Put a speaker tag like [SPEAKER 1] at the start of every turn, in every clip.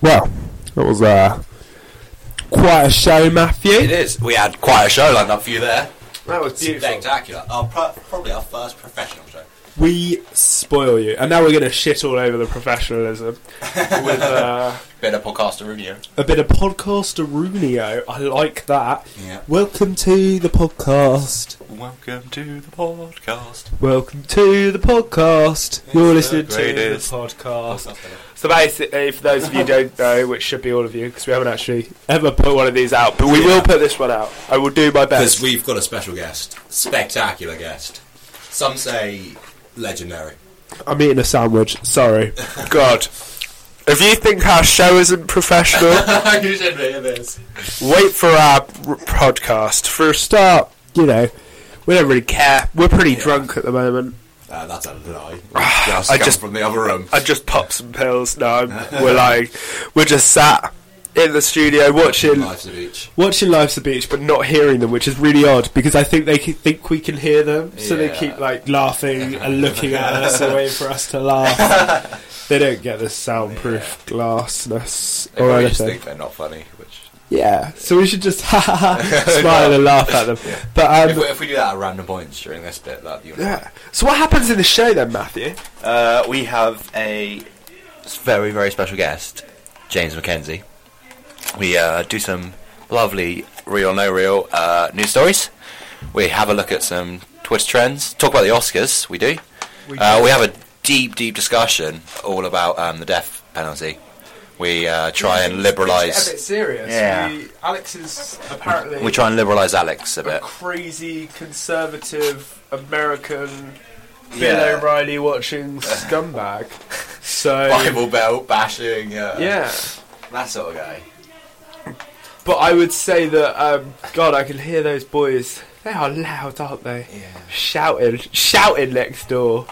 [SPEAKER 1] Well, that was uh, quite a show,
[SPEAKER 2] It
[SPEAKER 1] Matthew.
[SPEAKER 2] is. We had quite a show lined up for you there.
[SPEAKER 1] That was
[SPEAKER 2] Spectacular. Our pro- probably our first professional show.
[SPEAKER 1] We spoil you, and now we're going to shit all over the professionalism with uh,
[SPEAKER 2] Bit of podcaster review.
[SPEAKER 1] a bit of podcaster runio. I like that.
[SPEAKER 2] Yeah.
[SPEAKER 1] Welcome to the podcast.
[SPEAKER 2] Welcome to the podcast.
[SPEAKER 1] Welcome to the podcast.
[SPEAKER 2] It's
[SPEAKER 1] You're
[SPEAKER 2] the
[SPEAKER 1] listening to the
[SPEAKER 2] greatest
[SPEAKER 1] podcast. So basically, for those of you who don't know, which should be all of you, because we haven't actually ever put one of these out, but we
[SPEAKER 2] Yeah.
[SPEAKER 1] will put this one out. I will do my
[SPEAKER 2] Because
[SPEAKER 1] best.
[SPEAKER 2] we've got a special guest. Spectacular guest. Some say legendary.
[SPEAKER 1] I'm eating a sandwich. Sorry. God. If you think our show isn't professional,
[SPEAKER 2] you should hear this.
[SPEAKER 1] wait for our r- podcast. For a start, you know, we don't really care. We're pretty
[SPEAKER 2] Yeah.
[SPEAKER 1] drunk at the moment.
[SPEAKER 2] Uh, that's a lie. We've just
[SPEAKER 1] I
[SPEAKER 2] come
[SPEAKER 1] just-
[SPEAKER 2] from the other room.
[SPEAKER 1] I just popped some pills. No, I'm, we're lying. We're just sat in the studio watching
[SPEAKER 2] Life's a beach.
[SPEAKER 1] watching Life's a Beach, but not hearing them, which is really odd because I think they c- think we can hear them, so they
[SPEAKER 2] Yeah.
[SPEAKER 1] keep like laughing and looking at us and waiting for us to laugh. they don't get the soundproof glassness
[SPEAKER 2] They
[SPEAKER 1] or
[SPEAKER 2] probably just
[SPEAKER 1] anything.
[SPEAKER 2] think they're not funny. Which
[SPEAKER 1] Yeah, so we should just ha ha ha smile and laugh at them. But
[SPEAKER 2] if,
[SPEAKER 1] um,
[SPEAKER 2] we, if we do that at random points during this bit, that you.
[SPEAKER 1] yeah. So what happens in the show then, Matthew?
[SPEAKER 2] Uh, we have a very, very special guest, James McKenzie. We uh, do some lovely real no real uh, news stories. We have a look at some Twitter trends, talk about the Oscars, we do. Uh, we have a deep, deep discussion all about um, the death penalty. We uh, try and
[SPEAKER 1] a bit
[SPEAKER 2] liberalise.
[SPEAKER 1] serious.
[SPEAKER 2] Yeah.
[SPEAKER 1] We, Alex is apparently
[SPEAKER 2] We try and liberalise Alex a
[SPEAKER 1] a
[SPEAKER 2] bit.
[SPEAKER 1] crazy conservative American
[SPEAKER 2] Yeah.
[SPEAKER 1] Bill O'Reilly watching scumbag. So
[SPEAKER 2] belt bashing, uh,
[SPEAKER 1] yeah,
[SPEAKER 2] that sort of guy.
[SPEAKER 1] but I would say that um, God, I can hear those boys. They are loud, aren't they?
[SPEAKER 2] Yeah.
[SPEAKER 1] Shouting, shouting next door.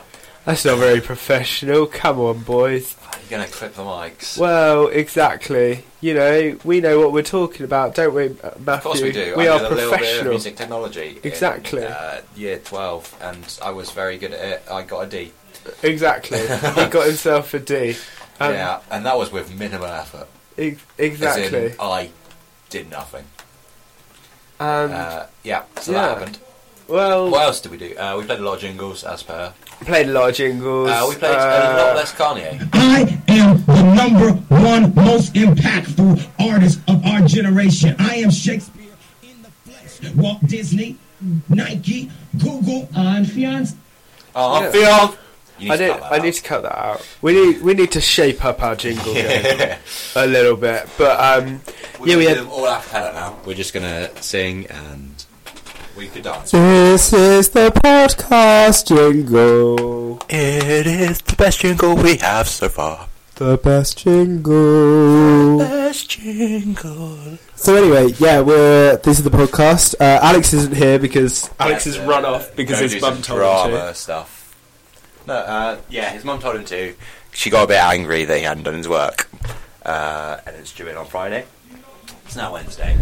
[SPEAKER 1] That's not very professional. Come on, boys.
[SPEAKER 2] You're gonna clip the mics.
[SPEAKER 1] Well, exactly. You know, we know what we're talking about, don't we, M- Matthew?
[SPEAKER 2] Of course we do.
[SPEAKER 1] We
[SPEAKER 2] I
[SPEAKER 1] are
[SPEAKER 2] did a little bit of
[SPEAKER 1] professional.
[SPEAKER 2] music technology.
[SPEAKER 1] Exactly.
[SPEAKER 2] In, uh, year 12, and I was very good at it. I got a D.
[SPEAKER 1] Exactly. he got himself a D. Um,
[SPEAKER 2] yeah, and that was with minimal effort.
[SPEAKER 1] e-
[SPEAKER 2] As in,
[SPEAKER 1] exactly.
[SPEAKER 2] I did nothing.
[SPEAKER 1] And
[SPEAKER 2] Uh, yeah, so
[SPEAKER 1] Yeah.
[SPEAKER 2] that happened.
[SPEAKER 1] Um, well,
[SPEAKER 2] What else did we do? Uh, we played a lot of jingles, as per.
[SPEAKER 1] played a lot of jingles.
[SPEAKER 2] Uh, we played a lot less Kanye.
[SPEAKER 3] I am the number one most impactful artist of our generation. I am Shakespeare in the flesh. Walt Disney, Nike, Google, on fiance.
[SPEAKER 2] Oh,
[SPEAKER 1] Yeah.
[SPEAKER 2] I'm Fionn! You
[SPEAKER 1] I,
[SPEAKER 2] need to
[SPEAKER 1] need,
[SPEAKER 2] cut that
[SPEAKER 1] I
[SPEAKER 2] out.
[SPEAKER 1] need to cut that out. We need we need to shape up our jingle game a little bit. But um,
[SPEAKER 2] We're
[SPEAKER 1] yeah, we
[SPEAKER 2] gonna do
[SPEAKER 1] had
[SPEAKER 2] them all acapella now. We're just gonna sing and we could dance.
[SPEAKER 1] This is the podcast jingle.
[SPEAKER 2] It is the best jingle we have so far.
[SPEAKER 1] The best jingle.
[SPEAKER 2] Best jingle.
[SPEAKER 1] So anyway, yeah, we're this is the podcast. Uh, Alex isn't here because Alex
[SPEAKER 2] Yeah,
[SPEAKER 1] has
[SPEAKER 2] uh,
[SPEAKER 1] run off because
[SPEAKER 2] go
[SPEAKER 1] his
[SPEAKER 2] do
[SPEAKER 1] mum
[SPEAKER 2] some
[SPEAKER 1] told
[SPEAKER 2] drama
[SPEAKER 1] him
[SPEAKER 2] stuff. No, uh, yeah, his mum told him to. She got a bit angry that he hadn't done his work, uh, and it's due in on Friday. It's now Wednesday.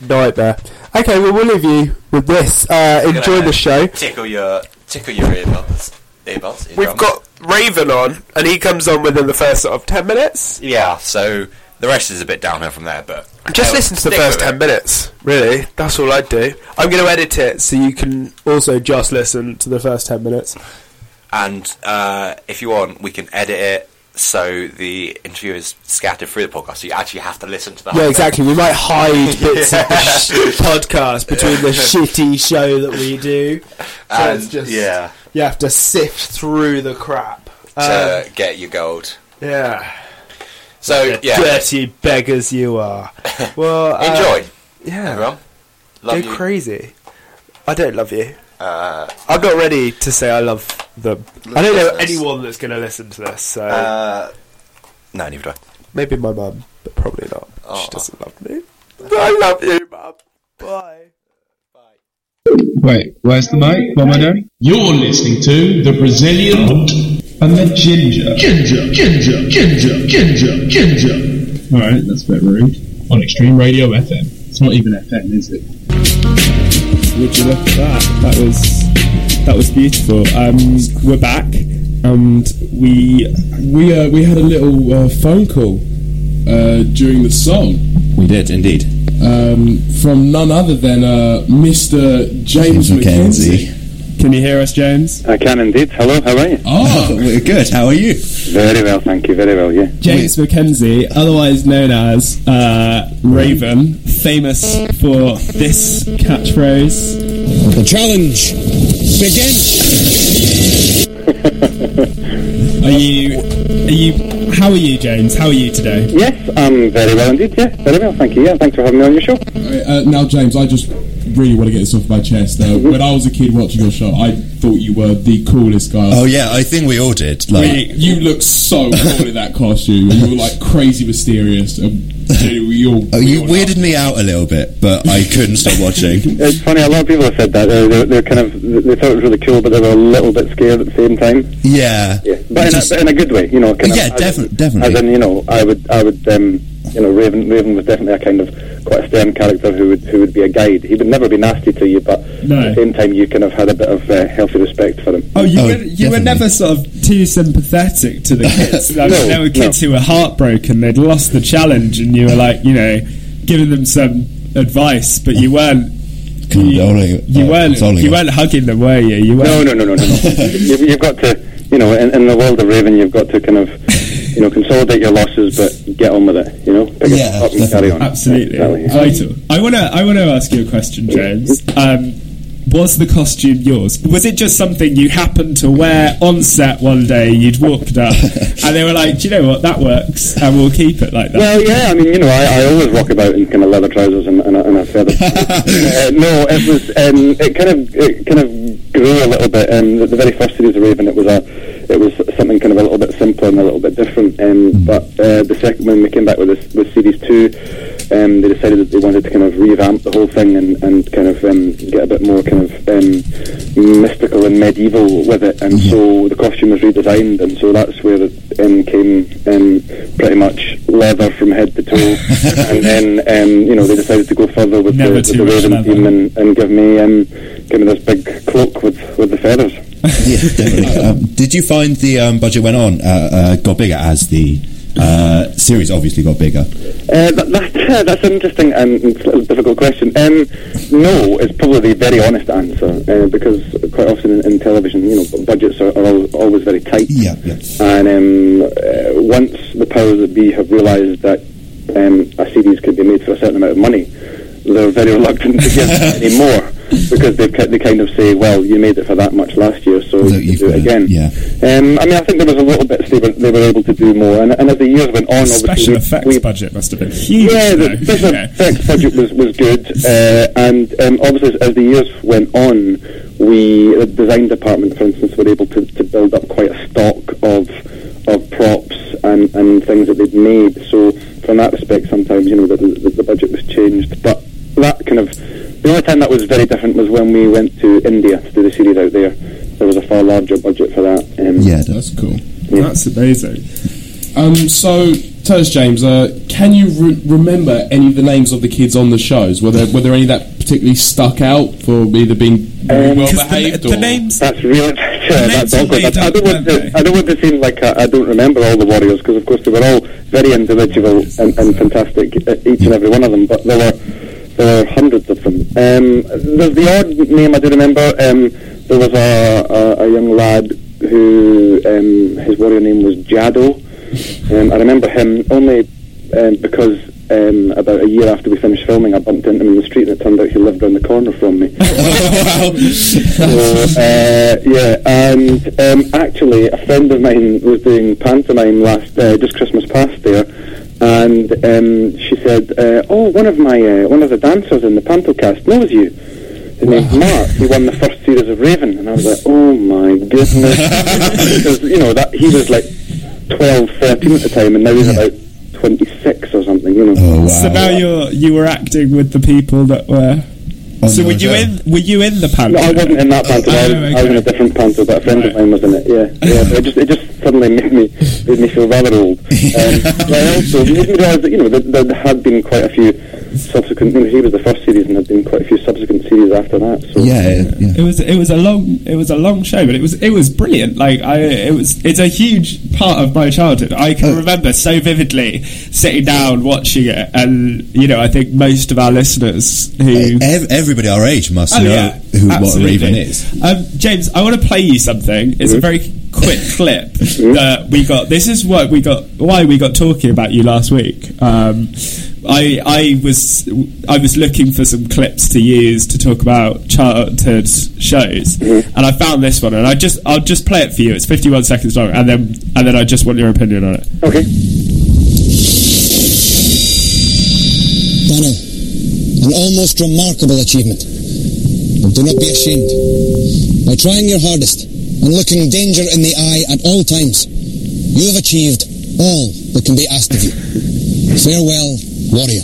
[SPEAKER 1] to. Nightmare. Okay, well we'll leave you with this. Uh,
[SPEAKER 2] We're
[SPEAKER 1] enjoy
[SPEAKER 2] gonna
[SPEAKER 1] the show.
[SPEAKER 2] Tickle your tickle your earbuds. Earbuds.
[SPEAKER 1] We've
[SPEAKER 2] eardrums.
[SPEAKER 1] got Raven on, and he comes on within the first sort of ten minutes.
[SPEAKER 2] yeah. So the rest is a bit downhill from there, but
[SPEAKER 1] Just
[SPEAKER 2] I'll
[SPEAKER 1] listen to the
[SPEAKER 2] stick
[SPEAKER 1] first
[SPEAKER 2] with it.
[SPEAKER 1] ten minutes, really. That's all I'd do. I'm going to edit it so you can also just listen to the first ten minutes.
[SPEAKER 2] And uh, if you want, we can edit it so the interview is scattered through the podcast. So you actually have to listen to the. whole
[SPEAKER 1] Yeah,
[SPEAKER 2] thing.
[SPEAKER 1] exactly. We might hide bits of the sh- podcast between the shitty show that we do. So
[SPEAKER 2] And,
[SPEAKER 1] it's just
[SPEAKER 2] yeah.
[SPEAKER 1] you have to sift through the crap. Um,
[SPEAKER 2] To get your gold.
[SPEAKER 1] yeah,
[SPEAKER 2] So yeah,
[SPEAKER 1] dirty beggars you are. Well, uh,
[SPEAKER 2] enjoy.
[SPEAKER 1] Yeah,
[SPEAKER 2] everyone. Love
[SPEAKER 1] go
[SPEAKER 2] you.
[SPEAKER 1] crazy. I don't love you.
[SPEAKER 2] Uh,
[SPEAKER 1] I'm not ready to say I love them. I don't know
[SPEAKER 2] Listeners.
[SPEAKER 1] anyone that's going to listen to this, so
[SPEAKER 2] uh, no, neither do I.
[SPEAKER 1] maybe my mum, but probably not.
[SPEAKER 2] Aw.
[SPEAKER 1] She doesn't love me. But I love you, mum. Bye.
[SPEAKER 4] Wait, where's the mic? What am I doing?
[SPEAKER 5] You're listening to the Brazilian
[SPEAKER 4] And the ginger.
[SPEAKER 5] Ginger, Ginger, Ginger, Ginger, Ginger
[SPEAKER 4] Alright, that's a bit rude.
[SPEAKER 5] on Extreme Radio FM. It's not even FM, is it?
[SPEAKER 4] Would you look at that? That was that was beautiful. Um, we're back, and we we uh, we had a little uh, phone call uh, during the song
[SPEAKER 6] We did indeed.
[SPEAKER 4] um, from none other than uh, Mr. James,
[SPEAKER 6] James
[SPEAKER 4] McKenzie.
[SPEAKER 6] McKenzie.
[SPEAKER 7] Can you hear us, James?
[SPEAKER 8] I can indeed. Hello, how are you?
[SPEAKER 4] Oh,
[SPEAKER 6] We're good. How are you?
[SPEAKER 8] Very well, thank you. Very well, yeah.
[SPEAKER 7] James McKenzie, otherwise known as uh, Raven, famous for this catchphrase.
[SPEAKER 9] The challenge begins.
[SPEAKER 7] Are you? Are you? How are you, James? How are you today?
[SPEAKER 8] Yes, I'm very well indeed. Yeah, very well, thank you. Yeah, thanks for having me on your show.
[SPEAKER 4] uh, now James, I just really want to get this off my chest. Uh,
[SPEAKER 7] Mm-hmm.
[SPEAKER 4] when I was a kid watching your show, I thought you were the coolest guy.
[SPEAKER 6] Oh yeah, I think we all did. Like,
[SPEAKER 4] You- you look so cool in that costume. You were like crazy mysterious, and you know, we all.
[SPEAKER 6] Oh,
[SPEAKER 4] we
[SPEAKER 6] you
[SPEAKER 4] all
[SPEAKER 6] weirded me out a little bit, but I couldn't stop watching.
[SPEAKER 8] It's funny, a lot of people have said that. They're, they're, they're kind of, they thought it was really cool, but they were a little bit scared at the same time.
[SPEAKER 6] Yeah,
[SPEAKER 8] Yeah, but in,
[SPEAKER 6] Just-
[SPEAKER 8] a, but in a good way, you know. Kind
[SPEAKER 6] Yeah,
[SPEAKER 8] of, as
[SPEAKER 6] defi-
[SPEAKER 8] in-
[SPEAKER 6] definitely.
[SPEAKER 8] As in, you know, I would, I would, um, you know, Raven, Raven was definitely a kind of quite a stern character who would, who would be a guide. He would never be nasty to you, but
[SPEAKER 7] No.
[SPEAKER 8] at the same time, you kind of had a bit of uh, healthy respect for him.
[SPEAKER 7] Oh, you
[SPEAKER 6] Oh,
[SPEAKER 7] were, you were
[SPEAKER 6] definitely.
[SPEAKER 7] never sort of too sympathetic to the kids. I mean,
[SPEAKER 8] No,
[SPEAKER 7] there were kids who were heartbroken; they'd lost the challenge, and you were like, you know, giving them some advice, but you weren't. You,
[SPEAKER 6] Condoling-
[SPEAKER 7] you
[SPEAKER 6] uh,
[SPEAKER 7] weren't.
[SPEAKER 6] consoling
[SPEAKER 7] You
[SPEAKER 6] them.
[SPEAKER 7] weren't hugging them, were you? You
[SPEAKER 8] No,
[SPEAKER 7] weren't.
[SPEAKER 8] no, no, no, no. no. you've, you've got to, you know, in, in the world of Raven, you've got to kind of, you know, consolidate your losses, but get on with it. You know, pick
[SPEAKER 6] Yeah,
[SPEAKER 8] it up and carry on.
[SPEAKER 7] Absolutely,
[SPEAKER 8] Exactly, yeah.
[SPEAKER 7] vital. I wanna, I wanna ask you a question, James. Um, was the costume yours? Was it just something you happened to wear on set one day? You'd walked up, and they were like, "Do you know what? That works, and we'll keep it like that."
[SPEAKER 8] Well, yeah, I mean, you know, I, I always walk about in kind of leather trousers and, and, a, and a feather. uh, no, it was um, it kind of it kind of grew a little bit. Um, the, the very first series of Raven, it was a it was something kind of a little bit simpler and a little bit different. Um, but uh, the second when we came back with this with series two, um, they decided that they wanted to kind of revamp the whole thing and, and kind of um, get a bit more kind of um, mystical and medieval with it. And
[SPEAKER 7] Mm-hmm.
[SPEAKER 8] so the costume was redesigned, and so that's where it um, came um, pretty much leather from head to toe. and then um, you know they decided to go further with
[SPEAKER 7] Never
[SPEAKER 8] the, with
[SPEAKER 7] too
[SPEAKER 8] the
[SPEAKER 7] much
[SPEAKER 8] Raven
[SPEAKER 7] leather.
[SPEAKER 8] team and, and give me um, give me this big cloak with, with the feathers.
[SPEAKER 6] yeah, definitely. Um, did you find the um, budget went on uh, uh, got bigger as the uh, series obviously got bigger?
[SPEAKER 8] Uh, that, that, that's an interesting and slightly difficult question. Um, no is probably the very honest answer uh, because quite often in, in television, you know, budgets are, are al- always very tight.
[SPEAKER 6] Yeah, yeah.
[SPEAKER 8] And um, uh, once the powers that be have realised that um, a series can be made for a certain amount of money, they're very reluctant to give any more because they they kind of say, well, you made it for that much last year, so
[SPEAKER 6] So
[SPEAKER 8] you
[SPEAKER 6] you've
[SPEAKER 8] can do it
[SPEAKER 6] got it,
[SPEAKER 8] again.
[SPEAKER 6] yeah.
[SPEAKER 8] Um, I mean, I think there was a little bit they were, they were able to do more, and, and as the years went on, obviously
[SPEAKER 7] Special
[SPEAKER 8] we-
[SPEAKER 7] effects
[SPEAKER 8] we,
[SPEAKER 7] budget must have been huge.
[SPEAKER 8] yeah,
[SPEAKER 7] though.
[SPEAKER 8] the special
[SPEAKER 7] Yeah.
[SPEAKER 8] effects budget was, was good, uh, and um, obviously as, as the years went on, we the design department, for instance, were able to, to build up quite a stock of of props and, and things that they'd made. So from that respect, sometimes you know the, the, the budget was changed, but that kind of the only time that was very different was when we went to India to do the series out there. There was a far larger budget for that. Um,
[SPEAKER 6] Yeah, definitely.
[SPEAKER 4] That's cool.
[SPEAKER 7] That's amazing.
[SPEAKER 4] Um, so tell us, James, uh, can you re- remember any of the names of the kids on the shows? Were there were there any that particularly stuck out for either being very
[SPEAKER 8] Um, Uh,
[SPEAKER 4] well
[SPEAKER 7] 'Cause the,
[SPEAKER 4] behaved
[SPEAKER 7] the
[SPEAKER 4] or
[SPEAKER 7] names.
[SPEAKER 8] That's real. Yeah,
[SPEAKER 7] names
[SPEAKER 8] that's
[SPEAKER 7] that
[SPEAKER 8] awkward.
[SPEAKER 7] they
[SPEAKER 8] I, I don't
[SPEAKER 7] don't
[SPEAKER 8] want to.
[SPEAKER 7] remember.
[SPEAKER 8] I don't want to seem like uh, I, I don't remember all the Warriors because, of course, they were all very individual and, and fantastic, uh, each and every one of them. But there were there were hundreds of them. Um, there's the odd name I do remember. Um, there was a, a, a young lad who um, his warrior name was Jado. Um, I remember him only um, because um, about a year after we finished filming, I bumped into him in the street, and it turned out he lived round the corner from me.
[SPEAKER 6] Oh,
[SPEAKER 8] So, uh, yeah, and um, actually, a friend of mine was doing pantomime last uh, just Christmas past there, and um, she said, uh, "Oh, one of my uh, one of the dancers in the pantocast knows you." His name's Mark. He won the first series of Raven, and I was like, "Oh my goodness!" because you know that he was like 12, 13 at the time, and now he's about twenty six or something. You know.
[SPEAKER 6] Oh wow!
[SPEAKER 7] So now you're you were acting with the people that were So were you in? Were you in the panel?
[SPEAKER 8] No, I wasn't in that panto. I, was,
[SPEAKER 7] Oh, okay.
[SPEAKER 8] I was in a different panto, but a friend of
[SPEAKER 7] Right.
[SPEAKER 8] mine was in it. Yeah, yeah. but it just it just suddenly made me made me feel rather old. Um, but I also you didn't realise that you know there, there had been quite a few subsequent. You know, he was the first series, and had been quite a few subsequent series after that. So
[SPEAKER 6] Yeah, yeah.
[SPEAKER 7] It was it was a long it was a long show, but it was it was brilliant. Like I it was it's a huge part of my childhood. I can remember so vividly sitting down watching it, and you know I think most of our listeners who
[SPEAKER 6] Ev- everybody our age must
[SPEAKER 7] Oh,
[SPEAKER 6] know
[SPEAKER 7] yeah,
[SPEAKER 6] who
[SPEAKER 7] absolutely.
[SPEAKER 6] what Raven is.
[SPEAKER 7] Um, James, I want to play you something. It's a
[SPEAKER 8] Mm-hmm.
[SPEAKER 7] very quick clip that we got. This is what we got. Why we got talking about you last week. Um, I I was I was looking for some clips to use to talk about childhood shows,
[SPEAKER 8] Mm-hmm.
[SPEAKER 7] and I found this one. And I just I'll just play it for you. It's 51 seconds long, and then and then I just want your opinion on it.
[SPEAKER 8] okay,
[SPEAKER 10] Daniel, an almost remarkable achievement. But do not be ashamed. By trying your hardest and looking danger in the eye at all times, you have achieved all that can be asked of you. Farewell, warrior.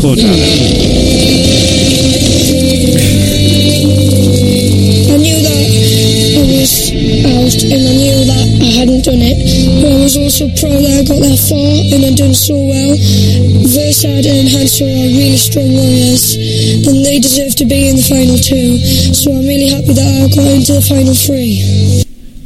[SPEAKER 7] Poor Dan.
[SPEAKER 11] I knew that I was out and I knew that I hadn't done it, but I was also proud that I got that far and I'd done so well. Versad and Hanso are really strong warriors and they deserve to be in the final two, so I'm really happy that I got into the final three.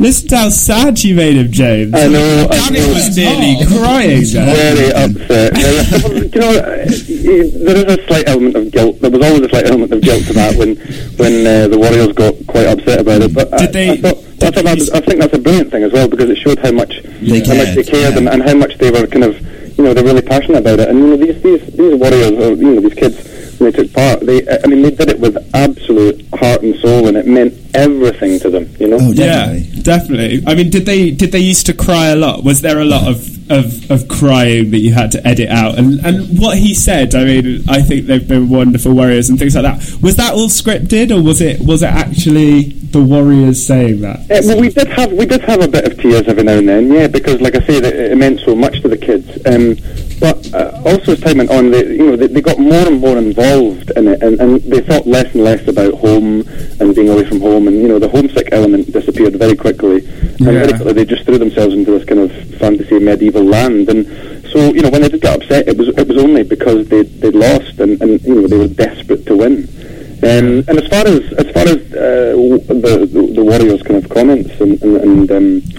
[SPEAKER 7] Listen to how sad you made him, James.
[SPEAKER 8] I know. I
[SPEAKER 7] Danny
[SPEAKER 8] know. Oh.
[SPEAKER 7] was nearly crying. there.
[SPEAKER 8] very upset. There was- you know, uh, there is a slight element of guilt. There was always a slight element of guilt to that when when uh, the Warriors got quite upset about it. But I-
[SPEAKER 7] Did they-
[SPEAKER 8] I, thought,
[SPEAKER 7] did
[SPEAKER 8] I, thought that
[SPEAKER 7] you-
[SPEAKER 8] was- I think that's a brilliant thing as well because it showed how much
[SPEAKER 6] They
[SPEAKER 8] how much they
[SPEAKER 6] cared,
[SPEAKER 8] cared and,
[SPEAKER 6] yeah.
[SPEAKER 8] and how much they were kind of you know they're really passionate about it. And you know these these, these Warriors, or, you know these kids, when they took part. They I mean they did it with absolute heart and soul, and it meant everything to them. You know.
[SPEAKER 6] Oh,
[SPEAKER 7] Yeah,
[SPEAKER 6] definitely.
[SPEAKER 7] definitely. I mean, did they did they used to cry a lot? Was there a lot of, of, of crying that you had to edit out? And and what he said, I mean, I think they've been wonderful warriors and things like that. Was that all scripted, or was it was it actually the warriors saying that?
[SPEAKER 8] Uh, well, we did have we did have a bit of tears every now and then, yeah, because like I say, it, it meant so much to the kids. Um, but uh, also as time went on, they, you know, they, they got more and more involved in it, and, and they thought less and less about home and being away from home, and you know, the homesick element disappeared very quickly, and very
[SPEAKER 7] Yeah.
[SPEAKER 8] quickly they just threw themselves into this kind of fantasy medieval land, and so you know, when they did get upset, it was it was only because they they lost, and, and you know, they were desperate to win. Um, and as far as as far as uh, w- the, the the Warriors kind of comments and and, and um,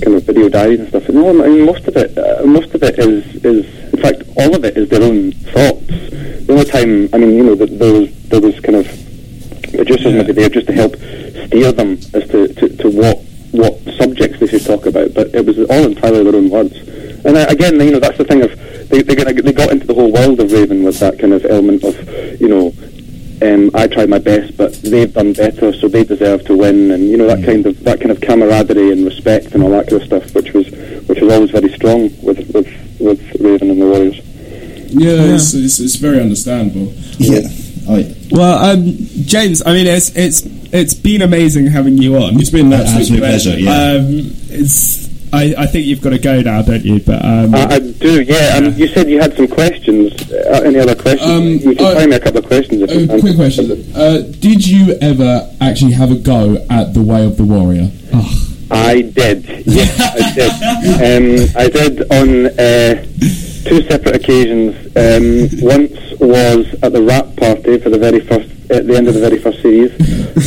[SPEAKER 8] kind of video diaries and stuff, no, I mean, most of it uh, most of it is is in fact all of it is their own thoughts. The only time I mean you know that there was there was kind of producers maybe there just to help steer them as to, to, to what what subjects they should talk about, but it was all entirely their own words. And uh, again, you know, that's the thing of they they, got- they got into the whole world of Raven with that kind of element of you know um, I tried my best, but they've done better, so they deserve to win, and you know that kind of that kind of camaraderie and respect and all that kind of stuff, which was which was always very strong with with, with Raven and the Warriors.
[SPEAKER 4] Yeah, It's, it's, it's very understandable.
[SPEAKER 6] Yeah. Oh, yeah.
[SPEAKER 7] Well, um, James, I mean, it's it's it's been amazing having you on.
[SPEAKER 4] It's been an
[SPEAKER 6] An
[SPEAKER 4] absolute
[SPEAKER 6] absolute
[SPEAKER 4] pleasure.
[SPEAKER 6] pleasure. yeah.
[SPEAKER 7] Um, it's I, I think you've got to go now, don't you? But um,
[SPEAKER 8] I, I do, yeah. Um, you said you had some questions. Uh, any other questions?
[SPEAKER 4] Um,
[SPEAKER 8] you can
[SPEAKER 4] uh,
[SPEAKER 8] find me a couple of questions. If you
[SPEAKER 7] um,
[SPEAKER 4] Uh,
[SPEAKER 8] can.
[SPEAKER 4] quick question: uh, Did you ever actually have a go at the Way of the Warrior?
[SPEAKER 8] I did. Yes, I did. Um, I did on uh, two separate occasions. Um, once was at the rap party for the very first, at the end of the very first series,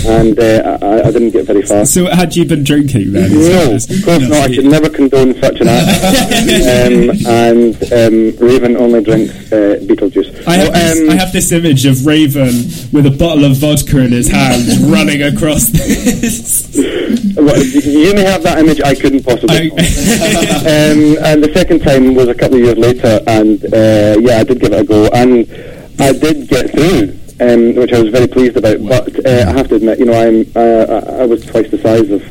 [SPEAKER 8] and uh, I, I didn't get very far.
[SPEAKER 7] so had you been drinking then?
[SPEAKER 8] No, of course not. I should never condone such an act. um, and um, Raven only drinks uh, Beetlejuice.
[SPEAKER 7] I have,
[SPEAKER 8] No,
[SPEAKER 7] this,
[SPEAKER 8] um,
[SPEAKER 7] I have this image of Raven with a bottle of vodka in his hand running across this.
[SPEAKER 8] Well, you may have that image. I couldn't possibly.
[SPEAKER 7] I-
[SPEAKER 8] um, and the second time was a couple of years later, and uh, yeah, I did give it a go, and I did get through, um, which I was very pleased about. But uh, I have to admit, you know, I'm uh, I- I was twice the size of,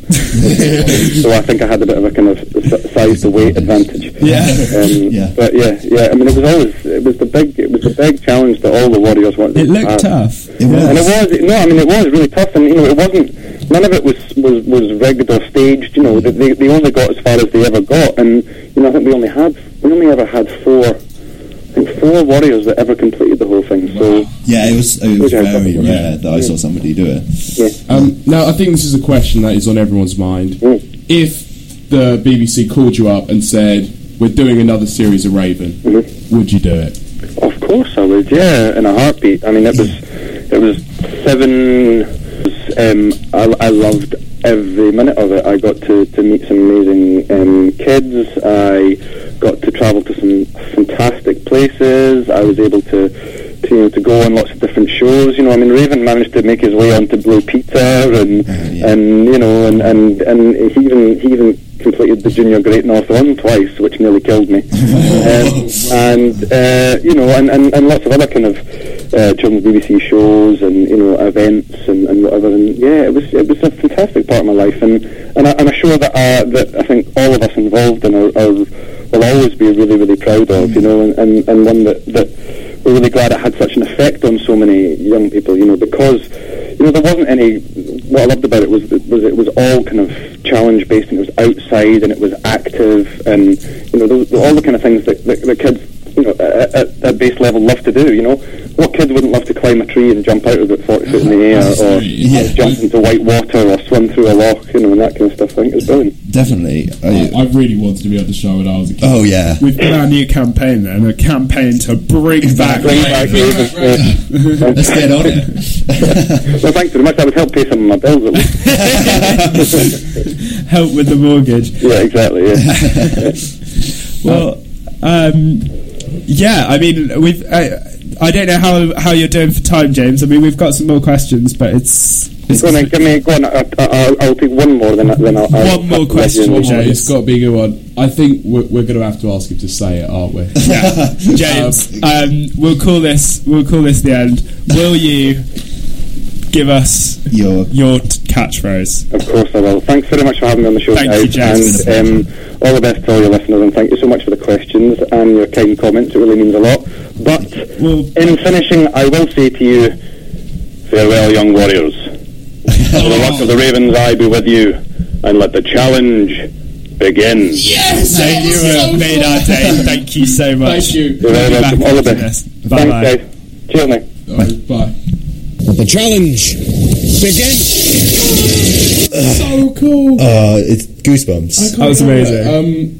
[SPEAKER 8] so I think I had a bit of a kind of s- size to weight advantage.
[SPEAKER 7] Yeah.
[SPEAKER 8] Um,
[SPEAKER 6] Yeah.
[SPEAKER 8] But yeah, yeah. I mean, it was always it was the big it was the big challenge that all the warriors wanted.
[SPEAKER 7] It
[SPEAKER 8] to
[SPEAKER 7] looked
[SPEAKER 8] have.
[SPEAKER 7] tough.
[SPEAKER 6] It was.
[SPEAKER 8] And it was it- no, I mean it was really tough, and you know it wasn't. None of it was was, was rigged or staged. You know they, they they only got as far as they ever got, and you know I think we only had we only ever had four I think four warriors that ever completed the whole thing. So
[SPEAKER 6] Yeah, it was, it was
[SPEAKER 8] Which I
[SPEAKER 6] very
[SPEAKER 8] thought-
[SPEAKER 6] rare that I saw somebody do it.
[SPEAKER 4] Um, now, I think this is a question that is on everyone's mind. If the BBC called you up and said, "We're doing another series of Raven," would you do it?
[SPEAKER 8] Of course I would, yeah, in a heartbeat. I mean, it was, it was seven. Um, I, I loved every minute of it. I got to, to meet some amazing um, kids. I got to travel to some fantastic places. I was able to, to you know, to go on lots of different shows. You know, I mean, Raven managed to make his way onto Blue Peter, and and you know, and, and and he even he even completed the Junior Great North Run twice, which nearly killed me. um, and uh, you know, and, and, and lots of other kind of uh, children's BBC shows and you know events and, and whatever. And yeah, it was it was a fantastic part of my life, and and, I, and I'm sure that uh, that I think all of us involved in are, are will always be really really proud of. You know, and, and, and one that that we're really glad it had such an effect on so many young people, you know, because you know there wasn't any. What I loved about it was was it was all kind of challenge based, and it was outside, and it was active, and you know those, all the kind of things that, that, that kids you know at, at, at base level love to do. You know, what kid wouldn't love to climb a tree and jump out of it forty foot in the air, or jump into white water, or swim through a lock, you know, and that kind of stuff. I think it's brilliant.
[SPEAKER 6] Definitely. I,
[SPEAKER 4] I really wanted to be at the show when I was a kid.
[SPEAKER 6] Oh, yeah.
[SPEAKER 7] We've got our new campaign then, a campaign to bring back.
[SPEAKER 6] Let's get on it.
[SPEAKER 8] well, thanks very much. That would help pay some of my bills at least.
[SPEAKER 7] Help with the mortgage.
[SPEAKER 8] yeah, exactly. Yeah.
[SPEAKER 7] Well, um, yeah, I mean, we've. I, I don't know how how you're doing for time, James. I mean, we've got some more questions, but it's. it's
[SPEAKER 8] Go on, then, give me, go on. I, I, I'll- I'll take one more, then, I- then I'll. I'll
[SPEAKER 7] One more
[SPEAKER 8] I'll-
[SPEAKER 7] question,
[SPEAKER 8] I'll-
[SPEAKER 7] James.
[SPEAKER 4] It's got to be a good one. I think we're, we're going to have to ask him to say it, aren't we?
[SPEAKER 7] yeah, James, um, we'll call this we'll call this the end. Will you give us
[SPEAKER 6] Your
[SPEAKER 7] your t- catchphrase?
[SPEAKER 8] Of course I will. Thanks very much for having me on the show,
[SPEAKER 7] Thank you,
[SPEAKER 8] guys.
[SPEAKER 7] James.
[SPEAKER 8] and um, all the best to all your listeners, and thank you so much for the questions and your kind comments. It really means a lot. But
[SPEAKER 7] Well,
[SPEAKER 8] in finishing, I will say to you, farewell, young warriors. For the luck of the Ravens, I be with you, and let the challenge begin.
[SPEAKER 7] Jane, you have made our day. Thank you so much.
[SPEAKER 4] Thank you.
[SPEAKER 8] You're
[SPEAKER 7] We'll
[SPEAKER 8] very
[SPEAKER 7] be
[SPEAKER 8] welcome.
[SPEAKER 7] back
[SPEAKER 8] All the
[SPEAKER 7] after
[SPEAKER 8] best.
[SPEAKER 7] this. Bye bye.
[SPEAKER 8] Thanks, guys. Cheers, now.
[SPEAKER 4] Oh, bye.
[SPEAKER 10] The challenge begin.
[SPEAKER 4] So cool.
[SPEAKER 6] Uh, it's goosebumps.
[SPEAKER 7] That was amazing.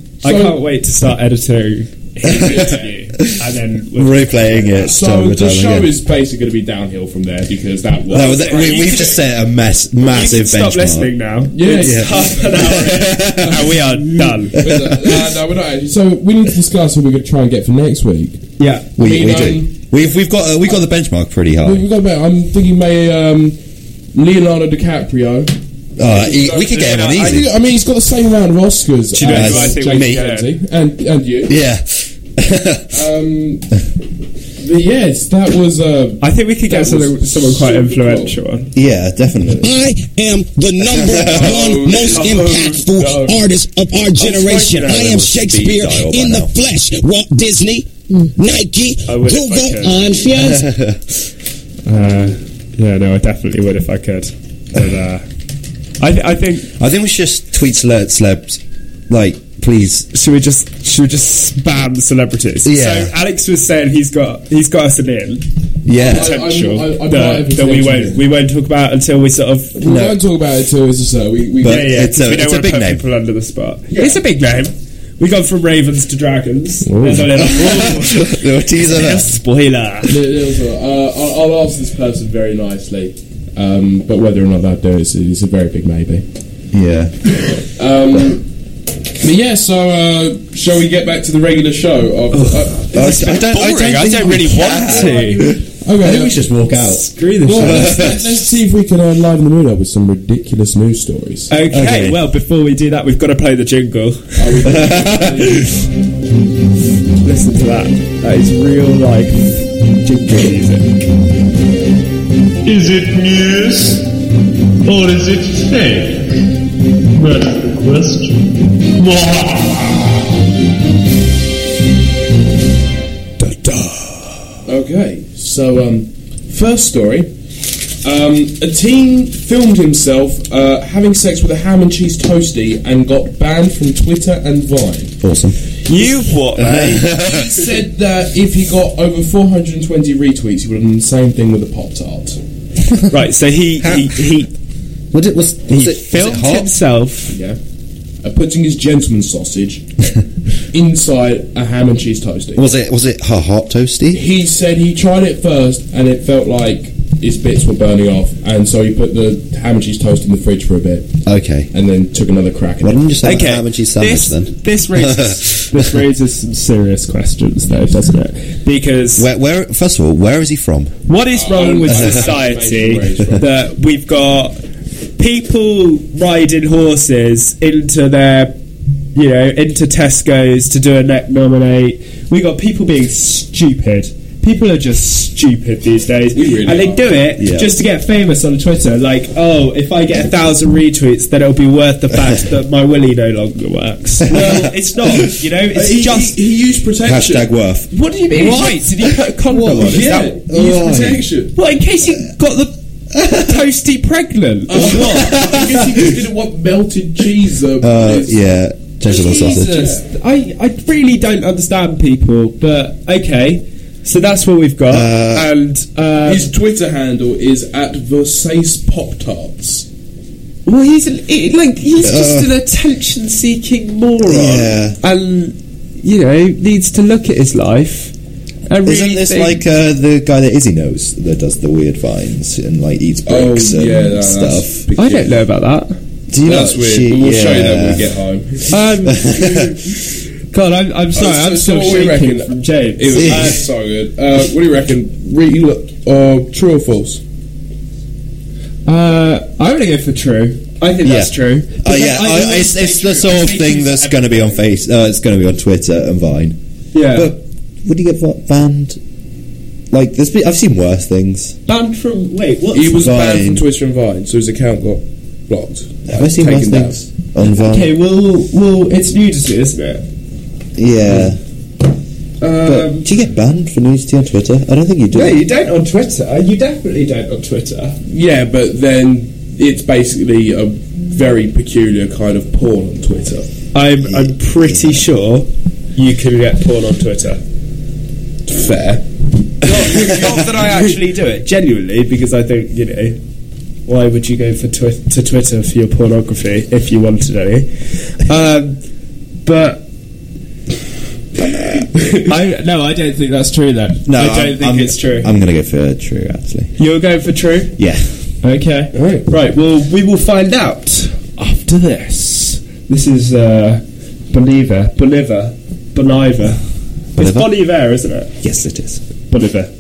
[SPEAKER 4] Um, so,
[SPEAKER 7] I can't wait to start editing his interview and then we'll
[SPEAKER 6] Replaying it.
[SPEAKER 4] So
[SPEAKER 6] time
[SPEAKER 4] the
[SPEAKER 6] and time
[SPEAKER 4] show
[SPEAKER 6] again.
[SPEAKER 4] is basically going to be downhill from there because that was.
[SPEAKER 6] No, that- we, we've just set a mess,
[SPEAKER 7] You
[SPEAKER 6] massive
[SPEAKER 7] can stop
[SPEAKER 6] benchmark.
[SPEAKER 7] listening now.
[SPEAKER 4] Yeah,
[SPEAKER 7] it's half an
[SPEAKER 4] yeah.
[SPEAKER 7] hour in, and we are done.
[SPEAKER 4] uh, no, we're not. actually- So we need to discuss what we're going to try and get for next week.
[SPEAKER 7] Yeah.
[SPEAKER 6] We,
[SPEAKER 4] I mean,
[SPEAKER 6] we
[SPEAKER 4] um,
[SPEAKER 6] do. We've we've got uh, we got the benchmark pretty high.
[SPEAKER 4] We- We've got about. I'm thinking maybe um, Leonardo DiCaprio.
[SPEAKER 6] Uh, e- we could get him on
[SPEAKER 4] I,
[SPEAKER 6] easy.
[SPEAKER 4] I mean, he's got the same round of Oscars
[SPEAKER 7] you know
[SPEAKER 4] as
[SPEAKER 7] who I think
[SPEAKER 4] James
[SPEAKER 6] we
[SPEAKER 7] should
[SPEAKER 4] Kennedy and and you.
[SPEAKER 6] Yeah.
[SPEAKER 4] Um, the, yes, that was. Uh,
[SPEAKER 7] I think we could get
[SPEAKER 4] That
[SPEAKER 7] someone,
[SPEAKER 4] was
[SPEAKER 7] someone quite
[SPEAKER 4] so
[SPEAKER 7] influential on.
[SPEAKER 6] yeah, definitely.
[SPEAKER 10] I am the number
[SPEAKER 6] Oh,
[SPEAKER 10] one most impactful artist of our generation.
[SPEAKER 6] out
[SPEAKER 10] I
[SPEAKER 6] of
[SPEAKER 10] am
[SPEAKER 6] a speed
[SPEAKER 10] Shakespeare
[SPEAKER 6] dial by
[SPEAKER 10] in the
[SPEAKER 6] now.
[SPEAKER 10] flesh. Walt Disney, Nike,
[SPEAKER 7] would if I
[SPEAKER 10] Google,
[SPEAKER 7] could.
[SPEAKER 10] and Fiance.
[SPEAKER 7] Uh, yeah, no, I definitely would if I could. But, uh, I, th- I think
[SPEAKER 6] I think we should just tweet celeb, celebs, like please.
[SPEAKER 7] should we just should we just spam celebrities?
[SPEAKER 6] Yeah.
[SPEAKER 7] So Alex was saying he's got he's got us an in
[SPEAKER 6] Yeah,
[SPEAKER 4] I- I'm-
[SPEAKER 7] potential
[SPEAKER 4] I- I'm not
[SPEAKER 7] that,
[SPEAKER 4] even
[SPEAKER 7] that we
[SPEAKER 4] mentioning
[SPEAKER 7] won't
[SPEAKER 4] it.
[SPEAKER 7] we won't talk about until we sort of
[SPEAKER 4] we don't talk about it till it's just uh, we. we
[SPEAKER 6] But-
[SPEAKER 7] yeah yeah
[SPEAKER 6] It's
[SPEAKER 7] 'cause
[SPEAKER 6] a-
[SPEAKER 7] we don't
[SPEAKER 6] it's a
[SPEAKER 7] wanna
[SPEAKER 6] big
[SPEAKER 7] put
[SPEAKER 6] name.
[SPEAKER 7] people under the spot. It's a big name. We gone from ravens to dragons. There's a little- ooh,
[SPEAKER 6] little teaser. there.
[SPEAKER 7] spoiler.
[SPEAKER 4] Uh, I'll, I'll ask this person very nicely, um, but whether or not that do is is a very big maybe.
[SPEAKER 6] Yeah,
[SPEAKER 4] Um, but yeah, so uh, shall we get back to the regular show? Of, uh,
[SPEAKER 6] I, I don't. I don't, think we can. I
[SPEAKER 4] okay,
[SPEAKER 6] think we should just walk out.
[SPEAKER 7] Screw the
[SPEAKER 4] well,
[SPEAKER 7] show.
[SPEAKER 4] let's, let's- let's see if we can uh, liven the mood up with some ridiculous news stories.
[SPEAKER 7] Okay,
[SPEAKER 6] Okay. Oh,
[SPEAKER 7] well, before we do that, we've got to play the jingle. Listen to that. That is real life jingle music.
[SPEAKER 3] Is it news or is it fake? That's the question.
[SPEAKER 4] Okay, so um, first story. Um, a teen filmed himself uh, having sex with a ham and cheese toastie and got banned from Twitter and Vine.
[SPEAKER 6] Awesome.
[SPEAKER 7] You've what,
[SPEAKER 4] he said that if he got over 420 retweets, he would have done the same thing with a Pop Tart.
[SPEAKER 7] right, so he he, he
[SPEAKER 6] What it was,
[SPEAKER 7] he
[SPEAKER 6] was it,
[SPEAKER 7] filmed
[SPEAKER 6] was it hot?
[SPEAKER 7] himself.
[SPEAKER 4] Yeah. Uh, putting his gentleman sausage inside a ham and cheese toastie.
[SPEAKER 6] Was it was it her hot toasty?
[SPEAKER 4] He said he tried it first and it felt like his bits were burning off, and so he put the ham and cheese toast in the fridge for a bit
[SPEAKER 6] Okay.
[SPEAKER 4] and then took another crack at
[SPEAKER 6] Why
[SPEAKER 4] it.
[SPEAKER 6] didn't you just have
[SPEAKER 7] Okay,
[SPEAKER 6] a ham and cheese sandwich
[SPEAKER 7] this,
[SPEAKER 6] then?
[SPEAKER 7] this raises this raises some serious questions, though, doesn't it? Because
[SPEAKER 6] Where, where? First of all, where is he from?
[SPEAKER 7] What is wrong with
[SPEAKER 4] Uh,
[SPEAKER 7] society
[SPEAKER 4] Amazing race, right?
[SPEAKER 7] that we've got people riding horses into their, you know, into Tesco's to do a neck nominate? We got people being stupid. People are just stupid these days,
[SPEAKER 4] really
[SPEAKER 7] and they
[SPEAKER 4] are.
[SPEAKER 7] do it
[SPEAKER 6] Yeah.
[SPEAKER 7] just to get famous on Twitter. Like, oh, if I get a thousand retweets, then it'll be worth the fact that my willy no longer works. Well, it's not. You know, it's
[SPEAKER 4] he,
[SPEAKER 7] just.
[SPEAKER 4] he, he used protection.
[SPEAKER 6] Hashtag worth.
[SPEAKER 7] what do you mean? Why did he put a condom on? Is
[SPEAKER 4] yeah,
[SPEAKER 7] that-
[SPEAKER 4] he used
[SPEAKER 6] Why?
[SPEAKER 4] protection.
[SPEAKER 7] well, in case he got the toasty pregnant.
[SPEAKER 4] Uh, what? I guess he just didn't want melted cheese. Um,
[SPEAKER 6] Uh,
[SPEAKER 4] it's-
[SPEAKER 6] yeah, gentleman sausage.
[SPEAKER 7] Oh, Jesus, I, I really don't understand people, but okay. So that's what we've got,
[SPEAKER 6] Uh,
[SPEAKER 7] and uh,
[SPEAKER 4] His Twitter handle is at Versace Pop Tarts.
[SPEAKER 7] well, he's an, he- like he's just an attention-seeking moron,
[SPEAKER 6] Yeah.
[SPEAKER 7] and you know needs to look at his life. And really
[SPEAKER 6] Isn't this
[SPEAKER 7] think-
[SPEAKER 6] like uh, the guy that Izzy knows that does the weird vines and like eats
[SPEAKER 4] Oh,
[SPEAKER 6] bricks and
[SPEAKER 4] yeah, that- that's
[SPEAKER 6] stuff?
[SPEAKER 7] I don't know about that.
[SPEAKER 6] Do you
[SPEAKER 4] That's
[SPEAKER 6] know-
[SPEAKER 4] weird.
[SPEAKER 6] she-
[SPEAKER 4] but we'll show you that when
[SPEAKER 6] yeah.
[SPEAKER 4] we get home.
[SPEAKER 7] Um, God, I'm, I'm sorry,
[SPEAKER 4] so-
[SPEAKER 7] I'm
[SPEAKER 4] so
[SPEAKER 7] still
[SPEAKER 4] what we
[SPEAKER 7] shaking
[SPEAKER 4] reckon-
[SPEAKER 7] from James. Um,
[SPEAKER 4] It was
[SPEAKER 6] Yeah.
[SPEAKER 4] uh, so good. Uh, what do you reckon? Re- you look, uh, true or false?
[SPEAKER 7] Uh, I'm gonna go for true. I think that's
[SPEAKER 6] Yeah.
[SPEAKER 7] true.
[SPEAKER 6] Oh yeah, I,
[SPEAKER 7] Because I-
[SPEAKER 6] it's, it's the sort of thing that's going to be on face. Uh, it's going to be on Twitter and Vine.
[SPEAKER 7] yeah.
[SPEAKER 6] But would you get va- banned? Like, there's been, I've seen worse things.
[SPEAKER 7] banned from wait, what?
[SPEAKER 4] He was
[SPEAKER 6] Vine.
[SPEAKER 4] banned from Twitter and Vine, so his account got blocked.
[SPEAKER 6] Have I seen worse
[SPEAKER 4] Taken down.
[SPEAKER 6] things on Vine?
[SPEAKER 7] Okay, well, well, it's nudity, isn't it?
[SPEAKER 6] Yeah, but
[SPEAKER 7] Um,
[SPEAKER 6] do you get banned for nudity on Twitter? I don't think you do.
[SPEAKER 7] no, you don't on Twitter. You definitely don't on Twitter.
[SPEAKER 4] Yeah, but then it's basically a very peculiar kind of porn on Twitter.
[SPEAKER 7] I'm, I'm pretty sure you can get porn on Twitter.
[SPEAKER 4] Fair.
[SPEAKER 7] not, not that I actually do it, genuinely, because I think you know. Why would you go for twi- to Twitter for your pornography if you wanted any? Um, but I no, I don't think that's true. Then I don't
[SPEAKER 6] I'm-
[SPEAKER 7] think
[SPEAKER 6] I'm-
[SPEAKER 7] it's true.
[SPEAKER 6] I'm going to go for true, actually.
[SPEAKER 7] You're going for true.
[SPEAKER 6] Yeah.
[SPEAKER 7] Okay.
[SPEAKER 4] Alright.
[SPEAKER 7] Right. Well, we will find out after this. This is uh, Believer, Believer, Believer. It's
[SPEAKER 6] Bolivar?
[SPEAKER 7] Bolivar, isn't it?
[SPEAKER 6] Yes, it is.
[SPEAKER 7] Bolivar.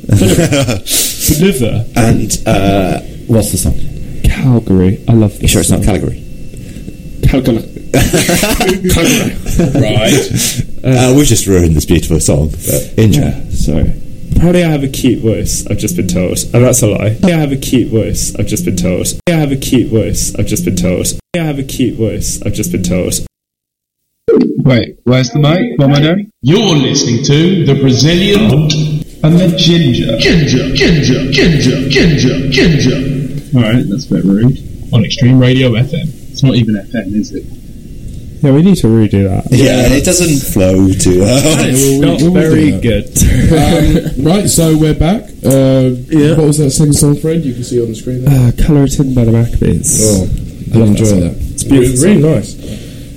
[SPEAKER 7] Bolivar.
[SPEAKER 6] And uh, what's the song?
[SPEAKER 7] Calgary. I love
[SPEAKER 6] You
[SPEAKER 7] this.
[SPEAKER 6] sure it's not
[SPEAKER 7] song.
[SPEAKER 6] Calgary?
[SPEAKER 7] Calgary. Calgary.
[SPEAKER 4] Right.
[SPEAKER 6] Uh, we've just ruined this beautiful song. But enjoy.
[SPEAKER 7] Yeah, sorry. Apparently, I have a cute voice. I've just been told, and that's a lie. Apparently I have a cute voice. I've just been told. Apparently I have a cute voice. I've just been told. Apparently I have a cute voice. I've just been told.
[SPEAKER 12] Wait, where's the mic? What am I doing? You're listening to the Brazilian
[SPEAKER 3] Um,
[SPEAKER 12] and the Ginger.
[SPEAKER 5] Ginger, ginger, ginger, ginger, ginger.
[SPEAKER 12] Alright, that's a bit rude. On Extreme Radio FM. It's not even FM, is it?
[SPEAKER 7] Yeah, we need to redo that.
[SPEAKER 6] Yeah, it doesn't flow too well.
[SPEAKER 7] It's not very good.
[SPEAKER 4] um, right, so we're back. Uh, What was that second song, Fred? You can see on the screen there.
[SPEAKER 7] uh, Colour it in by the Maccabees.
[SPEAKER 4] Oh, I love enjoy that. It's beautiful. Really nice.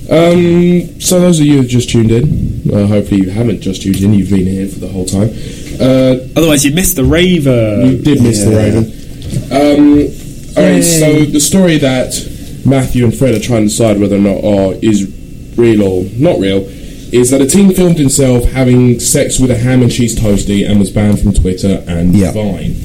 [SPEAKER 4] Um, so those of you who've just tuned in, uh, hopefully you haven't just tuned in. You've been here for the whole time. Uh,
[SPEAKER 7] Otherwise, you missed the raver.
[SPEAKER 4] you did miss the
[SPEAKER 6] yeah.
[SPEAKER 4] Raven. Um, all right. So the story that Matthew and Fred are trying to decide whether or not are is real or not real is that a teen filmed himself having sex with a ham and cheese toastie and was banned from Twitter and
[SPEAKER 6] Yeah.
[SPEAKER 4] Vine.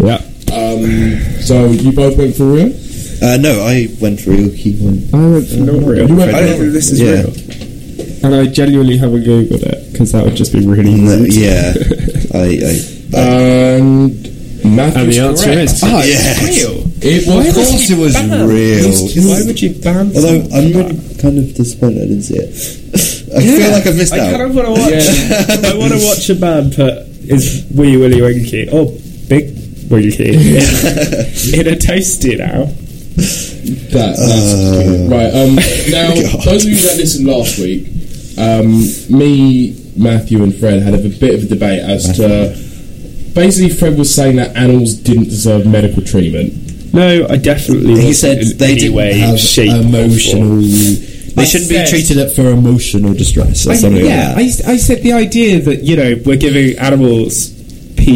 [SPEAKER 7] Yeah.
[SPEAKER 4] Um, so you both went for real.
[SPEAKER 6] Uh, no, I went through. He went.
[SPEAKER 7] I went for not real.
[SPEAKER 4] went for I don't real. think this is
[SPEAKER 6] yeah.
[SPEAKER 7] And I genuinely haven't googled it because that would just be really
[SPEAKER 6] No,
[SPEAKER 7] easy.
[SPEAKER 6] Mm, yeah. I. I, I
[SPEAKER 4] And Matthew's
[SPEAKER 7] And the answer
[SPEAKER 4] correct.
[SPEAKER 7] is
[SPEAKER 6] Ah,
[SPEAKER 7] oh,
[SPEAKER 6] Yes.
[SPEAKER 4] It was
[SPEAKER 6] of course, it was real.
[SPEAKER 7] Why would you ban?
[SPEAKER 6] Although
[SPEAKER 7] something
[SPEAKER 6] I'm
[SPEAKER 7] like that?
[SPEAKER 6] really kind of disappointed I didn't see it. I feel like I've missed
[SPEAKER 7] I
[SPEAKER 6] out.
[SPEAKER 7] kind of want to watch. I want to watch a band put is wee willy winky oh big winky in a toasty now.
[SPEAKER 6] Uh,
[SPEAKER 4] That, that's right. Um, now,
[SPEAKER 6] God.
[SPEAKER 4] those of you that listened last week, um, me, Matthew, and Fred had a bit of a debate as to. Basically, Fred was saying that animals didn't deserve medical treatment.
[SPEAKER 7] No, I definitely.
[SPEAKER 6] He
[SPEAKER 7] wasn't
[SPEAKER 6] said
[SPEAKER 7] in
[SPEAKER 6] they
[SPEAKER 7] any
[SPEAKER 6] didn't
[SPEAKER 7] way,
[SPEAKER 6] have
[SPEAKER 7] shape, or
[SPEAKER 6] emotional.
[SPEAKER 7] form.
[SPEAKER 6] They
[SPEAKER 7] I
[SPEAKER 6] shouldn't
[SPEAKER 7] said-
[SPEAKER 6] be treated up for emotional distress or
[SPEAKER 7] I,
[SPEAKER 6] something
[SPEAKER 7] yeah,
[SPEAKER 6] like that.
[SPEAKER 7] I, I said the idea that you know we're giving animals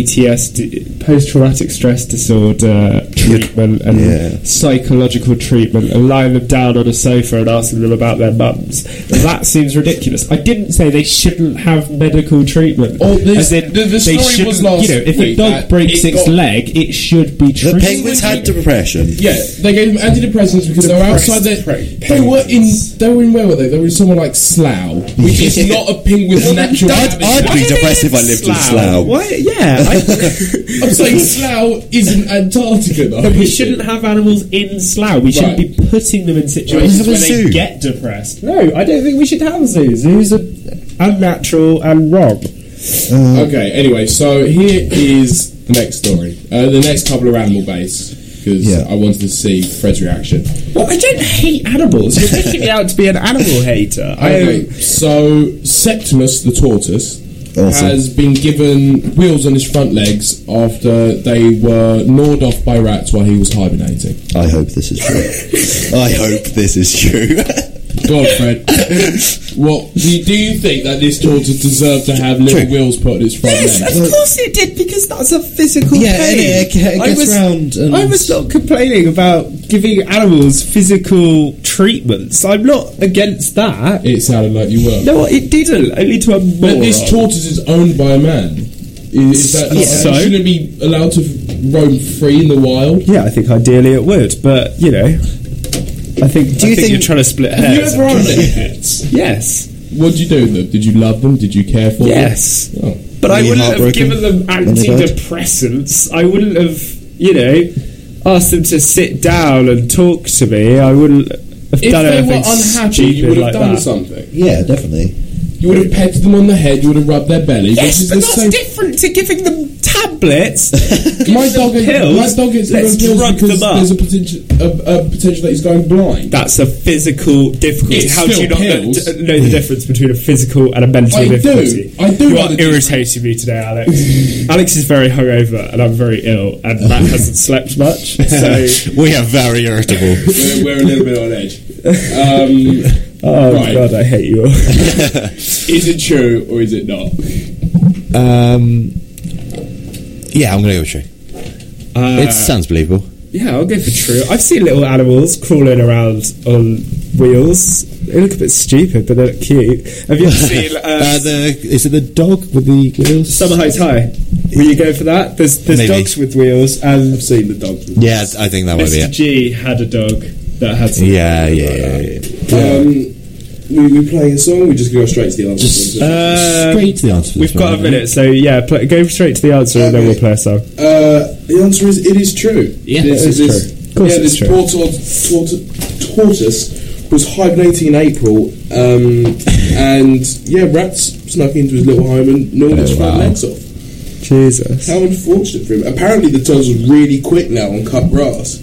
[SPEAKER 7] PTSD, post-traumatic stress disorder treatment, and
[SPEAKER 6] Yeah.
[SPEAKER 7] psychological treatment, and lying them down on a sofa and asking them about their mums. That seems ridiculous. I didn't say they shouldn't have medical treatment.
[SPEAKER 4] Oh, this-
[SPEAKER 7] As in,
[SPEAKER 4] the- the
[SPEAKER 7] they
[SPEAKER 4] story was
[SPEAKER 7] shouldn't-
[SPEAKER 4] last
[SPEAKER 7] You know, if a
[SPEAKER 4] week
[SPEAKER 7] dog
[SPEAKER 4] that
[SPEAKER 7] breaks
[SPEAKER 4] it
[SPEAKER 7] its
[SPEAKER 4] got-
[SPEAKER 7] leg, it should be
[SPEAKER 6] The
[SPEAKER 7] treated.
[SPEAKER 6] penguins had depression.
[SPEAKER 4] Yeah, they gave them antidepressants because they were outside their. They were in. They were in where were they? They were in somewhere like Slough, which is not a penguin's natural.
[SPEAKER 6] I'd,
[SPEAKER 4] habitat.
[SPEAKER 6] I'd be depressed if I lived in Slough.
[SPEAKER 7] Why? Yeah, I,
[SPEAKER 4] I'm saying Slough isn't Antarctica, though.
[SPEAKER 7] But we shouldn't have animals in Slough. We shouldn't
[SPEAKER 4] Right.
[SPEAKER 7] be putting them in
[SPEAKER 6] Have
[SPEAKER 7] situations
[SPEAKER 6] a
[SPEAKER 7] where they
[SPEAKER 6] zoo.
[SPEAKER 7] get depressed. No, I don't think we should have zoos. Zoos are unnatural and wrong.
[SPEAKER 4] Okay, anyway, so here is the next story. Uh, the next couple are animal based, because
[SPEAKER 6] Yeah.
[SPEAKER 4] I wanted to see Fred's reaction.
[SPEAKER 7] Well, I don't hate animals. You're making me out to be an animal hater. I
[SPEAKER 4] Okay, so Septimus the tortoise
[SPEAKER 6] Awesome.
[SPEAKER 4] has been given wheels on his front legs after they were gnawed off by rats while he was hibernating.
[SPEAKER 6] I hope this is true. I hope this is true.
[SPEAKER 4] God, Fred. what do do you think that this tortoise deserved to have little
[SPEAKER 6] True.
[SPEAKER 4] wheels put on its front legs?
[SPEAKER 7] Of course it did, because that's a physical
[SPEAKER 6] Yeah,
[SPEAKER 7] pain.
[SPEAKER 6] and it- it
[SPEAKER 7] I
[SPEAKER 6] gets
[SPEAKER 7] was,
[SPEAKER 6] round and-
[SPEAKER 7] I was not complaining about giving animals physical treatments. I'm not against that.
[SPEAKER 4] It sounded like you were.
[SPEAKER 7] No, it didn't. Only to a moron.
[SPEAKER 4] But this tortoise is owned by a man. Is that not,
[SPEAKER 7] So?
[SPEAKER 4] shouldn't it be allowed to roam free in the wild?
[SPEAKER 7] Yeah, I think ideally it would, but you know, I think. Do you think, you're trying to split
[SPEAKER 4] Have you
[SPEAKER 7] hairs?
[SPEAKER 4] ever owned any pets?
[SPEAKER 7] yes,
[SPEAKER 4] What did you do with them? Did you love them? Did you care for
[SPEAKER 7] yes.
[SPEAKER 4] them? Oh.
[SPEAKER 7] But I
[SPEAKER 6] Were you
[SPEAKER 7] wouldn't have
[SPEAKER 6] heartbroken
[SPEAKER 7] given them
[SPEAKER 6] when they died?
[SPEAKER 7] antidepressants. I wouldn't have, you know, asked them to sit down and talk to me. I wouldn't have
[SPEAKER 4] If
[SPEAKER 7] done
[SPEAKER 4] they
[SPEAKER 7] anything
[SPEAKER 4] were unhappy,
[SPEAKER 7] stupid
[SPEAKER 4] you would have
[SPEAKER 7] like
[SPEAKER 4] done
[SPEAKER 7] that.
[SPEAKER 4] something.
[SPEAKER 6] yeah, definitely.
[SPEAKER 4] You would have petted them on the head. You would have rubbed their belly. which
[SPEAKER 7] Yes,
[SPEAKER 4] is
[SPEAKER 7] but
[SPEAKER 4] the
[SPEAKER 7] that's
[SPEAKER 4] same.
[SPEAKER 7] different to giving them tablets.
[SPEAKER 4] My dog, is,
[SPEAKER 7] pills.
[SPEAKER 4] my dog is
[SPEAKER 7] Let's
[SPEAKER 4] on pills
[SPEAKER 7] drug
[SPEAKER 4] because
[SPEAKER 7] them up.
[SPEAKER 4] there's a potential, a, a potential that he's going blind.
[SPEAKER 7] That's a physical difficulty.
[SPEAKER 4] It's
[SPEAKER 7] How do
[SPEAKER 4] still
[SPEAKER 7] you not know,
[SPEAKER 4] pills.
[SPEAKER 7] d- know the difference between a physical and a mental
[SPEAKER 4] I do.
[SPEAKER 7] difficulty?
[SPEAKER 4] I do
[SPEAKER 7] You
[SPEAKER 4] know
[SPEAKER 7] are
[SPEAKER 4] the
[SPEAKER 7] irritating me today, Alex. Alex is very hungover, and I'm very ill, and Matt hasn't slept much. So,
[SPEAKER 6] we are very irritable.
[SPEAKER 4] we're, we're a little bit on edge. Um,
[SPEAKER 7] oh
[SPEAKER 4] Right.
[SPEAKER 7] god, I hate you all.
[SPEAKER 4] is it true or is it not?
[SPEAKER 6] Um, yeah, I'm going to go with true.
[SPEAKER 10] Uh,
[SPEAKER 6] it sounds believable.
[SPEAKER 7] yeah, I'll go for true. I've seen little animals crawling around on wheels. They look a bit stupid, but they look cute. Have you ever seen uh,
[SPEAKER 6] Uh, the, is it the dog with the wheels?
[SPEAKER 7] Summer Heights High? Will you go for that? There's there's
[SPEAKER 6] Maybe.
[SPEAKER 7] dogs with wheels, and I've seen the dogs. With
[SPEAKER 6] Yeah, I think that might be
[SPEAKER 7] Mr.
[SPEAKER 6] it.
[SPEAKER 7] G had a dog that had some
[SPEAKER 6] Yeah, yeah, yeah. yeah.
[SPEAKER 4] Um, we, we play a song. We just go straight to the answer.
[SPEAKER 6] Just
[SPEAKER 7] Uh,
[SPEAKER 6] straight to the answer. for this
[SPEAKER 7] We've
[SPEAKER 6] one,
[SPEAKER 7] got a
[SPEAKER 6] haven't we?
[SPEAKER 7] minute, so yeah, pl- go straight to the answer and then we'll play a song.
[SPEAKER 4] Uh, the answer is it is true. Yeah, this,
[SPEAKER 7] it's
[SPEAKER 4] this-
[SPEAKER 7] true. Of course
[SPEAKER 4] yeah,
[SPEAKER 7] it's
[SPEAKER 4] this
[SPEAKER 7] true.
[SPEAKER 4] poor tort- tort- tortoise was hibernating in April, um, and yeah, rats snuck into his little home and gnawed
[SPEAKER 7] Oh,
[SPEAKER 4] his front legs off.
[SPEAKER 7] Jesus.
[SPEAKER 4] How unfortunate for him. Apparently, the tortoise was really quick now on cut grass.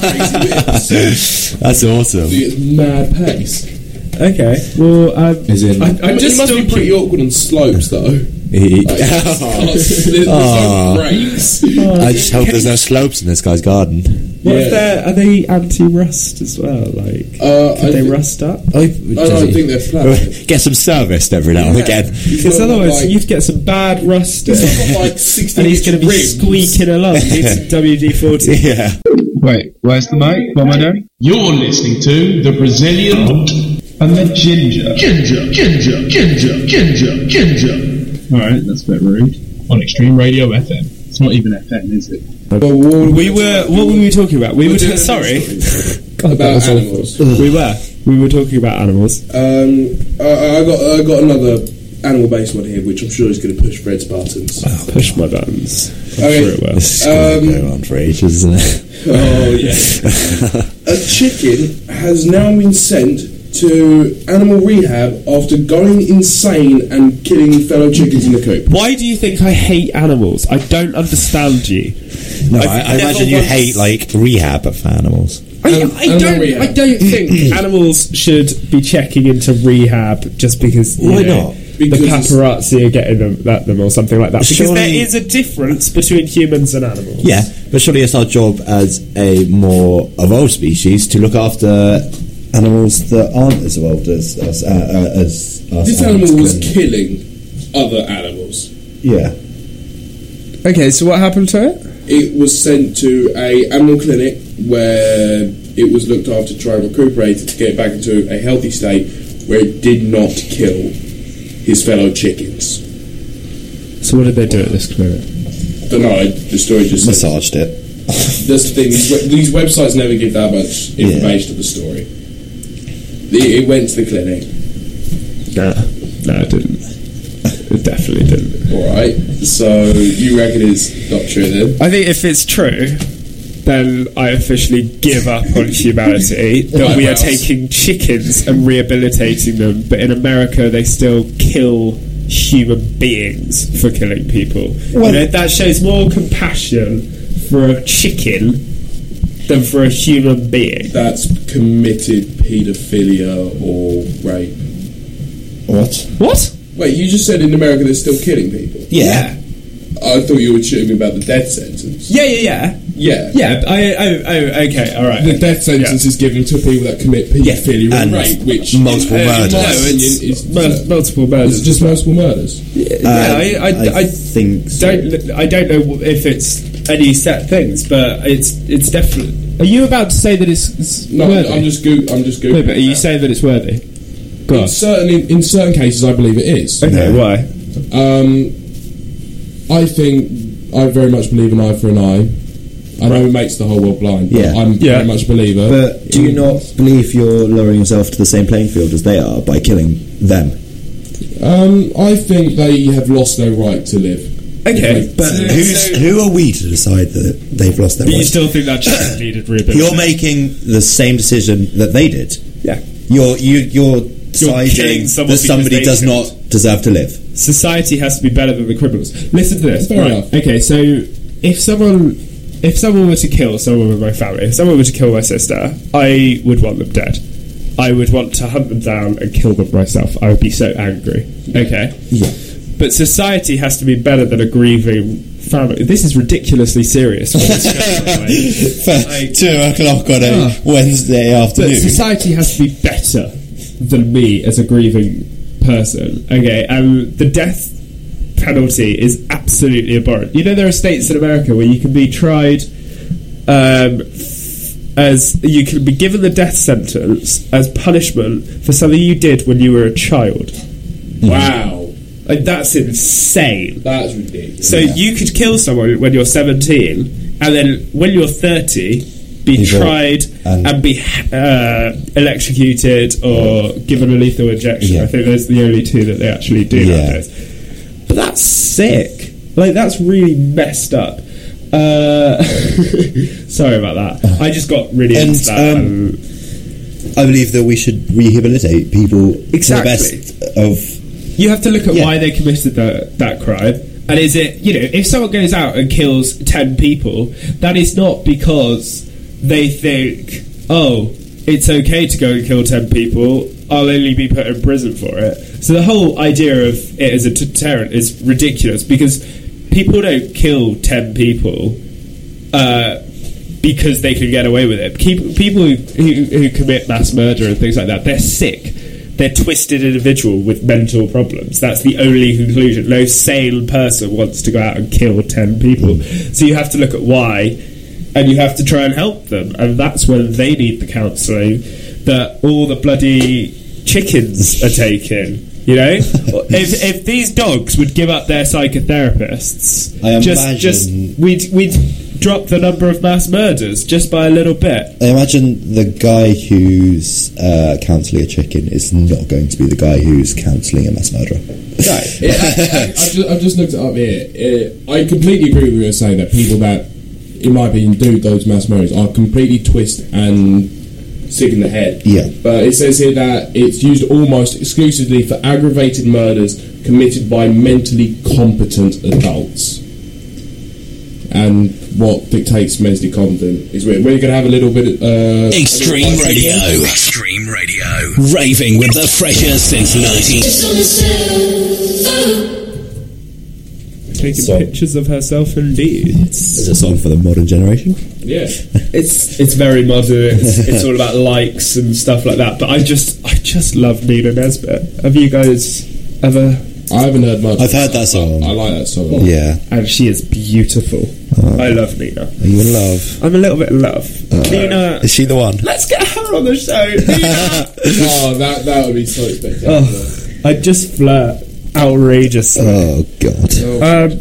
[SPEAKER 4] Crazy bits.
[SPEAKER 6] That's awesome.
[SPEAKER 4] It's mad pace.
[SPEAKER 7] Okay. Well, um,
[SPEAKER 6] Is it?
[SPEAKER 7] I, I'm
[SPEAKER 4] just
[SPEAKER 7] just
[SPEAKER 4] must be
[SPEAKER 7] talking-
[SPEAKER 4] pretty awkward on slopes though. Like, you just can't- there's
[SPEAKER 6] Aw.
[SPEAKER 4] no breaks.
[SPEAKER 6] I just hope there's no slopes in this guy's garden.
[SPEAKER 7] What
[SPEAKER 4] Yeah.
[SPEAKER 7] if they're, are they anti-rust as well? Like,
[SPEAKER 4] Uh,
[SPEAKER 7] could
[SPEAKER 4] I
[SPEAKER 7] they
[SPEAKER 4] thi-
[SPEAKER 7] rust up?
[SPEAKER 6] I,
[SPEAKER 4] don't think they're flat.
[SPEAKER 6] Get some serviced every now and again.
[SPEAKER 7] Because
[SPEAKER 4] not
[SPEAKER 7] otherwise
[SPEAKER 4] like-
[SPEAKER 7] you'd get some bad rust and
[SPEAKER 4] He's got like 16
[SPEAKER 7] he's going to be
[SPEAKER 4] rims.
[SPEAKER 7] squeaking along. He's WD-40.
[SPEAKER 6] Yeah.
[SPEAKER 12] Wait, where's the mic? What am I doing? You're listening to the Brazilian and the Ginger.
[SPEAKER 5] Ginger, ginger, ginger, ginger, ginger.
[SPEAKER 12] Alright, that's a bit rude. On Extreme Radio FM. It's not even FM, is it?
[SPEAKER 4] But what were
[SPEAKER 7] We were, what were we talking about? We were,
[SPEAKER 4] doing
[SPEAKER 7] ta- sorry.
[SPEAKER 4] about animals.
[SPEAKER 7] we were. We were talking about animals.
[SPEAKER 4] Um, I, I got I got another animal based one here, which I'm sure is going to push Fred's buttons.
[SPEAKER 6] Oh,
[SPEAKER 7] Push my buttons. I'm
[SPEAKER 4] Okay.
[SPEAKER 7] sure it will.
[SPEAKER 6] This is going to
[SPEAKER 4] Um,
[SPEAKER 6] go on for ages, isn't it?
[SPEAKER 4] Oh yes. A chicken has now been sent to animal rehab after going insane and killing fellow chickens in the coop.
[SPEAKER 7] Why do you think I hate animals? I don't understand you.
[SPEAKER 6] No,
[SPEAKER 7] I've
[SPEAKER 6] I, I
[SPEAKER 7] never
[SPEAKER 6] imagine you
[SPEAKER 7] once-
[SPEAKER 6] hate like rehab for animals.
[SPEAKER 7] I,
[SPEAKER 4] Anim-
[SPEAKER 7] I
[SPEAKER 13] Oh,
[SPEAKER 4] animal
[SPEAKER 7] don't. I
[SPEAKER 4] rehab.
[SPEAKER 7] don't think animals should be checking into rehab just because. you
[SPEAKER 6] Why
[SPEAKER 7] know,
[SPEAKER 6] not?
[SPEAKER 7] the
[SPEAKER 4] Because-
[SPEAKER 7] paparazzi are getting them at them or something like that. Because there
[SPEAKER 6] Surely-
[SPEAKER 7] is a difference between humans and animals.
[SPEAKER 6] Yeah, but surely it's our job as a more evolved species to look after animals that aren't as evolved as us. Uh, uh, as us
[SPEAKER 7] Oh,
[SPEAKER 4] This
[SPEAKER 6] animals
[SPEAKER 4] animal was
[SPEAKER 6] can-
[SPEAKER 4] killing other animals.
[SPEAKER 6] Yeah.
[SPEAKER 13] Okay, so what happened to it?
[SPEAKER 4] It was sent to a animal clinic where it was looked after to try and recuperate it to get it back into a healthy state where it did not kill his fellow chickens.
[SPEAKER 7] So what did they do at this clinic?
[SPEAKER 4] But no, I- the story just
[SPEAKER 6] Massaged it.
[SPEAKER 4] That's the thing. These, we- these websites never give that much information to the story. The, it went to the clinic.
[SPEAKER 7] No, it didn't. It definitely didn't.
[SPEAKER 4] All right. So you reckon it's not true then?
[SPEAKER 7] I think if it's true, then I officially give up on humanity that we are
[SPEAKER 4] Eyebrows.
[SPEAKER 7] taking chickens and rehabilitating them. But in America, they still kill human beings for killing people.
[SPEAKER 6] Well-
[SPEAKER 7] you know, that shows more compassion for a chicken than for a human being.
[SPEAKER 4] That's committed paedophilia or rape.
[SPEAKER 6] What?
[SPEAKER 7] What?
[SPEAKER 4] Wait, you just said in America they're still killing people.
[SPEAKER 6] Yeah.
[SPEAKER 4] I thought you were shooting me about the death sentence.
[SPEAKER 7] Yeah, yeah, yeah,
[SPEAKER 4] Yeah.
[SPEAKER 7] yeah. I, oh, oh, okay, all right.
[SPEAKER 4] The death sentence
[SPEAKER 7] Yeah.
[SPEAKER 4] is given to people that commit paedophilia
[SPEAKER 6] Yeah,
[SPEAKER 4] and
[SPEAKER 6] and
[SPEAKER 4] rape, which
[SPEAKER 6] multiple
[SPEAKER 4] in my
[SPEAKER 6] murders.
[SPEAKER 4] opinion,
[SPEAKER 7] Uh, It's
[SPEAKER 4] is-
[SPEAKER 7] mul- multiple
[SPEAKER 4] is
[SPEAKER 7] murders.
[SPEAKER 4] it just multiple murders.
[SPEAKER 7] yeah, I, I, I,
[SPEAKER 6] think so.
[SPEAKER 7] don't. I don't know if it's any set things, but it's it's definitely.
[SPEAKER 13] Are you about to say that it's, it's
[SPEAKER 4] No,
[SPEAKER 13] worthy?
[SPEAKER 4] I'm just go- I'm just googling.
[SPEAKER 13] no, but are you
[SPEAKER 4] that.
[SPEAKER 13] saying that it's worthy? Go on.
[SPEAKER 4] in certain in certain cases, I believe it is.
[SPEAKER 13] Okay,
[SPEAKER 6] No.
[SPEAKER 13] why?
[SPEAKER 4] Um, I think I very much believe an eye for an eye. I know it makes the whole world blind. but
[SPEAKER 6] Yeah.
[SPEAKER 4] I'm
[SPEAKER 7] Yeah.
[SPEAKER 4] very much a believer.
[SPEAKER 6] But do you
[SPEAKER 4] in-
[SPEAKER 6] not believe you're lowering yourself to the same playing field as they are by killing them?
[SPEAKER 4] Um, I think they have lost their right to live.
[SPEAKER 7] Okay,
[SPEAKER 6] But who's, who are we to decide that they've lost their
[SPEAKER 7] But you
[SPEAKER 6] right?
[SPEAKER 7] still think that chicken needed rehabilitation?
[SPEAKER 6] You're making the same decision that they did.
[SPEAKER 7] Yeah.
[SPEAKER 6] You're you you're deciding
[SPEAKER 7] killing someone
[SPEAKER 6] that
[SPEAKER 7] because
[SPEAKER 6] somebody
[SPEAKER 7] they
[SPEAKER 6] does
[SPEAKER 7] did.
[SPEAKER 6] not deserve to live.
[SPEAKER 7] Society has to be better than the criminals. Listen to this.
[SPEAKER 4] Fair
[SPEAKER 7] right.
[SPEAKER 4] enough.
[SPEAKER 7] Okay, so if someone if someone were to kill someone in my family, if someone were to kill my sister, I would want them dead. I would want to hunt them down and kill them myself. I would be so angry. Okay.
[SPEAKER 6] Yeah.
[SPEAKER 7] But society has to be better than a grieving family. This is ridiculously serious. what it's going on, right?
[SPEAKER 6] For two o'clock on a Wednesday
[SPEAKER 7] But
[SPEAKER 6] afternoon.
[SPEAKER 7] society has to be better than me as a grieving person. Okay, um, the death penalty is absolutely abhorrent. You know, there are states in America where you can be tried um, f- as you can be given the death sentence as punishment for something you did when you were a child.
[SPEAKER 4] Wow,
[SPEAKER 7] Like, that's insane.
[SPEAKER 4] that's ridiculous.
[SPEAKER 7] So you could kill someone when you're 17, and then when you're 30, be
[SPEAKER 6] Either-
[SPEAKER 7] tried
[SPEAKER 6] and-
[SPEAKER 7] and, be uh, electrocuted or given a lethal injection.
[SPEAKER 6] Yeah.
[SPEAKER 7] I think those are the only two that they actually do
[SPEAKER 6] Yeah.
[SPEAKER 7] nowadays. But that's sick. Like that's really messed up. Uh, sorry about that. I just got really
[SPEAKER 6] Uh-huh. And,
[SPEAKER 7] into that.
[SPEAKER 6] um,
[SPEAKER 7] um,
[SPEAKER 6] I believe that we should rehabilitate people
[SPEAKER 7] Exactly.
[SPEAKER 6] to the best of.
[SPEAKER 7] You have to look at
[SPEAKER 6] Yeah.
[SPEAKER 7] why they committed that that crime. And is it, you know, if someone goes out and kills 10 people, that is not because they think, oh, it's okay to go and kill 10 people, I'll only be put in prison for it. So the whole idea of it as a deterrent is ridiculous because people don't kill 10 people uh, because they can get away with it. Keep, people who, who, who commit mass murder and things like that, they're sick. They're twisted individual with mental problems. That's the only conclusion. No sane person wants to go out and kill ten people. So you have to look at why, and you have to try and help them. And that's when they need the counselling that all the bloody chickens are taking. You know, if, if these dogs would give up their psychotherapists,
[SPEAKER 6] I
[SPEAKER 7] just just
[SPEAKER 6] imagine-
[SPEAKER 7] We'd, we'd drop the number of mass murders just by a little bit.
[SPEAKER 6] I imagine the guy who's uh, counselling a chicken is not going to be the guy who's counselling a mass murderer.
[SPEAKER 4] Yeah, I, I, I've, just, I've just looked it up here. Uh, I completely agree with what you're saying that people that, in my opinion, do those mass murders are completely twist and sick in the head.
[SPEAKER 6] Yeah.
[SPEAKER 4] But it says here that it's used almost exclusively for aggravated murders committed by mentally competent adults. And what dictates Mesley Compton. Is we're, we're going to have a little bit of. Uh,
[SPEAKER 10] Extreme Radio. Extreme Radio. Raving with the freshest since 90s.
[SPEAKER 7] Taking
[SPEAKER 6] So-
[SPEAKER 7] pictures of herself, indeed.
[SPEAKER 6] It's a song for the modern generation.
[SPEAKER 4] yeah.
[SPEAKER 7] It's it's very modern. It's, it's all about likes and stuff like that. But I just I just love Nina Nesbitt. Have you guys ever?
[SPEAKER 4] I haven't heard much.
[SPEAKER 6] I've heard that song.
[SPEAKER 4] I like that song.
[SPEAKER 6] Yeah.
[SPEAKER 7] And she is beautiful. I love Nina.
[SPEAKER 6] Are you in love?
[SPEAKER 7] I'm a little bit in love. Nina,
[SPEAKER 6] Is she the one?
[SPEAKER 7] let's get her on the show. Nina.
[SPEAKER 4] Oh, that, that would be so spectacular.
[SPEAKER 7] Oh. I just flirt outrageously.
[SPEAKER 6] Oh God.
[SPEAKER 7] Um,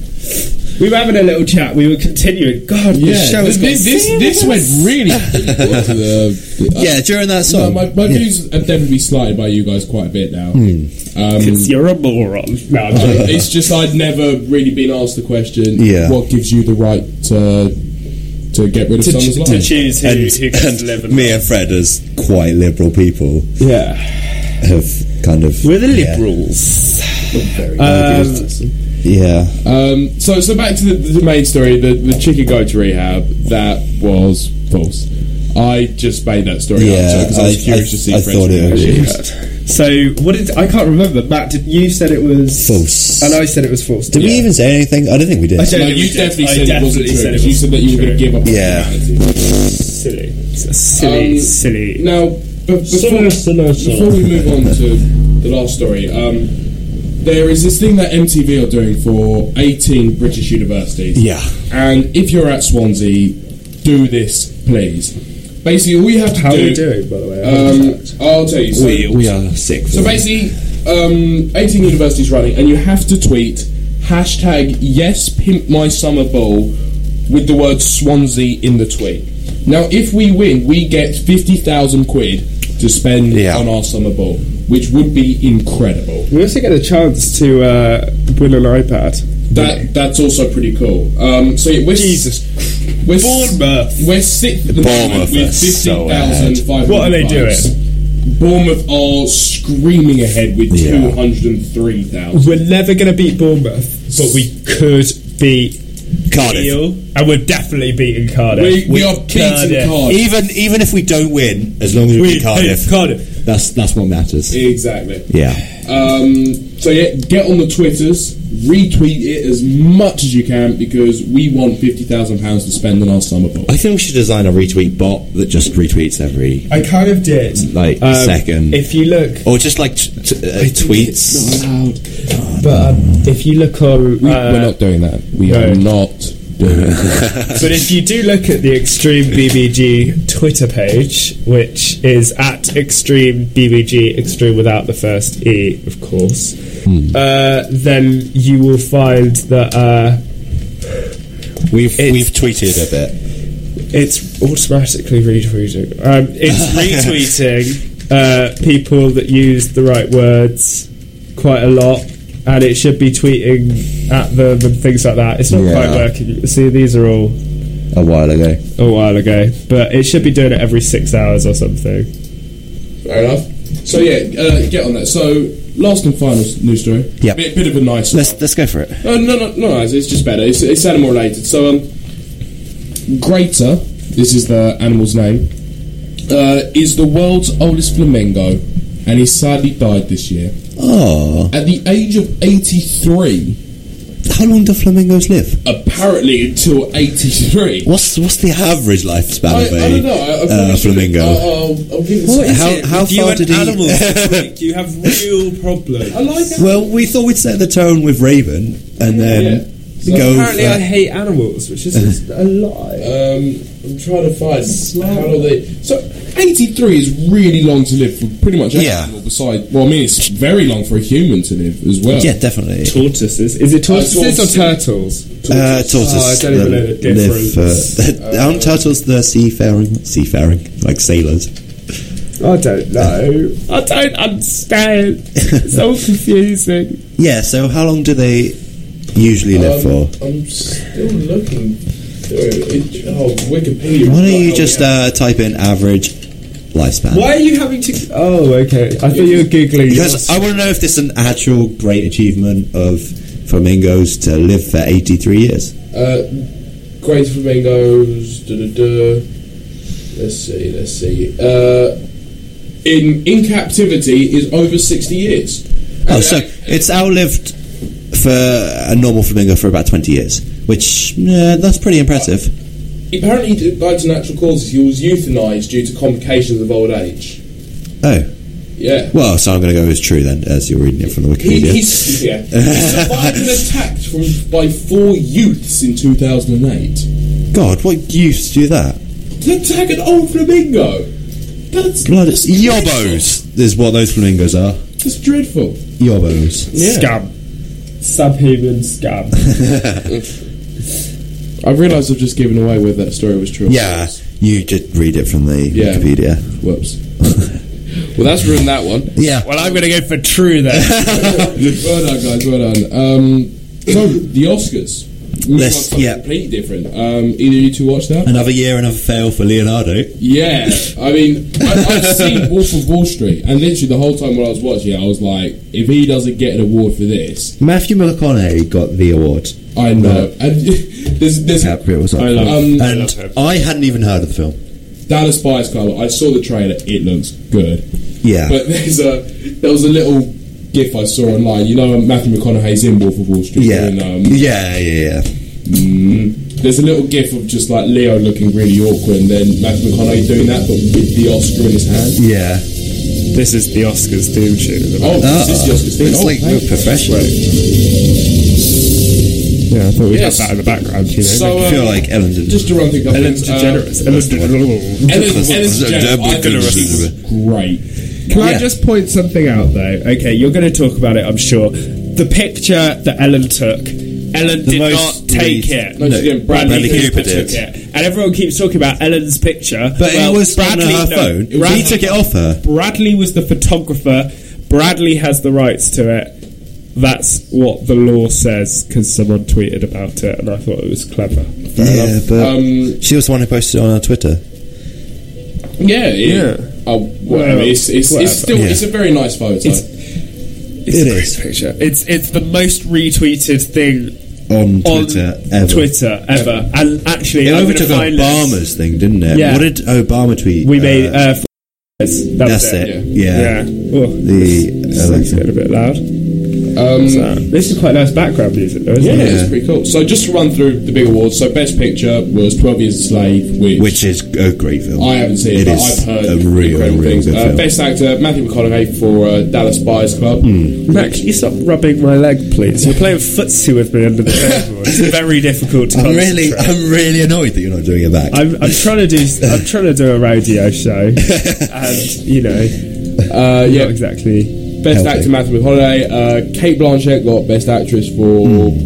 [SPEAKER 7] we were having a little chat. We were continuing. God,
[SPEAKER 4] Yeah,
[SPEAKER 7] this show
[SPEAKER 4] this,
[SPEAKER 7] has got
[SPEAKER 4] this, this, this went really. uh,
[SPEAKER 6] Yeah, during that
[SPEAKER 4] No,
[SPEAKER 6] song.
[SPEAKER 4] my, my views have definitely slighted by you guys quite a bit now.
[SPEAKER 6] Hmm.
[SPEAKER 4] Um,
[SPEAKER 7] serious. You're a moron. No, I'm joking.
[SPEAKER 4] it's just I'd never really been asked the question.
[SPEAKER 6] Yeah.
[SPEAKER 4] What gives you the right to to get rid of
[SPEAKER 7] to,
[SPEAKER 4] someone's
[SPEAKER 7] ch-
[SPEAKER 4] life?
[SPEAKER 7] to choose who,
[SPEAKER 6] and,
[SPEAKER 7] who gets
[SPEAKER 6] and
[SPEAKER 7] to live. and
[SPEAKER 6] me
[SPEAKER 7] not.
[SPEAKER 6] and Fred, as quite liberal people,
[SPEAKER 7] yeah,
[SPEAKER 6] have kind of
[SPEAKER 7] we're the
[SPEAKER 6] yeah,
[SPEAKER 7] liberals. Um,
[SPEAKER 6] Yeah,
[SPEAKER 4] Um, so so back to the, the main story. The the chicken go to rehab. That was false. I just made that story
[SPEAKER 6] Yeah,
[SPEAKER 4] up because I was
[SPEAKER 6] I-
[SPEAKER 4] curious
[SPEAKER 6] I-
[SPEAKER 4] to see
[SPEAKER 6] I
[SPEAKER 4] French
[SPEAKER 6] thought it
[SPEAKER 4] reaction.
[SPEAKER 6] was-
[SPEAKER 7] so what did I can't remember? Matt, did you said it was
[SPEAKER 6] False.
[SPEAKER 7] and I said it was false.
[SPEAKER 6] Did
[SPEAKER 7] didn't
[SPEAKER 6] we
[SPEAKER 7] I?
[SPEAKER 6] even say anything? I don't think we did.
[SPEAKER 7] I said-
[SPEAKER 4] No,
[SPEAKER 7] Yeah,
[SPEAKER 4] you
[SPEAKER 7] we did.
[SPEAKER 4] definitely
[SPEAKER 7] I
[SPEAKER 4] said it wasn't
[SPEAKER 7] definitely
[SPEAKER 4] true.
[SPEAKER 7] said it
[SPEAKER 4] 'cause you
[SPEAKER 7] wasn't
[SPEAKER 4] said that you were going to
[SPEAKER 7] true.
[SPEAKER 4] give up. on
[SPEAKER 6] Yeah.
[SPEAKER 4] reality.
[SPEAKER 7] silly, It's a silly,
[SPEAKER 4] Um,
[SPEAKER 7] silly.
[SPEAKER 4] Now, be- before, before we move on to the last story, um, there is this thing that MTV are doing for 18 British universities.
[SPEAKER 6] Yeah.
[SPEAKER 4] And if you're at Swansea, do this, please. Basically, all you have to
[SPEAKER 7] How are
[SPEAKER 4] do.
[SPEAKER 7] we doing, by the way?
[SPEAKER 4] Um, I'll tell you. So,
[SPEAKER 6] we are sick.
[SPEAKER 4] so basically, um, 18 universities running, and you have to tweet hashtag yes pimp my summer ball with the word Swansea in the tweet. Now, if we win, we get 50,000 quid to spend
[SPEAKER 6] Yeah.
[SPEAKER 4] on our summer ball, which would be incredible.
[SPEAKER 7] we also get a chance to uh, win an iPad.
[SPEAKER 4] That That's also pretty cool. Um, so yeah, we're,
[SPEAKER 7] Jesus
[SPEAKER 4] we're,
[SPEAKER 7] Bournemouth.
[SPEAKER 4] We're sixth at the moment
[SPEAKER 6] Bournemouth are
[SPEAKER 4] with
[SPEAKER 6] so ahead.
[SPEAKER 4] 50,500
[SPEAKER 7] What are they
[SPEAKER 4] votes. Bournemouth are screaming ahead with
[SPEAKER 6] Yeah.
[SPEAKER 4] 203,000.
[SPEAKER 7] We're never going to beat Bournemouth, but we could beat
[SPEAKER 6] Cardiff.
[SPEAKER 7] Peel, and we're definitely beating Cardiff.
[SPEAKER 4] We, we are beating
[SPEAKER 7] Cardiff.
[SPEAKER 4] Cardiff.
[SPEAKER 6] even even if we don't win, as long as we
[SPEAKER 7] We
[SPEAKER 6] beat Cardiff,
[SPEAKER 7] beat Cardiff.
[SPEAKER 6] that's that's what matters.
[SPEAKER 4] Exactly.
[SPEAKER 6] Yeah,
[SPEAKER 4] Um, so yeah, get on the Twitters, retweet it as much as you can because we want fifty thousand pounds to spend on our summer ball.
[SPEAKER 6] I think we should design a retweet bot that just retweets every
[SPEAKER 7] I kind of did.
[SPEAKER 6] like
[SPEAKER 7] Um,
[SPEAKER 6] second,
[SPEAKER 7] If you look,
[SPEAKER 6] or just like t- t- uh, tweets.
[SPEAKER 7] but um, if you look on, uh,
[SPEAKER 4] We're not doing that. We are not doing that.
[SPEAKER 7] but if you do look at the Extreme BBG Twitter page, which is at Extreme BBG, Extreme without the first E, of course,
[SPEAKER 6] Hmm.
[SPEAKER 7] uh, then you will find that uh,
[SPEAKER 6] We've we've tweeted a bit.
[SPEAKER 7] it's automatically retweeting. Um, it's retweeting uh, people that use the right words quite a lot, and it should be tweeting at them and things like that. It's not
[SPEAKER 6] Yeah.
[SPEAKER 7] quite working. See, these are all
[SPEAKER 6] A while ago,
[SPEAKER 7] a while ago, but it should be doing it every six hours or something.
[SPEAKER 4] Fair enough. So yeah, uh, get on that. So last and final s- news story.
[SPEAKER 6] Yep.
[SPEAKER 4] Bit, bit of a nice.
[SPEAKER 6] let's let's go for it.
[SPEAKER 4] No, Um, no, no, no, it's, it's just better. It's, it's animal related. So, um, Greater, this is the animal's name, uh, is the world's oldest flamingo, and he sadly died this year.
[SPEAKER 6] Oh,
[SPEAKER 4] At the age of 83,
[SPEAKER 6] how long do flamingos live?
[SPEAKER 4] apparently until 83.
[SPEAKER 6] What's what's the average lifespan
[SPEAKER 4] I, I
[SPEAKER 6] of a
[SPEAKER 4] don't know. I, I
[SPEAKER 6] uh,
[SPEAKER 4] probably should-
[SPEAKER 6] flamingo?
[SPEAKER 4] I'll, I'll, I'll give it
[SPEAKER 6] What
[SPEAKER 4] some-
[SPEAKER 6] is How- it? how If you far and did he- animals
[SPEAKER 7] he? you have real problems.
[SPEAKER 4] I like it.
[SPEAKER 6] Well, we thought we'd set the tone with Raven and then go.
[SPEAKER 7] Apparently,
[SPEAKER 6] for-
[SPEAKER 7] I hate animals, which is just a lie.
[SPEAKER 4] Um, I'm trying to find how long they. So 83 is really long to live for pretty much any
[SPEAKER 6] Yeah.
[SPEAKER 4] animal besides. Well, I mean, it's very long for a human to live as well.
[SPEAKER 6] yeah, definitely.
[SPEAKER 7] Tortoises? Is it tortoises or
[SPEAKER 4] tortoises.
[SPEAKER 7] turtles?
[SPEAKER 6] Uh, tortoise.
[SPEAKER 7] Oh, I don't even know the difference.
[SPEAKER 6] uh, aren't turtles the seafaring? Seafaring, like sailors.
[SPEAKER 7] I don't know. I don't understand. It's all confusing.
[SPEAKER 6] Yeah. So, how long do they usually
[SPEAKER 4] Um,
[SPEAKER 6] live for?
[SPEAKER 4] I'm still looking. through it. Oh, Wikipedia.
[SPEAKER 6] Why
[SPEAKER 4] Oh,
[SPEAKER 6] don't you
[SPEAKER 4] yeah.
[SPEAKER 6] just uh, type in average lifespan?
[SPEAKER 7] Why are you having to? Oh, okay. I thought you were googling.
[SPEAKER 6] Because I want to know if this is an actual great achievement of flamingos to live for eighty-three years.
[SPEAKER 4] Uh, Great Flamingos. duh, duh, duh. Let's see. Let's see. Uh, in in captivity is over sixty years.
[SPEAKER 6] Oh,
[SPEAKER 4] And
[SPEAKER 6] so
[SPEAKER 4] that-
[SPEAKER 6] it's outlived for a normal flamingo for about 20 years, which, yeah, that's pretty impressive.
[SPEAKER 4] apparently he died to natural causes. He was euthanized due to complications of old age.
[SPEAKER 6] Oh.
[SPEAKER 4] Yeah.
[SPEAKER 6] Well, so I'm going to go as true then, as you're reading it from the
[SPEAKER 4] He,
[SPEAKER 6] Wikipedia.
[SPEAKER 4] he's, yeah. he survived an attack from, by four youths in 2008.
[SPEAKER 6] God, what use do that?
[SPEAKER 4] To attack an old flamingo. That's,
[SPEAKER 6] Blood,
[SPEAKER 4] that's
[SPEAKER 6] yobbos is what those flamingos are.
[SPEAKER 4] dreadful. That's dreadful.
[SPEAKER 6] Yobbos.
[SPEAKER 4] Yeah.
[SPEAKER 7] Scam. Subhuman scam.
[SPEAKER 4] I realised I've just given away whether that story was true. or
[SPEAKER 6] Yeah,
[SPEAKER 4] false.
[SPEAKER 6] you just read it from the
[SPEAKER 4] Yeah.
[SPEAKER 6] Wikipedia.
[SPEAKER 4] Whoops. well, that's ruined that one.
[SPEAKER 6] Yeah.
[SPEAKER 7] Well, I'm going to go for true then.
[SPEAKER 4] well done, guys. Well done. Um, so the Oscars. Moving on
[SPEAKER 6] Yes,
[SPEAKER 4] to something
[SPEAKER 6] yeah.
[SPEAKER 4] Completely different. Um, either of you two watch that?
[SPEAKER 6] Another year, another fail for Leonardo.
[SPEAKER 4] Yeah, I mean, I, I've seen Wolf of Wall Street, and literally the whole time when I was watching it, I was like, if he doesn't get an award for this,
[SPEAKER 6] Matthew McConaughey got the award.
[SPEAKER 4] I know. And there's, there's
[SPEAKER 6] DiCaprio was up
[SPEAKER 7] I love-
[SPEAKER 6] for
[SPEAKER 4] um,
[SPEAKER 6] it. And I hadn't even heard of the film.
[SPEAKER 4] Dallas Buyers Club. I saw the trailer; it looks good.
[SPEAKER 6] Yeah.
[SPEAKER 4] But there's a there was a little gif I saw online. You know, um, Matthew McConaughey's in Wolf of Wall Street.
[SPEAKER 6] Yeah.
[SPEAKER 4] doing, um,
[SPEAKER 6] yeah, yeah, yeah.
[SPEAKER 4] Mm. There's a little gif of just like Leo looking really awkward, and then Matthew McConaughey doing that, but with the Oscar in his hand.
[SPEAKER 6] Yeah.
[SPEAKER 7] this is the Oscars theme tune.
[SPEAKER 4] Oh,
[SPEAKER 6] Ah,
[SPEAKER 4] this is the Oscars. thing.
[SPEAKER 6] it's
[SPEAKER 4] Oh,
[SPEAKER 6] like
[SPEAKER 4] thank
[SPEAKER 6] we're
[SPEAKER 4] you.
[SPEAKER 6] professional.
[SPEAKER 7] Yeah, I thought we
[SPEAKER 4] Yes.
[SPEAKER 7] had that in the background. You know,
[SPEAKER 4] So,
[SPEAKER 6] I
[SPEAKER 4] uh,
[SPEAKER 6] feel like Ellen did
[SPEAKER 4] just to run through a couple
[SPEAKER 7] Ellen's
[SPEAKER 4] things, uh,
[SPEAKER 7] DeGeneres. Ellen's DeGeneres.
[SPEAKER 4] Ellen's- Ellen's DeGeneres. I think
[SPEAKER 6] DeGeneres.
[SPEAKER 4] she was great.
[SPEAKER 7] Can I
[SPEAKER 6] Yeah.
[SPEAKER 7] just point something out though? Okay, you're going to talk about it, I'm sure. The picture that Ellen took, Ellen did
[SPEAKER 6] most
[SPEAKER 7] not take
[SPEAKER 6] least-
[SPEAKER 7] it.
[SPEAKER 4] No, she didn't. Bradley
[SPEAKER 6] Cooper
[SPEAKER 7] took it.
[SPEAKER 6] did.
[SPEAKER 7] and everyone keeps talking about Ellen's picture.
[SPEAKER 6] But
[SPEAKER 7] Well,
[SPEAKER 6] it was Bradley, on her
[SPEAKER 7] no,
[SPEAKER 6] phone.
[SPEAKER 7] Bradley,
[SPEAKER 6] he took it off her.
[SPEAKER 7] Bradley was the photographer. Bradley has the rights to it. That's what the law says because someone tweeted about it, and I thought it was clever.
[SPEAKER 6] yeah, but
[SPEAKER 4] Um,
[SPEAKER 6] she was the one who posted it on her Twitter.
[SPEAKER 4] Yeah, yeah.
[SPEAKER 7] Yeah.
[SPEAKER 4] Oh, whatever. It's, it's,
[SPEAKER 7] Whatever.
[SPEAKER 4] it's still
[SPEAKER 6] Yeah.
[SPEAKER 4] it's a very nice photo. Um,
[SPEAKER 7] It's- It's
[SPEAKER 6] It
[SPEAKER 7] a great
[SPEAKER 6] is.
[SPEAKER 7] picture. It's it's the most retweeted thing
[SPEAKER 6] On Twitter ever.
[SPEAKER 7] Twitter ever. And actually,
[SPEAKER 6] It
[SPEAKER 7] I'm
[SPEAKER 6] overtook
[SPEAKER 7] gonna find
[SPEAKER 6] Obama's
[SPEAKER 7] this.
[SPEAKER 6] thing, didn't it?
[SPEAKER 7] Yeah.
[SPEAKER 6] What did Obama tweet?
[SPEAKER 7] We made.
[SPEAKER 6] Uh,
[SPEAKER 7] Uh, f- that
[SPEAKER 6] that's
[SPEAKER 7] was
[SPEAKER 6] it. Yeah.
[SPEAKER 7] Yeah. Oh,
[SPEAKER 6] The
[SPEAKER 7] this thing's
[SPEAKER 6] election.
[SPEAKER 7] getting a bit loud.
[SPEAKER 4] Um,
[SPEAKER 7] What's that? This is quite nice background music, though,
[SPEAKER 4] yeah,
[SPEAKER 7] isn't it?
[SPEAKER 4] it's pretty cool. So just to run through the big awards. So best picture was Twelve Years a Slave, which,
[SPEAKER 6] Which is a great film.
[SPEAKER 4] I haven't seen,
[SPEAKER 6] It
[SPEAKER 4] but
[SPEAKER 6] is
[SPEAKER 4] I've heard
[SPEAKER 6] a real,
[SPEAKER 4] incredible
[SPEAKER 6] real
[SPEAKER 4] things.
[SPEAKER 6] good
[SPEAKER 4] Uh,
[SPEAKER 6] film.
[SPEAKER 4] best actor Matthew McConaughey for uh, Dallas Buyers Club.
[SPEAKER 6] Hmm.
[SPEAKER 7] Max, can you stop rubbing my leg, please? You're playing footsie with me under the table. It's very difficult to
[SPEAKER 6] I'm really,
[SPEAKER 7] concentrate.
[SPEAKER 6] I'm really annoyed that you're not doing it back.
[SPEAKER 7] I'm, I'm trying to do. I'm trying to do a radio show, and you know,
[SPEAKER 4] Uh,
[SPEAKER 7] yeah,
[SPEAKER 4] yeah,
[SPEAKER 7] not exactly.
[SPEAKER 4] best
[SPEAKER 6] Healthy.
[SPEAKER 4] actor Matthew McConaughey. Uh, Kate Blanchett got best actress for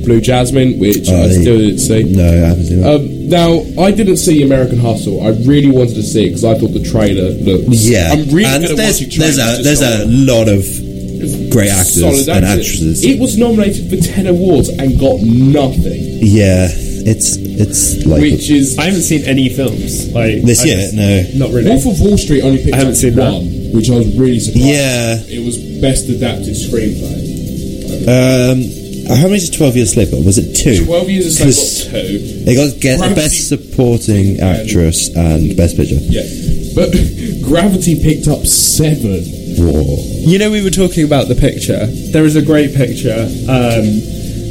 [SPEAKER 4] Blue Jasmine, which
[SPEAKER 6] Hmm. Oh,
[SPEAKER 4] I
[SPEAKER 6] they-
[SPEAKER 4] still didn't see.
[SPEAKER 6] no, I haven't seen that.
[SPEAKER 4] Um, now, I didn't see American Hustle. I really wanted to see it because I thought the trailer looked.
[SPEAKER 6] yeah,
[SPEAKER 4] I'm really
[SPEAKER 6] and
[SPEAKER 4] good at
[SPEAKER 6] there's,
[SPEAKER 4] watching
[SPEAKER 6] there's
[SPEAKER 4] trailers
[SPEAKER 6] a
[SPEAKER 4] to
[SPEAKER 6] there's
[SPEAKER 4] solve
[SPEAKER 6] a lot of great actors
[SPEAKER 4] solid
[SPEAKER 6] and
[SPEAKER 4] actors.
[SPEAKER 6] actresses.
[SPEAKER 4] It was nominated for ten awards and got nothing,
[SPEAKER 6] yeah, it's it's like
[SPEAKER 4] which is
[SPEAKER 7] I haven't seen any films like
[SPEAKER 6] this
[SPEAKER 7] I
[SPEAKER 6] year.
[SPEAKER 7] just-
[SPEAKER 6] No,
[SPEAKER 7] Not really.
[SPEAKER 4] Wolf of Wall Street only picked
[SPEAKER 7] I haven't
[SPEAKER 4] up
[SPEAKER 7] seen that.
[SPEAKER 4] one, which I was really surprised.
[SPEAKER 6] Yeah.
[SPEAKER 4] it was best adapted screenplay.
[SPEAKER 6] um, how many did Twelve Years Later? Was it two?
[SPEAKER 4] Twelve Years a
[SPEAKER 6] Because
[SPEAKER 4] Slave got two.
[SPEAKER 6] It got get
[SPEAKER 4] Gravity-
[SPEAKER 6] best supporting actress and best picture.
[SPEAKER 4] Yeah, but Gravity picked up seven.
[SPEAKER 6] Whoa.
[SPEAKER 7] You know, we were talking about the picture. There is a great picture um,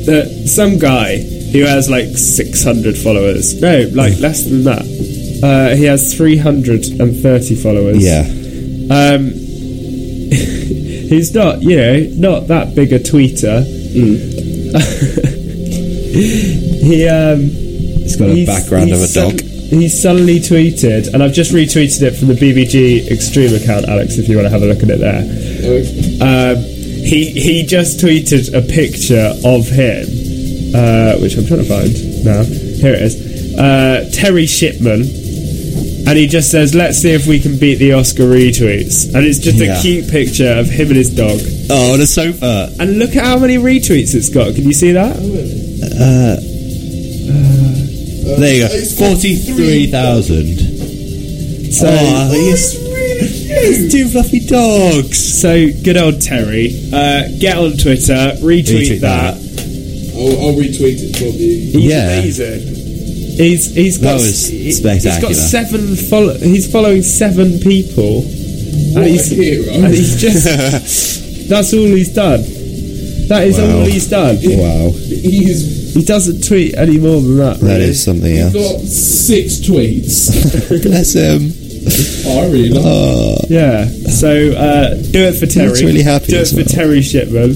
[SPEAKER 7] that some guy who has like 600 followers, no,
[SPEAKER 6] Mm.
[SPEAKER 7] like less than that, uh, he has 330 followers.
[SPEAKER 6] Yeah.
[SPEAKER 7] Um, he's not, you know, not that big a tweeter.
[SPEAKER 6] Mm.
[SPEAKER 7] he, um,
[SPEAKER 6] It's got a background of a dog.
[SPEAKER 7] He suddenly tweeted, and I've just retweeted it from the BBG Extreme account, Alex, if you want to have a look at it there um, he he just tweeted a picture of him, uh, which I'm trying to find now. Here it is, uh, Terry Shipman, and he just says, "Let's see if we can beat the Oscar retweets." And it's just
[SPEAKER 6] Yeah.
[SPEAKER 7] a cute picture of him and his dog.
[SPEAKER 6] Oh, on a sofa.
[SPEAKER 7] And look at how many retweets it's got. Can you see that?
[SPEAKER 6] There you go. Forty-three thousand.
[SPEAKER 7] So
[SPEAKER 6] Oh, he's, he's two fluffy dogs.
[SPEAKER 7] so good old Terry. Uh, get on Twitter, retweet,
[SPEAKER 6] Retweet
[SPEAKER 7] that.
[SPEAKER 4] I'll, I'll retweet it for you.
[SPEAKER 7] He's
[SPEAKER 6] Yeah.
[SPEAKER 7] amazing.
[SPEAKER 13] He's he's got
[SPEAKER 6] That was
[SPEAKER 13] s- he- He's got
[SPEAKER 6] spectacular.
[SPEAKER 13] seven follow. He's following seven people, and
[SPEAKER 4] What a
[SPEAKER 13] he's
[SPEAKER 4] hero.
[SPEAKER 13] and he's just that's all he's done. That is
[SPEAKER 6] Wow.
[SPEAKER 13] all he's done.
[SPEAKER 6] Wow,
[SPEAKER 4] He has
[SPEAKER 13] He doesn't tweet any more than that.
[SPEAKER 6] that
[SPEAKER 13] really.
[SPEAKER 6] is something else.
[SPEAKER 4] got six tweets.
[SPEAKER 6] Bless him.
[SPEAKER 4] Oh, I really love
[SPEAKER 6] Oh,
[SPEAKER 13] Yeah. So uh, do it for Terry.
[SPEAKER 6] looks really happy
[SPEAKER 13] Do it
[SPEAKER 6] as
[SPEAKER 13] for
[SPEAKER 6] well.
[SPEAKER 13] Terry Shipman.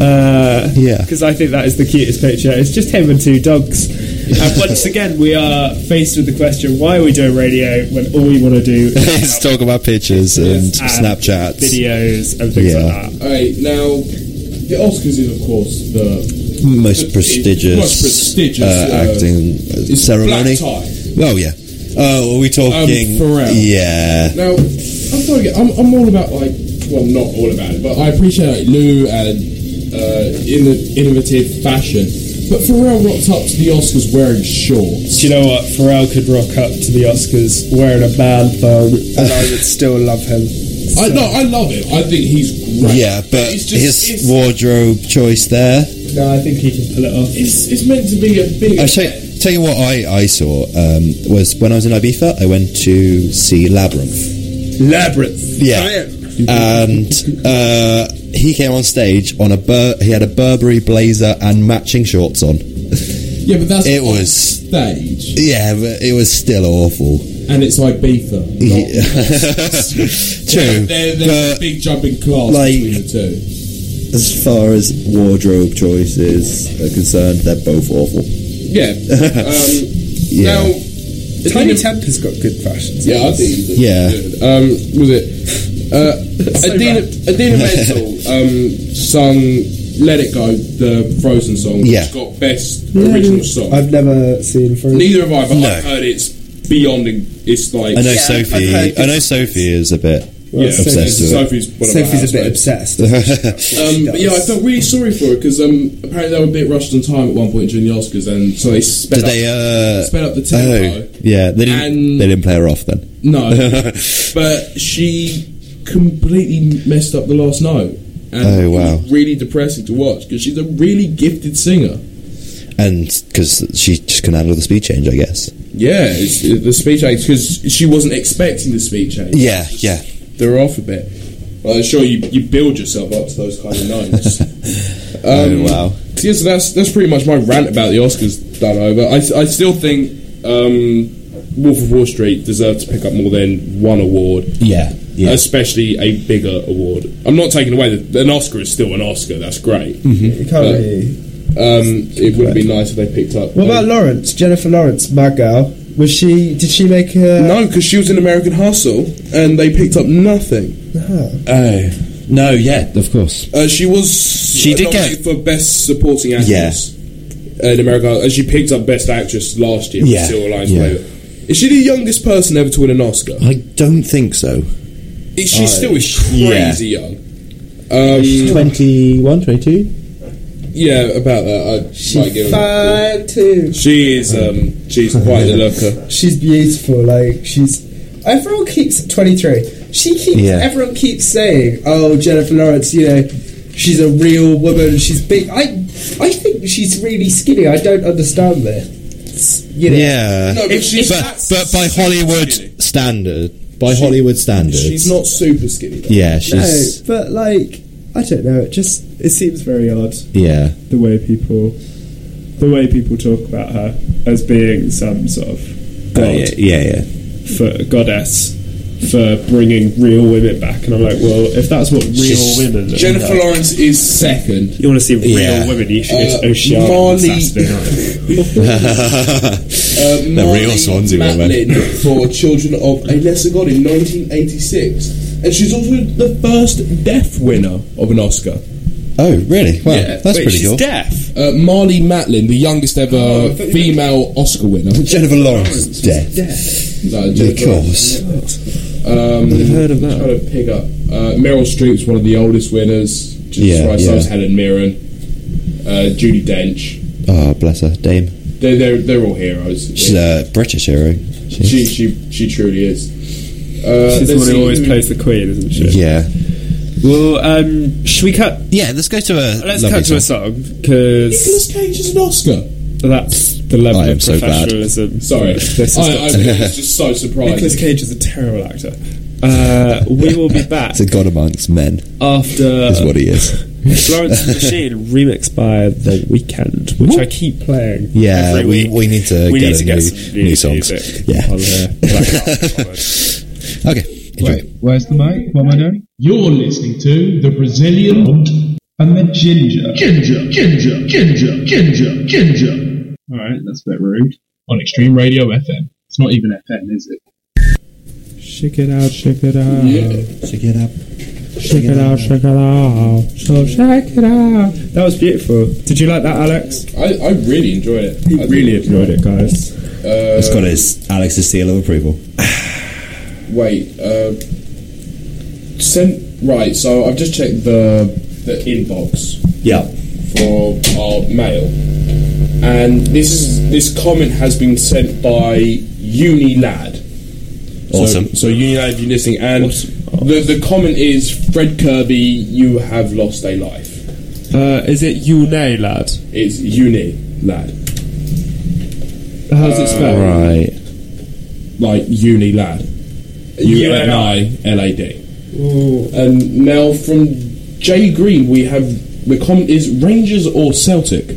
[SPEAKER 13] Uh,
[SPEAKER 6] Yeah.
[SPEAKER 13] Because I think that is the cutest picture. It's just him and two dogs. and once again, we are faced with the question: Why are we doing radio when all we want to do
[SPEAKER 6] let's
[SPEAKER 13] is
[SPEAKER 6] talk about pictures and
[SPEAKER 13] and
[SPEAKER 6] Snapchats.
[SPEAKER 13] videos and things
[SPEAKER 6] Yeah.
[SPEAKER 13] like that?
[SPEAKER 4] Alright, now, the Oscars is, of course, the
[SPEAKER 6] Most
[SPEAKER 4] It's most
[SPEAKER 6] prestigious,
[SPEAKER 4] prestigious,
[SPEAKER 6] uh,
[SPEAKER 4] uh,
[SPEAKER 6] acting uh,
[SPEAKER 4] it's
[SPEAKER 6] ceremony.
[SPEAKER 4] black tie.
[SPEAKER 6] Oh yeah. Oh, are we talking?
[SPEAKER 4] Pharrell.
[SPEAKER 6] yeah.
[SPEAKER 4] Now, I'm sorry, I'm, I'm all about like, well, not all about it, but I appreciate like Lou and uh, in the innovative fashion. But Pharrell rocked up to the Oscars wearing shorts.
[SPEAKER 13] Do you know what? Pharrell could rock up to the Oscars wearing a man thong, and I would still love him.
[SPEAKER 4] I no, I love him. I think he's great.
[SPEAKER 6] Yeah, but
[SPEAKER 4] it's
[SPEAKER 6] his
[SPEAKER 4] it's,
[SPEAKER 6] wardrobe choice there.
[SPEAKER 13] No, I think he can pull it off.
[SPEAKER 4] it's, it's meant to be a big.
[SPEAKER 6] I show, tell you what I, I saw um, was when I was in Ibiza, I went to see Labyrinth. Oh,
[SPEAKER 13] Labyrinth.
[SPEAKER 6] Yeah, and uh, he came on stage on a bur- he had a Burberry blazer and matching shorts on.
[SPEAKER 4] yeah, but that's
[SPEAKER 6] It
[SPEAKER 4] on
[SPEAKER 6] was-
[SPEAKER 4] stage,
[SPEAKER 6] Yeah, but it was still awful.
[SPEAKER 4] and it's Ibiza. not-
[SPEAKER 6] Yeah.
[SPEAKER 4] There,
[SPEAKER 6] True,
[SPEAKER 4] there's a
[SPEAKER 6] but
[SPEAKER 4] big jumping class
[SPEAKER 6] like-
[SPEAKER 4] between the two.
[SPEAKER 6] as far as wardrobe choices are concerned, they're both awful.
[SPEAKER 4] Yeah. Um,
[SPEAKER 6] Yeah.
[SPEAKER 4] Now,
[SPEAKER 13] Tiny
[SPEAKER 4] in-
[SPEAKER 13] Temper's got good fashions.
[SPEAKER 4] Yeah, I think. he
[SPEAKER 6] Yeah.
[SPEAKER 4] did. Um, was it? Uh, Adina, Adina Menzel um, sung "Let It Go," the Frozen song,
[SPEAKER 6] Yeah.
[SPEAKER 4] which got best original song.
[SPEAKER 7] I've never seen Frozen.
[SPEAKER 4] Neither have I, but
[SPEAKER 6] No.
[SPEAKER 4] I've heard it's beyond. in- It's like
[SPEAKER 6] I know
[SPEAKER 4] Yeah,
[SPEAKER 6] Sophie.
[SPEAKER 7] heard
[SPEAKER 6] I know Sophie is a bit obsessed with it.
[SPEAKER 4] Sophie's, one of my
[SPEAKER 7] Sophie's a bit
[SPEAKER 4] housemates.
[SPEAKER 7] obsessed.
[SPEAKER 4] Um, but yeah, I felt really sorry for her because um, apparently they were a bit rushed on time at one point during the Oscars, and so they sped
[SPEAKER 6] Did
[SPEAKER 4] up.
[SPEAKER 6] they? Uh,
[SPEAKER 4] sped up the tempo.
[SPEAKER 6] oh, yeah. They didn't.
[SPEAKER 4] And-
[SPEAKER 6] they didn't play her off then.
[SPEAKER 4] No, but she completely messed up the last note. And
[SPEAKER 6] Oh,
[SPEAKER 4] it
[SPEAKER 6] wow.
[SPEAKER 4] was really depressing to watch because she's a really gifted singer.
[SPEAKER 6] And because she just can handle the speed change, I guess.
[SPEAKER 4] Yeah, it's, it- the speech act because she wasn't expecting the speech act.
[SPEAKER 6] Yeah, yeah.
[SPEAKER 4] they're off a bit. Well, I'm sure you, you build yourself up to those kind of notes. um,
[SPEAKER 6] Oh, wow.
[SPEAKER 4] so Yeah, so that's that's pretty much my rant about the Oscars done over. I, I still think um, Wolf of Wall Street deserved to pick up more than one award.
[SPEAKER 6] Yeah, yeah.
[SPEAKER 4] especially a bigger award. I'm not taking away that an Oscar is still an Oscar. That's great.
[SPEAKER 6] Mm-hmm.
[SPEAKER 7] You can't really.
[SPEAKER 4] Um, it would have been nice if they picked up.
[SPEAKER 7] What about Lawrence? Jennifer Lawrence, my girl. Was she? Did she make a?
[SPEAKER 4] no, because she was in American Hustle and they picked up nothing.
[SPEAKER 6] Oh no, yeah, of course.
[SPEAKER 4] Uh, she was
[SPEAKER 6] She did
[SPEAKER 4] nominated for best supporting actress in America, and she picked up best actress last year. for
[SPEAKER 6] Yeah,
[SPEAKER 4] Silver Linings
[SPEAKER 6] yeah.
[SPEAKER 4] Playbook. Is she the youngest person ever to win an Oscar?
[SPEAKER 6] I don't think so.
[SPEAKER 4] Is she
[SPEAKER 6] I-
[SPEAKER 4] still is
[SPEAKER 6] Uh, yeah.
[SPEAKER 4] crazy young? Um,
[SPEAKER 6] She's 21, 22?
[SPEAKER 4] yeah, about that. I might give her that.
[SPEAKER 7] Fine too.
[SPEAKER 4] She is. Um, she's quite a looker.
[SPEAKER 7] She's beautiful. Like she's. Everyone keeps twenty three. She keeps.
[SPEAKER 6] Yeah.
[SPEAKER 7] Everyone keeps saying, "Oh, Jennifer Lawrence, you know, she's a real woman. She's big." I, I think she's really skinny. I don't understand this. You know,
[SPEAKER 6] Yeah.
[SPEAKER 4] No, but she's
[SPEAKER 6] but,
[SPEAKER 4] that's-
[SPEAKER 6] but by Hollywood standard, by
[SPEAKER 4] She-
[SPEAKER 6] Hollywood standards,
[SPEAKER 4] She's not super skinny. Though.
[SPEAKER 6] Yeah,
[SPEAKER 7] No,
[SPEAKER 6] she's
[SPEAKER 7] but like, I don't know. It just it seems very odd.
[SPEAKER 6] yeah.
[SPEAKER 13] the way people the way people talk about her as being some sort of god
[SPEAKER 6] Oh, yeah, yeah, yeah.
[SPEAKER 13] for goddess for bringing real women back and I'm like well if that's what real
[SPEAKER 6] She's-
[SPEAKER 13] women look
[SPEAKER 4] Jennifer
[SPEAKER 13] like,
[SPEAKER 4] Lawrence is second.
[SPEAKER 13] you want to see real
[SPEAKER 6] Yeah.
[SPEAKER 13] women you should go to
[SPEAKER 4] Uh,
[SPEAKER 13] Oceania on
[SPEAKER 4] Marley-
[SPEAKER 13] Saturday night
[SPEAKER 4] Uh,
[SPEAKER 6] the real Swansea woman.
[SPEAKER 4] Matlin for Children of a Lesser God in 1986, and she's also the first deaf winner of an Oscar.
[SPEAKER 6] Oh, really? Wow,
[SPEAKER 4] Yeah.
[SPEAKER 6] that's
[SPEAKER 13] Wait,
[SPEAKER 6] pretty
[SPEAKER 13] she's
[SPEAKER 6] cool. Oh,
[SPEAKER 13] deaf
[SPEAKER 4] Uh, Marley Matlin, the youngest ever female Oscar winner.
[SPEAKER 6] Jennifer Lawrence is deaf.
[SPEAKER 4] No,
[SPEAKER 6] Of
[SPEAKER 4] Jennifer
[SPEAKER 6] course.
[SPEAKER 4] Um,
[SPEAKER 6] I've heard of that.
[SPEAKER 4] Trying to pick up uh, Meryl Streep's one of the oldest winners. Jesus
[SPEAKER 6] Yeah,
[SPEAKER 4] Christ, so
[SPEAKER 6] yeah.
[SPEAKER 4] is Helen Mirren, uh, Judy Dench.
[SPEAKER 6] Oh, bless her, Dame.
[SPEAKER 4] They're they're, they're all heroes.
[SPEAKER 6] She's a British hero.
[SPEAKER 4] she she she truly is. Uh,
[SPEAKER 13] she's the
[SPEAKER 4] let's
[SPEAKER 13] one who
[SPEAKER 4] see
[SPEAKER 13] always plays the queen isn't she
[SPEAKER 6] Yeah.
[SPEAKER 13] well um should we cut
[SPEAKER 6] Yeah, let's go to a.
[SPEAKER 13] let's
[SPEAKER 6] lovely
[SPEAKER 13] cut to a
[SPEAKER 6] song.
[SPEAKER 13] song because
[SPEAKER 4] Nicolas Cage is an Oscar.
[SPEAKER 7] That's the level
[SPEAKER 6] I am
[SPEAKER 7] of
[SPEAKER 6] so glad.
[SPEAKER 7] professionalism.
[SPEAKER 4] Sorry.
[SPEAKER 7] This is
[SPEAKER 4] I, I was just so
[SPEAKER 7] Nicholas
[SPEAKER 4] surprised.
[SPEAKER 7] Cage is a terrible actor. Uh, we will be back
[SPEAKER 6] It's a god amongst men,
[SPEAKER 7] after
[SPEAKER 6] is what he is.
[SPEAKER 7] Florence and the Machine remixed by The Weekend, which I keep playing.
[SPEAKER 6] Yeah,
[SPEAKER 7] every
[SPEAKER 6] we-
[SPEAKER 7] week.
[SPEAKER 6] we need to
[SPEAKER 7] we
[SPEAKER 6] get
[SPEAKER 7] need
[SPEAKER 6] a
[SPEAKER 7] to get
[SPEAKER 6] new-
[SPEAKER 7] some
[SPEAKER 6] new songs.
[SPEAKER 7] music
[SPEAKER 6] Yeah.
[SPEAKER 7] on
[SPEAKER 13] uh,
[SPEAKER 7] the Black Album.
[SPEAKER 6] Okay, enjoy.
[SPEAKER 12] Wait, where's the mic? What am I doing? You're listening to the Brazilian Hunt and the Ginger.
[SPEAKER 5] Ginger, ginger, ginger, ginger, ginger.
[SPEAKER 12] Alright, that's a bit rude. On Extreme Radio FM. It's not even FM, is it?
[SPEAKER 13] Shake it out, shake it out.
[SPEAKER 6] Check it up.
[SPEAKER 13] Shake it out, shake it out. So shake it out. That was beautiful. Did you like that, Alex?
[SPEAKER 4] I, I really enjoyed it. I uh,
[SPEAKER 13] Really enjoyed it, guys.
[SPEAKER 6] It's got his Alex's seal of approval.
[SPEAKER 4] Wait, uh, send right. So I've just checked the the inbox
[SPEAKER 6] Yeah.
[SPEAKER 4] for our mail, and this is this comment has been sent by Unilad.
[SPEAKER 6] Awesome.
[SPEAKER 4] So, so Unilad, if you're listening, and the the comment is Fred Kirby, you have lost a life.
[SPEAKER 7] Uh, is it you nay, lad?
[SPEAKER 4] It's Unilad,
[SPEAKER 7] How's it spelled?
[SPEAKER 6] Right.
[SPEAKER 4] like Unilad, U N I L A D. And now from Jay Green, we have the comment is Rangers or Celtic.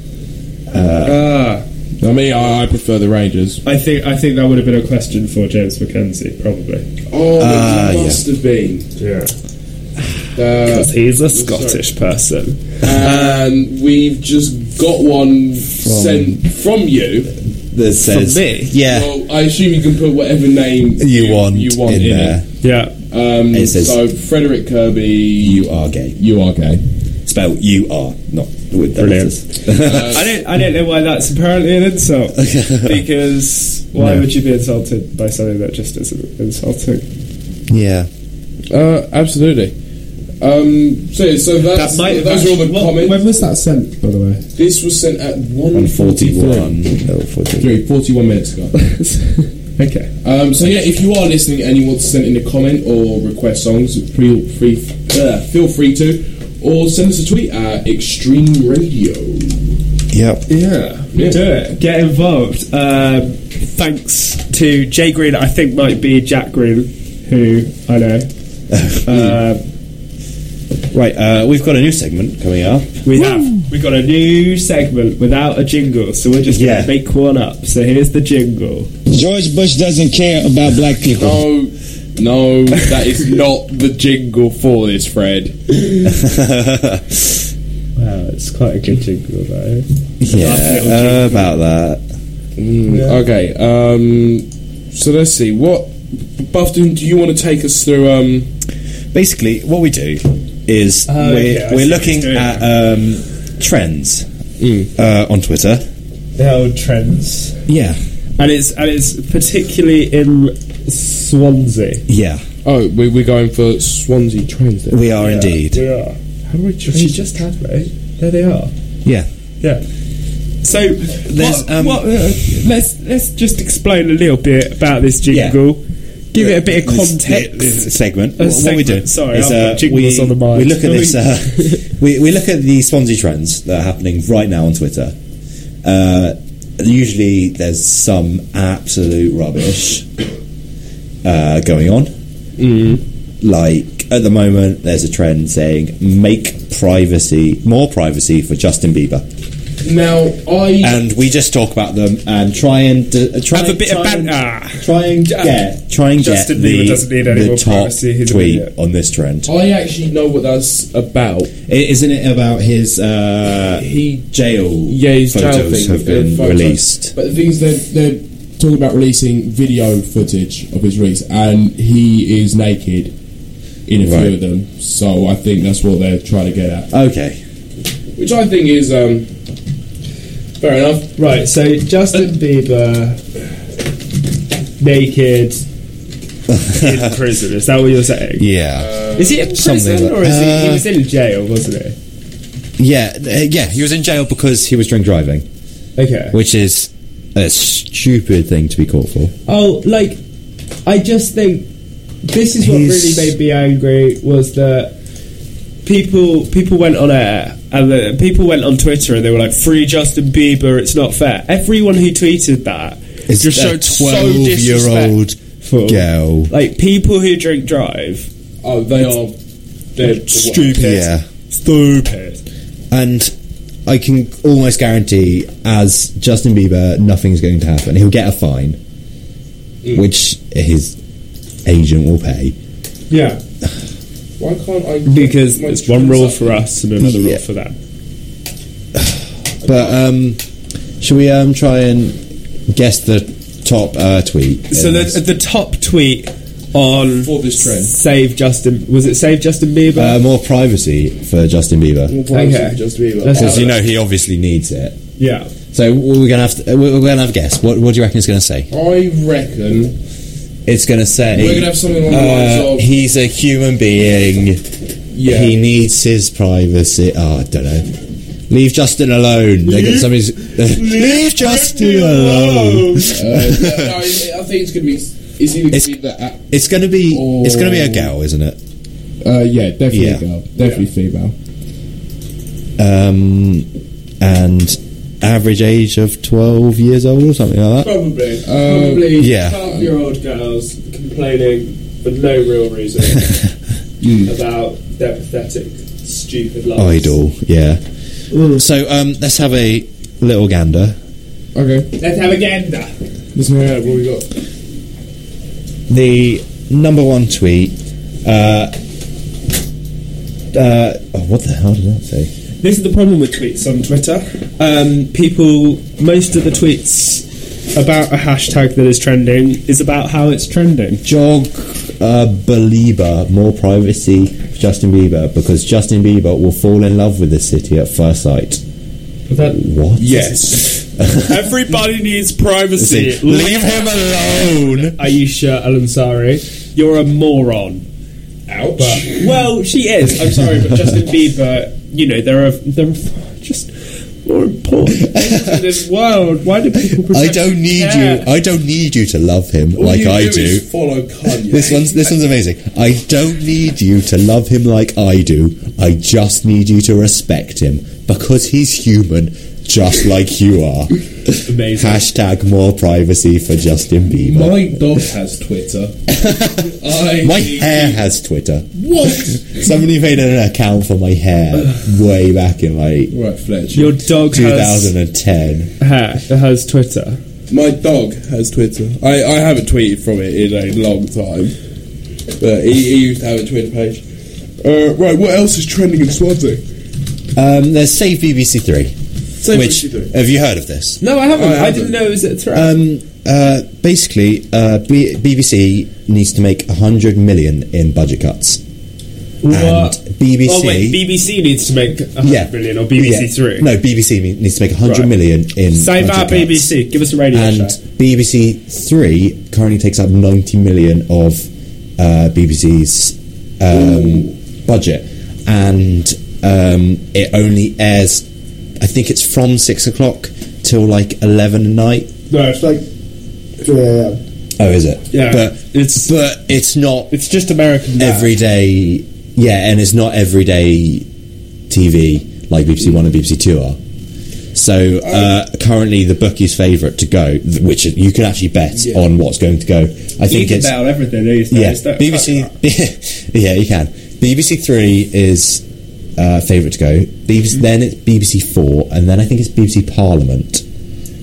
[SPEAKER 7] Ah,
[SPEAKER 4] I mean, I, I prefer the Rangers.
[SPEAKER 13] I think I think that would have been a question for James McKenzie, probably.
[SPEAKER 4] Oh,
[SPEAKER 6] Ah,
[SPEAKER 4] it
[SPEAKER 6] yeah.
[SPEAKER 4] must have been.
[SPEAKER 13] Yeah.
[SPEAKER 4] Uh,
[SPEAKER 7] he's a Scottish person.
[SPEAKER 4] and Um, we've just got one sent from you.
[SPEAKER 6] That says
[SPEAKER 7] me?
[SPEAKER 6] Yeah.
[SPEAKER 4] Well, I assume you can put whatever name
[SPEAKER 6] you, want
[SPEAKER 4] you want
[SPEAKER 6] in,
[SPEAKER 4] in,
[SPEAKER 6] there.
[SPEAKER 4] it.
[SPEAKER 7] Yeah.
[SPEAKER 4] Um,
[SPEAKER 6] It says-
[SPEAKER 4] so Frederick Kirby,
[SPEAKER 6] You are Ah, gay.
[SPEAKER 4] you are gay.
[SPEAKER 6] Spell you are not with the
[SPEAKER 7] Brilliant.
[SPEAKER 6] letters.
[SPEAKER 7] I don't. I don't know why that's apparently an insult. because why
[SPEAKER 6] No.
[SPEAKER 7] would you be insulted by something that just isn't insulting?
[SPEAKER 6] yeah.
[SPEAKER 4] Uh, absolutely. Um, so, so that's, those are all the comments.
[SPEAKER 13] When was that sent, by the way?
[SPEAKER 4] this was sent at one
[SPEAKER 6] On forty-one. Oh, 41.
[SPEAKER 4] Three, 41 minutes ago.
[SPEAKER 13] Okay.
[SPEAKER 4] Um, so yeah, if you are listening and you want to send in a comment or request songs, feel free, uh, feel free to, or send us a tweet at Extreme Radio.
[SPEAKER 6] Yep.
[SPEAKER 7] Yeah,
[SPEAKER 4] Yeah.
[SPEAKER 7] do it. Get involved. Um, thanks to Jay Green. I think might be Jack Green, who I know. Uh,
[SPEAKER 6] Right. Uh, we've got a new segment coming up.
[SPEAKER 7] we have we got a new segment without a jingle, so we're just gonna
[SPEAKER 6] Yeah.
[SPEAKER 7] make one up. So here's the jingle.
[SPEAKER 10] George Bush doesn't care about black people.
[SPEAKER 4] No, no, that is not the jingle for this, Fred.
[SPEAKER 7] Wow, it's quite a good jingle, though.
[SPEAKER 6] Yeah. uh, about that.
[SPEAKER 4] Okay, um, so let's see. What, Buffton, do you want to take us through? Um,
[SPEAKER 6] Basically, what we do is
[SPEAKER 7] Oh, okay,
[SPEAKER 6] we're
[SPEAKER 7] I see
[SPEAKER 6] we're
[SPEAKER 7] what
[SPEAKER 6] looking
[SPEAKER 7] he's doing.
[SPEAKER 6] at um, trends uh, on Twitter.
[SPEAKER 7] The old trends,
[SPEAKER 6] Yeah.
[SPEAKER 7] and it's and it's particularly in Swansea.
[SPEAKER 6] Yeah.
[SPEAKER 4] oh, we, we're going for Swansea trains then.
[SPEAKER 6] We are indeed.
[SPEAKER 7] We are. How many trends? She just had, right? There they are.
[SPEAKER 6] Yeah.
[SPEAKER 7] Yeah. So
[SPEAKER 6] There's,
[SPEAKER 7] what,
[SPEAKER 6] um,
[SPEAKER 7] what, uh, let's let's just explain a little bit about this jingle. Give it a bit of
[SPEAKER 6] This-
[SPEAKER 7] context.
[SPEAKER 6] this segment.
[SPEAKER 7] A
[SPEAKER 6] What, what we
[SPEAKER 7] segment,
[SPEAKER 6] do
[SPEAKER 7] sorry,
[SPEAKER 6] is
[SPEAKER 7] I've got
[SPEAKER 6] uh,
[SPEAKER 7] jingles
[SPEAKER 6] we,
[SPEAKER 7] on the mind.
[SPEAKER 6] we look at this. Uh, we, we look at the Swansea trends that are happening right now on Twitter. Uh, usually, there's some absolute rubbish uh, going on.
[SPEAKER 7] Mm-hmm.
[SPEAKER 6] Like at the moment, there's a trend saying make privacy more privacy for Justin Bieber,
[SPEAKER 4] Now, I.
[SPEAKER 6] and we just talk about them and try and uh, try
[SPEAKER 7] Have a bit
[SPEAKER 6] try
[SPEAKER 7] of
[SPEAKER 6] and-
[SPEAKER 7] banter.
[SPEAKER 6] Try and get, try and get
[SPEAKER 7] Justin Bieber
[SPEAKER 6] the,
[SPEAKER 7] doesn't need any
[SPEAKER 6] the
[SPEAKER 7] more
[SPEAKER 6] top
[SPEAKER 7] privacy, he's an
[SPEAKER 6] tweet
[SPEAKER 7] idiot.
[SPEAKER 6] on this trend.
[SPEAKER 4] I actually know what that's about.
[SPEAKER 6] I- Isn't it about his uh, he jail?
[SPEAKER 4] yeah, his
[SPEAKER 6] photos
[SPEAKER 4] jail thing,
[SPEAKER 6] have been
[SPEAKER 4] uh, photos.
[SPEAKER 6] released.
[SPEAKER 4] But the thing is, they're, they're talking about releasing video footage of his release, and he is naked in a
[SPEAKER 6] Right.
[SPEAKER 4] few of them. So I think that's what they're trying to get at,
[SPEAKER 6] Okay,
[SPEAKER 4] which I think is um, fair enough.
[SPEAKER 7] Right. So
[SPEAKER 6] Uh,
[SPEAKER 7] Justin Bieber naked in prison. Is that what you're saying?
[SPEAKER 6] yeah,
[SPEAKER 7] Is he in
[SPEAKER 6] something
[SPEAKER 7] prison
[SPEAKER 6] like-
[SPEAKER 7] or is he? He
[SPEAKER 6] Uh,
[SPEAKER 7] was in jail, wasn't he?
[SPEAKER 6] yeah, uh, yeah. He was in jail because he was drink driving,
[SPEAKER 7] Okay.
[SPEAKER 6] which is a stupid thing to be caught for.
[SPEAKER 7] Oh, like I just think this is what
[SPEAKER 6] He's-
[SPEAKER 7] really made me angry was that people people went on air and the, people went on Twitter and they were like, "Free Justin Bieber, it's not fair." Everyone who tweeted that
[SPEAKER 6] It's
[SPEAKER 7] just
[SPEAKER 6] a
[SPEAKER 7] showed so
[SPEAKER 6] twelve-year-old
[SPEAKER 7] disrespectful.
[SPEAKER 6] girl.
[SPEAKER 7] Like people who drink drive,
[SPEAKER 4] Oh, they are. They're the
[SPEAKER 7] stupid,
[SPEAKER 6] Yeah.
[SPEAKER 7] stupid.
[SPEAKER 6] And I can almost guarantee, as Justin Bieber, nothing's going to happen. He'll get a fine,
[SPEAKER 7] Mm.
[SPEAKER 6] which his agent will pay.
[SPEAKER 7] Yeah,
[SPEAKER 4] Why can't I?
[SPEAKER 7] because
[SPEAKER 4] my
[SPEAKER 7] it's one rule
[SPEAKER 4] children's
[SPEAKER 7] for us and another
[SPEAKER 6] Yeah.
[SPEAKER 7] rule for them.
[SPEAKER 6] But um, should we um, try and guess the top uh, tweet?
[SPEAKER 7] So the the top tweet on
[SPEAKER 4] For this trend.
[SPEAKER 7] save Justin was it save Justin Bieber?
[SPEAKER 6] uh, more privacy for Justin Bieber
[SPEAKER 4] policy
[SPEAKER 7] Okay.
[SPEAKER 4] for Justin Bieber.
[SPEAKER 7] Let's
[SPEAKER 6] because you know he obviously needs it.
[SPEAKER 7] yeah,
[SPEAKER 6] So we're gonna have to, uh, we're gonna have a guess. What, what do you reckon it's gonna say?
[SPEAKER 4] I reckon
[SPEAKER 6] It's gonna say
[SPEAKER 4] We're gonna have something along the lines
[SPEAKER 6] uh,
[SPEAKER 4] of-
[SPEAKER 6] he's a human being.
[SPEAKER 4] Yeah.
[SPEAKER 6] He needs his privacy. Oh, I don't know. Leave Justin alone. They got somebody's. Leave Justin alone.
[SPEAKER 4] uh, no, I, I think it's going to be. It's either going
[SPEAKER 6] It's-
[SPEAKER 4] to be the app.
[SPEAKER 6] It's gonna be. It's gonna be
[SPEAKER 4] Oh.
[SPEAKER 6] a girl, isn't it?
[SPEAKER 4] Uh, yeah, definitely
[SPEAKER 6] Yeah.
[SPEAKER 4] girl. Definitely female.
[SPEAKER 6] Um, and average age of twelve years old or something like that.
[SPEAKER 7] probably
[SPEAKER 4] Probably
[SPEAKER 6] yeah.
[SPEAKER 7] year old girls complaining for no real reason about their pathetic, stupid lives.
[SPEAKER 6] Idol. Yeah. So um, let's have a little gander.
[SPEAKER 4] Okay.
[SPEAKER 7] Let's have a gander.
[SPEAKER 4] Let's know what we got.
[SPEAKER 6] the number one tweet. Uh, uh, oh, what the hell did that say?
[SPEAKER 7] This is the problem with tweets on Twitter. Um, people, most of the tweets about a hashtag that is trending is about how it's trending.
[SPEAKER 6] Jog uh, believer more privacy for Justin Bieber because Justin Bieber will fall in love with the city at first sight. what?
[SPEAKER 7] Yes. Everybody needs privacy.
[SPEAKER 6] Leave him alone.
[SPEAKER 7] Aisha Al Ansari, you're a moron. Ouch. well, she is. I'm sorry, but Justin Bieber, you know, there are there are just more important things in this world. Why do people?
[SPEAKER 6] I
[SPEAKER 7] pretend
[SPEAKER 6] don't
[SPEAKER 7] to
[SPEAKER 6] need
[SPEAKER 7] care?
[SPEAKER 6] you. I don't need you to love him
[SPEAKER 4] All
[SPEAKER 6] like
[SPEAKER 4] you
[SPEAKER 6] I do.
[SPEAKER 4] Is follow Kanye.
[SPEAKER 6] This one's this one's amazing. I don't need you to love him like I do. I just need you to respect him because he's human, just like you are.
[SPEAKER 7] Amazing.
[SPEAKER 6] Hashtag more privacy for Justin Bieber.
[SPEAKER 4] My dog has Twitter. I
[SPEAKER 6] My, hair has Twitter.
[SPEAKER 4] What?
[SPEAKER 6] Somebody made an account for my hair way back in like
[SPEAKER 4] Right, Fletch.
[SPEAKER 7] Your dog has
[SPEAKER 6] 2010.
[SPEAKER 7] ha- has Twitter.
[SPEAKER 4] My dog has Twitter. I, I haven't tweeted from it in a long time. But he, he used to have a Twitter page. Uh, right, what else is trending in Swansea?
[SPEAKER 6] Um, there's Save BBC Three.
[SPEAKER 4] Save
[SPEAKER 6] which
[SPEAKER 4] BBC Three.
[SPEAKER 6] have you heard of this?
[SPEAKER 7] No, I haven't.
[SPEAKER 4] I
[SPEAKER 7] I,
[SPEAKER 4] haven't.
[SPEAKER 7] didn't know it was a threat.
[SPEAKER 6] Um, uh, basically, uh, B- BBC needs to make 100 million in budget cuts.
[SPEAKER 7] What?
[SPEAKER 6] And BBC.
[SPEAKER 7] Oh wait, BBC needs to make a
[SPEAKER 6] yeah.
[SPEAKER 7] hundred million or BBC
[SPEAKER 6] Yeah.
[SPEAKER 7] Three.
[SPEAKER 6] No, BBC me- needs to make 100
[SPEAKER 7] Right.
[SPEAKER 6] million in.
[SPEAKER 7] Save
[SPEAKER 6] budget
[SPEAKER 7] our
[SPEAKER 6] cuts.
[SPEAKER 7] BBC. Give us a radio
[SPEAKER 6] And
[SPEAKER 7] show.
[SPEAKER 6] BBC Three currently takes up 90 million of uh, BBC's um, budget. And um, it only airs, I think it's from 6 o'clock till like 11 at night.
[SPEAKER 7] No, it's like
[SPEAKER 6] Oh, is it?
[SPEAKER 7] Yeah.
[SPEAKER 6] But it's but it's not
[SPEAKER 7] it's just American. now.
[SPEAKER 6] everyday. Yeah, and it's not everyday TV like BBC One and BBC Two are. So uh, currently, the bookie's favourite to go, th- which you can actually bet on what's going to go. I
[SPEAKER 7] you
[SPEAKER 6] think
[SPEAKER 7] can
[SPEAKER 6] it's
[SPEAKER 7] bet on everything. These
[SPEAKER 6] yeah,
[SPEAKER 7] days, don't-
[SPEAKER 6] BBC. yeah, you can. BBC Three is uh, favourite to go. BBC, Then it's BBC Four, and then I think it's BBC Parliament.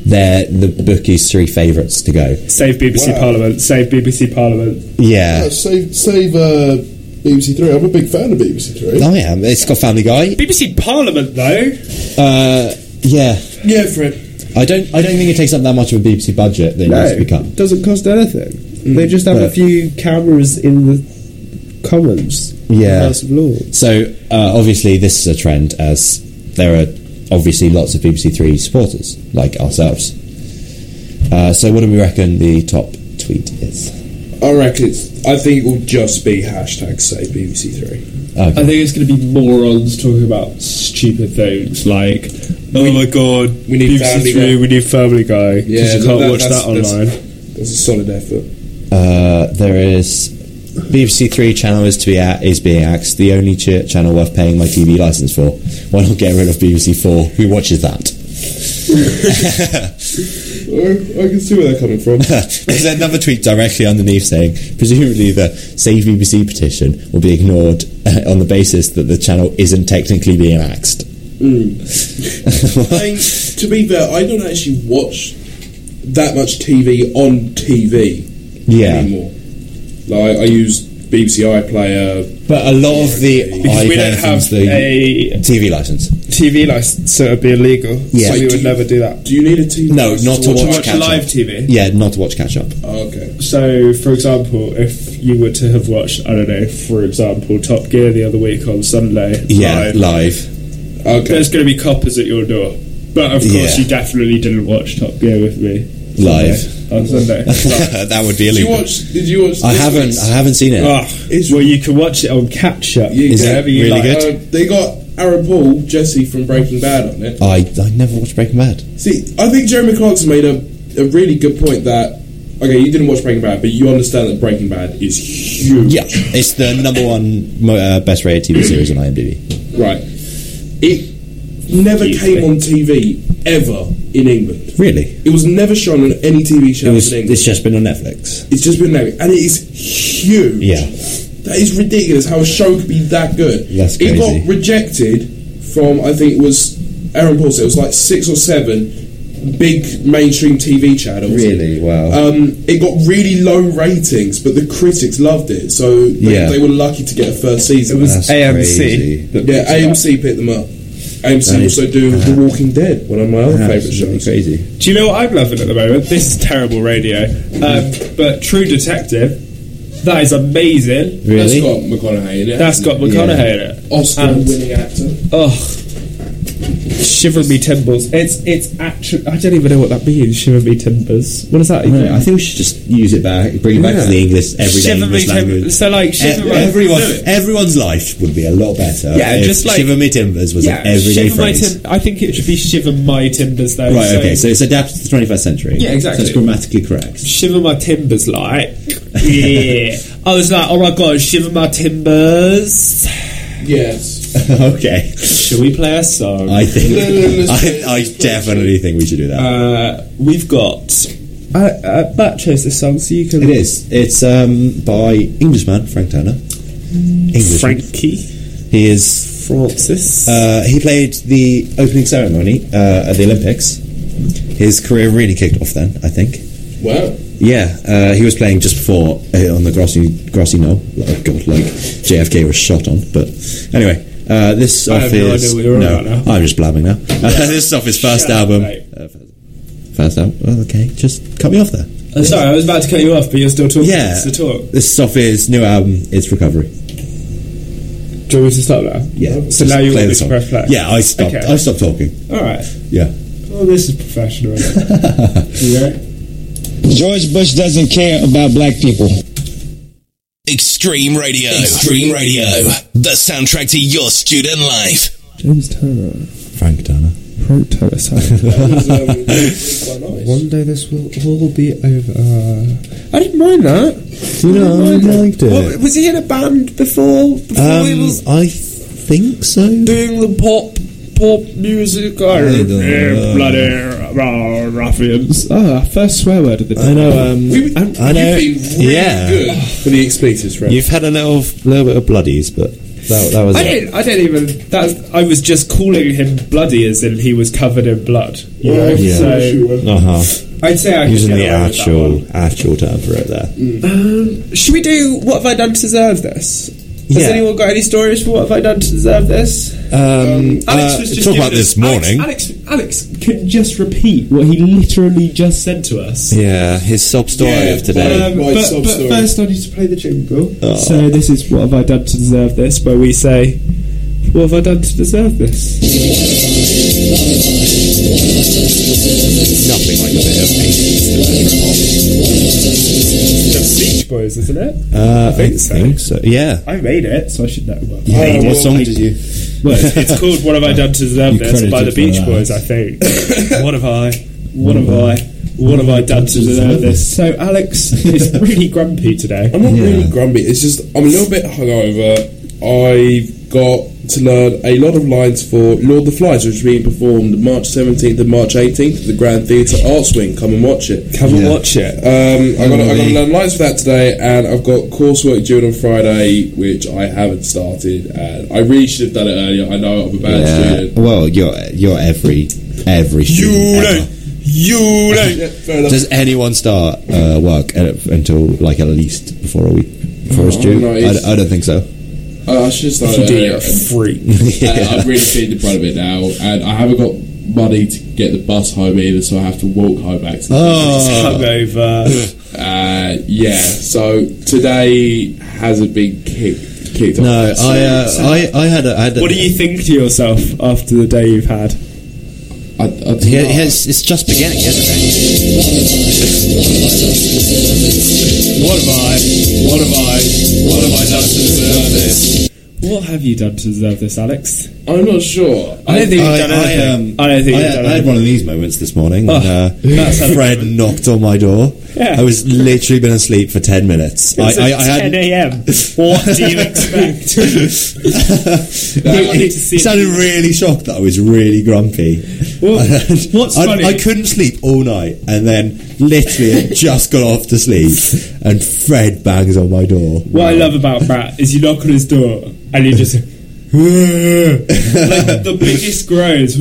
[SPEAKER 6] They're the bookies' three favourites to go.
[SPEAKER 7] Save BBC Parliament. Save BBC Parliament.
[SPEAKER 6] Yeah,
[SPEAKER 12] save save uh, BBC Three. I'm a big fan of BBC Three.
[SPEAKER 6] Oh yeah, it's got Family Guy.
[SPEAKER 7] BBC Parliament, though.
[SPEAKER 6] Uh, yeah,
[SPEAKER 4] Yeah, Fred.
[SPEAKER 6] I don't. I don't think it takes up that much of a BBC budget that it needs to be cut.
[SPEAKER 7] doesn't cost anything. They just have a
[SPEAKER 6] But-
[SPEAKER 7] few cameras in the Commons.
[SPEAKER 6] Yeah.
[SPEAKER 7] House of Lords.
[SPEAKER 6] So uh, obviously, this is a trend as there are obviously lots of BBC Three supporters like ourselves. Uh, so, what do we reckon the top tweet is?
[SPEAKER 4] I reckon it's. I think it will just be hashtag save BBC Three.
[SPEAKER 7] I think it's going to be morons talking about stupid things like, oh my god,
[SPEAKER 4] we
[SPEAKER 7] BBC
[SPEAKER 4] need Family
[SPEAKER 7] Three,
[SPEAKER 4] Guy."
[SPEAKER 7] we need Family Guy because
[SPEAKER 4] Yeah,
[SPEAKER 7] you can't
[SPEAKER 4] that-
[SPEAKER 7] watch
[SPEAKER 4] that's-
[SPEAKER 7] that online.
[SPEAKER 4] That's a solid effort.
[SPEAKER 6] Uh, there is BBC Three channel is to be at is being axed. The only ch- channel worth paying my TV license for. Why not get rid of BBC Four? Who watches that?
[SPEAKER 4] I, I can see where they're coming from.
[SPEAKER 6] There's another tweet directly underneath saying, presumably the Save BBC petition will be ignored uh, on the basis that the channel isn't technically being axed.
[SPEAKER 4] I, to be fair, I don't actually watch that much TV on TV
[SPEAKER 6] Yeah.
[SPEAKER 4] anymore. Like, I use BBC iPlayer.
[SPEAKER 6] But a lot of the
[SPEAKER 7] Because we don't
[SPEAKER 6] iPlayer
[SPEAKER 7] have
[SPEAKER 6] things, the
[SPEAKER 7] a
[SPEAKER 6] TV license.
[SPEAKER 7] TV license, so it'd be illegal.
[SPEAKER 6] Yeah.
[SPEAKER 7] so we
[SPEAKER 4] do
[SPEAKER 7] would
[SPEAKER 4] you-
[SPEAKER 7] never do that.
[SPEAKER 4] Do you need a TV?
[SPEAKER 6] No, not to
[SPEAKER 7] To
[SPEAKER 6] watch
[SPEAKER 7] watch
[SPEAKER 6] catch
[SPEAKER 7] live
[SPEAKER 6] up.
[SPEAKER 7] TV?
[SPEAKER 6] Yeah, not to watch catch up.
[SPEAKER 4] Oh, okay.
[SPEAKER 7] So, for example, if you were to have watched, I don't know, for example, Top Gear the other week on Sunday,
[SPEAKER 6] Yeah,
[SPEAKER 7] live,
[SPEAKER 6] live.
[SPEAKER 4] Okay.
[SPEAKER 7] there's going to be coppers at your door. But of course,
[SPEAKER 6] Yeah.
[SPEAKER 7] you definitely didn't watch Top Gear with me
[SPEAKER 6] Live.
[SPEAKER 7] on Sunday. Like,
[SPEAKER 6] that would be
[SPEAKER 4] Did you
[SPEAKER 6] illegal.
[SPEAKER 4] watch? Did you watch?
[SPEAKER 6] I
[SPEAKER 4] this
[SPEAKER 6] haven't
[SPEAKER 4] week's-
[SPEAKER 6] I haven't seen it.
[SPEAKER 7] ah, well, you can watch it on Catch Up.
[SPEAKER 4] Yeah,
[SPEAKER 6] Is it
[SPEAKER 7] wherever you
[SPEAKER 6] really
[SPEAKER 7] like.
[SPEAKER 6] good?
[SPEAKER 4] Uh, they got Aaron Paul, Jesse from Breaking Bad on it.
[SPEAKER 6] I, I never watched Breaking Bad.
[SPEAKER 4] See, I think Jeremy Clarkson made a, a really good point that okay, you didn't watch Breaking Bad, but you understand that Breaking Bad is huge.
[SPEAKER 6] Yeah, it's the number one mo- uh, best rated TV series on IMDb.
[SPEAKER 4] Right. It never came on TV ever in England.
[SPEAKER 6] Really?
[SPEAKER 4] It was never shown on any TV
[SPEAKER 6] It
[SPEAKER 4] channel
[SPEAKER 6] was,
[SPEAKER 4] in England.
[SPEAKER 6] it's just been on Netflix.
[SPEAKER 4] It's just been there, and it is huge.
[SPEAKER 6] Yeah.
[SPEAKER 4] that is ridiculous. How a show could be that good?
[SPEAKER 6] That's
[SPEAKER 4] It
[SPEAKER 6] crazy.
[SPEAKER 4] got rejected from I think it was Aaron Paul said it was like six or seven big mainstream TV channels.
[SPEAKER 6] Wow.
[SPEAKER 4] Um, it got really low ratings, but the critics loved it, so they,
[SPEAKER 6] Yeah.
[SPEAKER 4] they were lucky to get a first season.
[SPEAKER 7] It was
[SPEAKER 6] That's
[SPEAKER 7] AMC.
[SPEAKER 6] crazy.
[SPEAKER 7] that
[SPEAKER 4] yeah,
[SPEAKER 7] picked it up.
[SPEAKER 4] AMC picked them up.
[SPEAKER 6] That
[SPEAKER 4] AMC
[SPEAKER 6] is
[SPEAKER 4] also do
[SPEAKER 6] bad.
[SPEAKER 4] The Walking Dead, one of my other favourite shows.
[SPEAKER 6] crazy.
[SPEAKER 7] Do you know what I'm loving at the moment? This is terrible radio. Um,
[SPEAKER 6] Hmm.
[SPEAKER 7] but True Detective, that is amazing.
[SPEAKER 4] That's
[SPEAKER 6] Really?
[SPEAKER 4] got McConaughey in it.
[SPEAKER 7] That's got
[SPEAKER 4] hasn't it?
[SPEAKER 7] McConaughey in it.
[SPEAKER 4] Oscar-winning actor.
[SPEAKER 7] Oh, shiver me timbers! It's it's actually I don't even know what that means. Shiver me timbers. What does that even?
[SPEAKER 6] I think we should just use it back, bring it back to the English everyday
[SPEAKER 7] shiver me
[SPEAKER 6] English
[SPEAKER 7] timbers.
[SPEAKER 6] language.
[SPEAKER 7] So like shiver
[SPEAKER 6] E-
[SPEAKER 7] my-
[SPEAKER 6] everyone,
[SPEAKER 7] no, no.
[SPEAKER 6] everyone's life would be a lot better.
[SPEAKER 7] Yeah,
[SPEAKER 6] if
[SPEAKER 7] just like-
[SPEAKER 6] shiver me timbers was
[SPEAKER 7] yeah,
[SPEAKER 6] an everyday
[SPEAKER 7] shiver my
[SPEAKER 6] phrase.
[SPEAKER 7] tim- I think it should be shiver my timbers though.
[SPEAKER 6] right. Okay. So it's adapted to the 21st century.
[SPEAKER 7] Yeah, exactly.
[SPEAKER 6] So it's grammatically correct.
[SPEAKER 7] shiver my timbers like yeah. I was like, oh my god, shiver my timbers.
[SPEAKER 4] Yes.
[SPEAKER 6] okay.
[SPEAKER 7] Should we play a song?
[SPEAKER 6] I think.
[SPEAKER 4] No, no, no, no.
[SPEAKER 6] I, I definitely think we should do that.
[SPEAKER 7] uh, we've got. Uh, uh, Matt chose this song, so you can.
[SPEAKER 6] It is. It's um, by Englishman Frank Turner. English.
[SPEAKER 7] Frankie
[SPEAKER 6] He is.
[SPEAKER 7] Francis.
[SPEAKER 6] Uh, he played the opening ceremony uh, at the Olympics. His career really kicked off then. I think.
[SPEAKER 4] Wow.
[SPEAKER 6] Yeah, uh, he was playing just before uh, on the grassy grassy knoll. Oh god, like JFK was shot on. But anyway, uh, this
[SPEAKER 7] I
[SPEAKER 6] off
[SPEAKER 7] have no idea
[SPEAKER 6] his
[SPEAKER 7] what you're on about now.
[SPEAKER 6] I'm just blabbing now. Uh, this is off his first
[SPEAKER 7] Shut up,
[SPEAKER 6] album.
[SPEAKER 7] mate.
[SPEAKER 6] uh, first album. Oh, okay, just cut me off there.
[SPEAKER 7] I'm Oh, sorry, I was about to cut you off, but you're still talking.
[SPEAKER 6] Yeah,
[SPEAKER 7] It's the talk.
[SPEAKER 6] this is off his new album. It's recovery.
[SPEAKER 7] Do you want me to stop now?
[SPEAKER 6] Yeah.
[SPEAKER 7] Oh, So
[SPEAKER 6] just
[SPEAKER 7] now you
[SPEAKER 6] play
[SPEAKER 7] want me
[SPEAKER 6] the
[SPEAKER 7] to
[SPEAKER 6] song.
[SPEAKER 7] press play?
[SPEAKER 6] Yeah, I stopped.
[SPEAKER 7] Okay.
[SPEAKER 6] I stopped talking.
[SPEAKER 7] All right.
[SPEAKER 6] Yeah.
[SPEAKER 7] Well, this is professional. Isn't it? you ready?
[SPEAKER 10] George Bush doesn't care about black people.
[SPEAKER 14] Extreme Radio. Extreme Radio. The soundtrack to your student life.
[SPEAKER 7] James Turner.
[SPEAKER 6] Frank Turner.
[SPEAKER 7] Frank Turner. Sorry.
[SPEAKER 4] um,
[SPEAKER 7] One day this will all be over. I didn't mind that.
[SPEAKER 6] You know, I liked it.
[SPEAKER 7] What, was he in a band before? Before he
[SPEAKER 6] Um,
[SPEAKER 7] was
[SPEAKER 6] I think so.
[SPEAKER 7] doing the pop pop music. I
[SPEAKER 6] don't know.
[SPEAKER 7] bloody rah, ruffians. Oh, our first swear word of the day.
[SPEAKER 6] I know. Um,
[SPEAKER 4] We-
[SPEAKER 6] I know.
[SPEAKER 4] You've been really
[SPEAKER 6] yeah.
[SPEAKER 4] good for the expletives, right?
[SPEAKER 6] You've had a little, little bit of bloodies, but that, that was
[SPEAKER 7] I
[SPEAKER 6] it.
[SPEAKER 7] don't. I don't even. That I was just calling him bloody, as in he was covered in blood. You know?
[SPEAKER 6] Yeah.
[SPEAKER 7] So
[SPEAKER 6] Uh huh.
[SPEAKER 7] I'd say I
[SPEAKER 6] Using
[SPEAKER 7] could
[SPEAKER 6] the
[SPEAKER 7] get away with that
[SPEAKER 6] actual, actual term for it there.
[SPEAKER 7] Mm. one. Should we do what have I done to deserve this?
[SPEAKER 6] Yeah.
[SPEAKER 7] Has anyone got any stories for what have I done to deserve this?
[SPEAKER 6] Um,
[SPEAKER 7] Alex
[SPEAKER 6] uh,
[SPEAKER 7] was just
[SPEAKER 6] talk
[SPEAKER 7] doing
[SPEAKER 6] about
[SPEAKER 7] Alex-
[SPEAKER 6] this morning.
[SPEAKER 7] Alex, Alex, can just repeat what he literally just said to us.
[SPEAKER 6] Yeah, his sob story
[SPEAKER 4] Yeah,
[SPEAKER 6] of today.
[SPEAKER 7] Um,
[SPEAKER 4] Right,
[SPEAKER 7] but,
[SPEAKER 4] sob
[SPEAKER 7] but
[SPEAKER 4] story.
[SPEAKER 7] first, I need to play the jingle.
[SPEAKER 6] Oh.
[SPEAKER 7] So this is what have I done to deserve this? Where we say, "What have I done to deserve this?"
[SPEAKER 6] Nothing like a bit of ancient
[SPEAKER 7] That's Beach Boys, isn't it?
[SPEAKER 6] Uh, I
[SPEAKER 7] think
[SPEAKER 6] think
[SPEAKER 7] so.
[SPEAKER 6] so. Yeah.
[SPEAKER 7] I made it, so I should know. Well,
[SPEAKER 6] Yeah,
[SPEAKER 7] I-
[SPEAKER 6] what
[SPEAKER 7] well,
[SPEAKER 6] song
[SPEAKER 7] I-
[SPEAKER 6] did you?
[SPEAKER 7] Well, it's, it's called "What Have I Done to Deserve
[SPEAKER 6] You
[SPEAKER 7] This" by the Beach
[SPEAKER 6] credited for that.
[SPEAKER 7] Boys, I think. what have I? What have I? What have I done to deserve this? So Alex is really grumpy today.
[SPEAKER 4] I'm not really grumpy. It's just I'm a little bit hungover. I've got to learn a lot of lines for Lord of the Flies, which is being performed March 17th and March 18th at the Grand Theatre Arts Wing. Come and watch it.
[SPEAKER 7] Come and watch it.
[SPEAKER 6] Uh.
[SPEAKER 4] Um, I got I got to
[SPEAKER 6] Lovely.
[SPEAKER 4] learn lines for that today, and I've got coursework due on Friday, which I haven't started. And I really should have done it earlier. I know I'm a bad student.
[SPEAKER 6] Uh, well, you're you're every every student ever.
[SPEAKER 4] You Yeah, fair enough.
[SPEAKER 6] Does anyone start uh, work at, until like at least before a week before it's due?
[SPEAKER 4] no, it's-
[SPEAKER 6] I, I don't think so.
[SPEAKER 4] Uh, I should start
[SPEAKER 7] You do,
[SPEAKER 4] earlier.
[SPEAKER 7] you're a freak.
[SPEAKER 4] Uh, I'm really feeling the brunt of it now, and I haven't got money to get the bus home either, so I have to walk home back. To the
[SPEAKER 6] Oh.
[SPEAKER 7] Hungover.
[SPEAKER 4] Uh, yeah, so today hasn't been kicked kicked off.
[SPEAKER 6] No,
[SPEAKER 4] So
[SPEAKER 6] I, uh, I I had a, I had. A,
[SPEAKER 7] What do you think to yourself after the day you've had?
[SPEAKER 4] I, I,
[SPEAKER 6] He, he has, it's just beginning, isn't it?
[SPEAKER 7] What have I? What have I? What have I done to deserve this? What have you done to deserve this, Alex?
[SPEAKER 4] I'm not sure.
[SPEAKER 7] I don't think
[SPEAKER 6] I-
[SPEAKER 7] you've done
[SPEAKER 6] I,
[SPEAKER 7] anything. I,
[SPEAKER 6] um,
[SPEAKER 7] don't think
[SPEAKER 6] I,
[SPEAKER 7] you've done
[SPEAKER 6] I had
[SPEAKER 7] anything.
[SPEAKER 6] one of these moments this morning. when,
[SPEAKER 7] Oh,
[SPEAKER 6] uh, Fred knocked on my door.
[SPEAKER 7] Yeah.
[SPEAKER 6] I was literally been asleep for ten minutes. I,
[SPEAKER 7] It's
[SPEAKER 6] I,
[SPEAKER 7] at
[SPEAKER 6] I had
[SPEAKER 7] 10 a.m. What do you expect? I
[SPEAKER 6] he,
[SPEAKER 7] wanted to see
[SPEAKER 6] he sounded really shocked that I was really grumpy.
[SPEAKER 7] Well,
[SPEAKER 6] And
[SPEAKER 7] what's
[SPEAKER 6] I,
[SPEAKER 7] funny-
[SPEAKER 6] I couldn't sleep all night, and then literally had just got off to sleep, and Fred bangs on my door.
[SPEAKER 7] What I love about Matt is you knock on his door and you just like the biggest groans.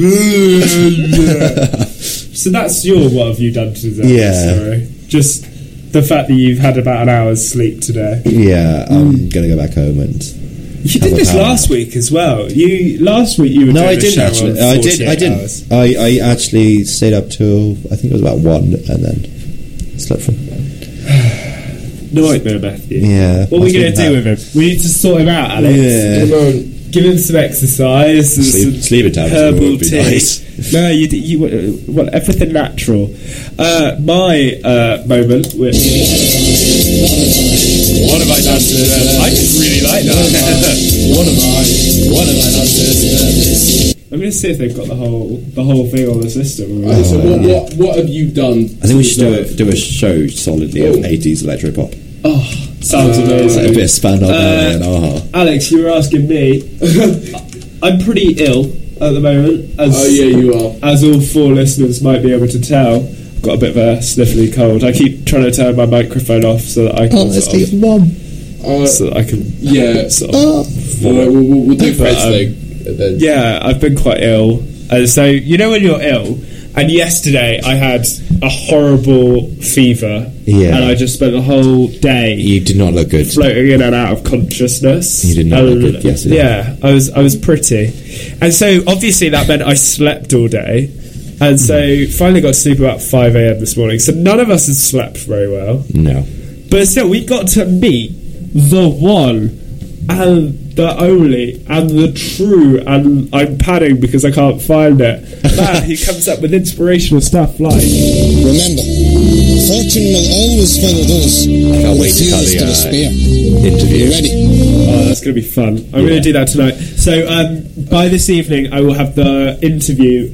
[SPEAKER 7] so that's your what have you done to deserve
[SPEAKER 6] Yeah.
[SPEAKER 7] this? Sorry, just the fact that you've had about an hour's sleep today.
[SPEAKER 6] Yeah, I'm
[SPEAKER 7] Hmm.
[SPEAKER 6] gonna go back home and.
[SPEAKER 7] You
[SPEAKER 6] Have
[SPEAKER 7] did
[SPEAKER 6] a
[SPEAKER 7] this
[SPEAKER 6] power.
[SPEAKER 7] last week as well. You last week you were
[SPEAKER 6] No,
[SPEAKER 7] doing
[SPEAKER 6] I
[SPEAKER 7] a
[SPEAKER 6] didn't
[SPEAKER 7] shower
[SPEAKER 6] actually.
[SPEAKER 7] on
[SPEAKER 6] I did. I
[SPEAKER 7] 48
[SPEAKER 6] didn't.
[SPEAKER 7] hours.
[SPEAKER 6] I, I actually stayed up till I think it was about one, and then slept for.
[SPEAKER 7] Nightmare, Matthew.
[SPEAKER 6] Yeah,
[SPEAKER 7] What are we going
[SPEAKER 6] that's been
[SPEAKER 7] to do
[SPEAKER 6] bad.
[SPEAKER 7] with him? We need to sort him out, Alex.
[SPEAKER 6] Yeah.
[SPEAKER 7] Give him some exercise. and
[SPEAKER 6] Sleep-
[SPEAKER 7] some
[SPEAKER 6] sleeping tablets
[SPEAKER 7] Herbal
[SPEAKER 6] would be
[SPEAKER 7] tea.
[SPEAKER 6] nice.
[SPEAKER 7] No, you, d- you uh, well, everything natural. Uh, my uh, moment, which. What have I done to uh, I just really like that. what have I? What have I done to uh, I'm going to see if they've got the whole the whole thing on the system.
[SPEAKER 4] Okay, Uh,
[SPEAKER 6] Oh,
[SPEAKER 4] so what, what, what have you done?
[SPEAKER 6] I think we should do a, do a show solidly of 80s electro pop.
[SPEAKER 7] Oh, sounds
[SPEAKER 6] Like a
[SPEAKER 7] amazing.
[SPEAKER 6] bit of Spandau Ballet and ah. aha.
[SPEAKER 7] Alex, you were asking me. I'm pretty ill at the moment, as
[SPEAKER 4] Oh yeah, you are.
[SPEAKER 7] as all four listeners might be able to tell. I've got a bit of a sniffly cold. I keep trying to turn my microphone off so that I
[SPEAKER 10] Oh,
[SPEAKER 7] can sort of,
[SPEAKER 6] mom.
[SPEAKER 4] Uh,
[SPEAKER 7] so that I can
[SPEAKER 4] Yeah.
[SPEAKER 7] sort of-
[SPEAKER 4] all right, we'll, we'll, we'll do
[SPEAKER 7] But,
[SPEAKER 4] Fred's
[SPEAKER 7] um,
[SPEAKER 4] thing. and Then.
[SPEAKER 7] yeah. I've been quite ill, and so you know when you're ill. And yesterday I had a horrible fever,
[SPEAKER 6] Yeah.
[SPEAKER 7] and I just spent the whole day
[SPEAKER 6] You did not look good.
[SPEAKER 7] floating in and out of consciousness.
[SPEAKER 6] You did not look
[SPEAKER 7] And-
[SPEAKER 6] good yesterday.
[SPEAKER 7] Yeah, I was I was pretty, and so obviously that meant I slept all day, and
[SPEAKER 6] Hmm.
[SPEAKER 7] so finally got to sleep about five a.m. this morning. So none of us had slept very well,
[SPEAKER 6] No.
[SPEAKER 7] but still we got to meet the one and the only and the true. And I'm padding because I can't find it. Man, he comes up with inspirational stuff like.
[SPEAKER 10] Remember, fortune will always follow those who
[SPEAKER 6] wait to cut
[SPEAKER 10] refuse
[SPEAKER 6] the,
[SPEAKER 10] to
[SPEAKER 6] uh,
[SPEAKER 10] despair.
[SPEAKER 6] Interview.
[SPEAKER 10] Ready?
[SPEAKER 7] Oh, that's going to be fun. I'm going to do that tonight. So um, by this evening, I will have the interview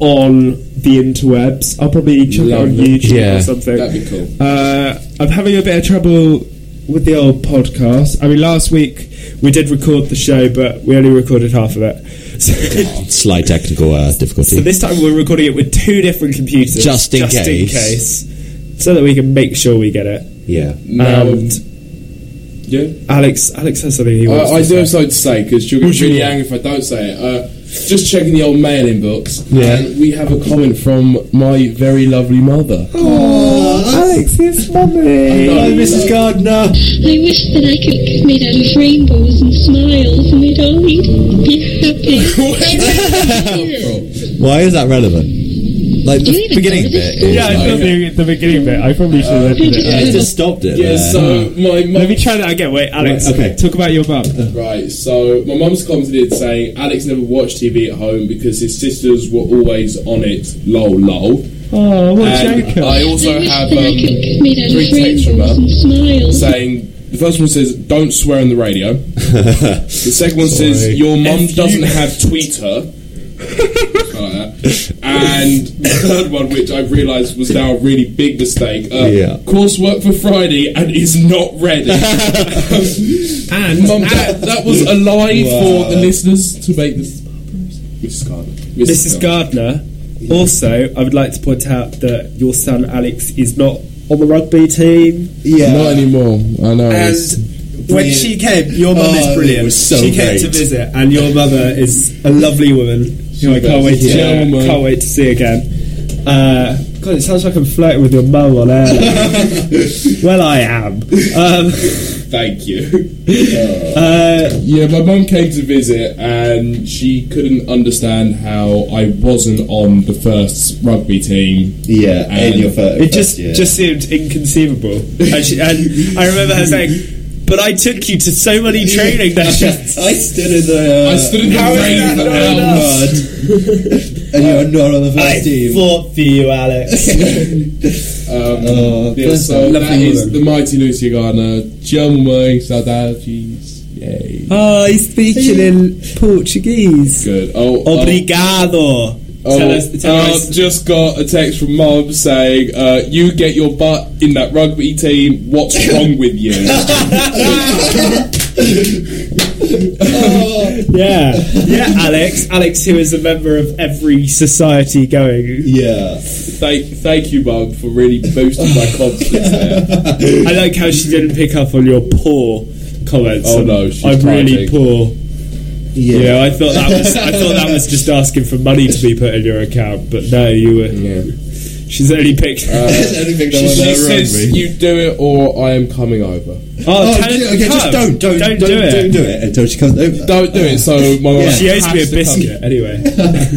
[SPEAKER 7] on the interwebs. I'll probably check it on
[SPEAKER 4] Lovely.
[SPEAKER 7] YouTube
[SPEAKER 6] Yeah.
[SPEAKER 7] or something.
[SPEAKER 4] That'd be cool.
[SPEAKER 7] Uh, I'm having a bit of trouble with the old podcast. I mean, last week we did record the show, but we only recorded half of it. So,
[SPEAKER 6] Slight technical uh,
[SPEAKER 7] so
[SPEAKER 6] difficulty.
[SPEAKER 7] this time we're recording it with two different computers,
[SPEAKER 6] Just in
[SPEAKER 7] in
[SPEAKER 6] case.
[SPEAKER 7] case, so that we can make sure we get it.
[SPEAKER 6] yeah.
[SPEAKER 4] Now,
[SPEAKER 7] and
[SPEAKER 4] yeah.
[SPEAKER 7] Alex, Alex has something he wants
[SPEAKER 4] Uh, I, I
[SPEAKER 7] to
[SPEAKER 4] do
[SPEAKER 7] say.
[SPEAKER 4] have something to say because you're going
[SPEAKER 7] Would
[SPEAKER 4] to
[SPEAKER 7] you
[SPEAKER 4] be really
[SPEAKER 7] want?
[SPEAKER 4] angry if I don't say it. Uh, just checking the old mail inbox. Yeah. And we have a comment from my very lovely mother.
[SPEAKER 7] Oh, Alex is lovely.
[SPEAKER 4] Hello, Mrs.
[SPEAKER 7] Gardner.
[SPEAKER 15] I wish that I could be made out of rainbows and smiles and we'd all be, be happy.
[SPEAKER 6] Why is that relevant? Like
[SPEAKER 15] You
[SPEAKER 6] the
[SPEAKER 15] even
[SPEAKER 6] beginning
[SPEAKER 15] know
[SPEAKER 6] bit.
[SPEAKER 15] this.
[SPEAKER 6] Is
[SPEAKER 7] Yeah, I
[SPEAKER 6] like,
[SPEAKER 7] thought the, the beginning bit. I probably should have edited it.
[SPEAKER 6] I just stopped it.
[SPEAKER 4] Yeah,
[SPEAKER 6] there.
[SPEAKER 4] so my mum.
[SPEAKER 7] Hmm. Let me try that again. Wait, Alex.
[SPEAKER 6] Right, okay.
[SPEAKER 7] Talk about your mum.
[SPEAKER 4] Uh, Right, so my mum's commented saying Alex never watched TV at home because his sisters were always on it. Lol, lol.
[SPEAKER 7] Oh, what a
[SPEAKER 4] And
[SPEAKER 7] joker.
[SPEAKER 4] I also have
[SPEAKER 15] that I
[SPEAKER 4] um,
[SPEAKER 15] could be made out
[SPEAKER 4] three
[SPEAKER 15] of
[SPEAKER 4] texts from
[SPEAKER 15] rainbows
[SPEAKER 4] her
[SPEAKER 15] and smiles.
[SPEAKER 4] saying the first one says don't swear on the radio. the second one says your mum doesn't have Twitter. Like that. that. And the third one, which I realised was now a really big mistake. Uh,
[SPEAKER 6] Yeah.
[SPEAKER 4] Coursework for Friday and is not ready. and Mum, that, that was a lie for the listeners to make this. Mrs. Gardner.
[SPEAKER 7] Mrs. Gardner. Also, I would like to point out that your son Alex is not on the rugby team.
[SPEAKER 6] Yeah.
[SPEAKER 4] Not anymore. I know.
[SPEAKER 7] And
[SPEAKER 4] it's-
[SPEAKER 7] when she came, your mum
[SPEAKER 6] Oh,
[SPEAKER 7] is
[SPEAKER 6] it
[SPEAKER 7] brilliant.
[SPEAKER 6] was so
[SPEAKER 7] she came
[SPEAKER 6] great.
[SPEAKER 7] to visit, and your mother is a lovely woman who I can't wait to
[SPEAKER 4] Yeah, man.
[SPEAKER 7] can't wait to see again. Uh, God, it sounds like I'm flirting with your mum on air. well, I am. Um,
[SPEAKER 4] Thank you.
[SPEAKER 7] uh,
[SPEAKER 4] Yeah, my mum came to visit and she couldn't understand how I wasn't on the first rugby team.
[SPEAKER 6] Yeah,
[SPEAKER 4] And
[SPEAKER 6] in your first.
[SPEAKER 7] It just
[SPEAKER 6] yeah.
[SPEAKER 7] just seemed inconceivable. and, she, and I remember her saying, "But I took you to so many training sessions."
[SPEAKER 6] I stood in the. uh,
[SPEAKER 4] I stood in the
[SPEAKER 7] How is
[SPEAKER 4] rain
[SPEAKER 7] that
[SPEAKER 4] for
[SPEAKER 7] not
[SPEAKER 4] hours.
[SPEAKER 6] and you're not on the first
[SPEAKER 7] I
[SPEAKER 6] team.
[SPEAKER 7] fought for you, Alex.
[SPEAKER 4] Um,
[SPEAKER 6] Oh,
[SPEAKER 4] yeah, so
[SPEAKER 7] lovely
[SPEAKER 4] that is
[SPEAKER 7] woman.
[SPEAKER 4] the mighty Lucia Garner. German saudades. Yay.
[SPEAKER 7] oh, he's speaking in Portuguese.
[SPEAKER 4] Good. Oh, oh,
[SPEAKER 7] Obrigado.
[SPEAKER 4] oh,
[SPEAKER 7] tell us, tell
[SPEAKER 4] uh,
[SPEAKER 7] us.
[SPEAKER 4] just got a text from mum saying, uh, "You get your butt in that rugby team. What's wrong with you?"
[SPEAKER 7] Yeah, yeah, Alex. Alex, who is a member of every society going.
[SPEAKER 6] Yeah.
[SPEAKER 4] thank, thank you, mum, for really boosting my confidence there.
[SPEAKER 7] I like how she didn't pick up on your poor comments.
[SPEAKER 4] Oh,
[SPEAKER 7] on,
[SPEAKER 4] no, she's
[SPEAKER 7] I'm really
[SPEAKER 4] typing.
[SPEAKER 7] poor.
[SPEAKER 6] Yeah.
[SPEAKER 7] Yeah, I thought that was I thought that was just asking for money to be put in your account, but no, you were. She's only picked.
[SPEAKER 6] Uh,
[SPEAKER 4] She, she says, "You do it, or I am coming over."
[SPEAKER 7] oh,
[SPEAKER 6] Oh,
[SPEAKER 7] tell her
[SPEAKER 6] okay,
[SPEAKER 7] to
[SPEAKER 6] okay, just
[SPEAKER 7] come.
[SPEAKER 6] don't, don't,
[SPEAKER 7] don't, do it.
[SPEAKER 6] Don't do it until she comes over.
[SPEAKER 4] Don't do it. So my mum
[SPEAKER 7] She owes
[SPEAKER 4] has
[SPEAKER 7] me a
[SPEAKER 4] to come.
[SPEAKER 7] biscuit anyway.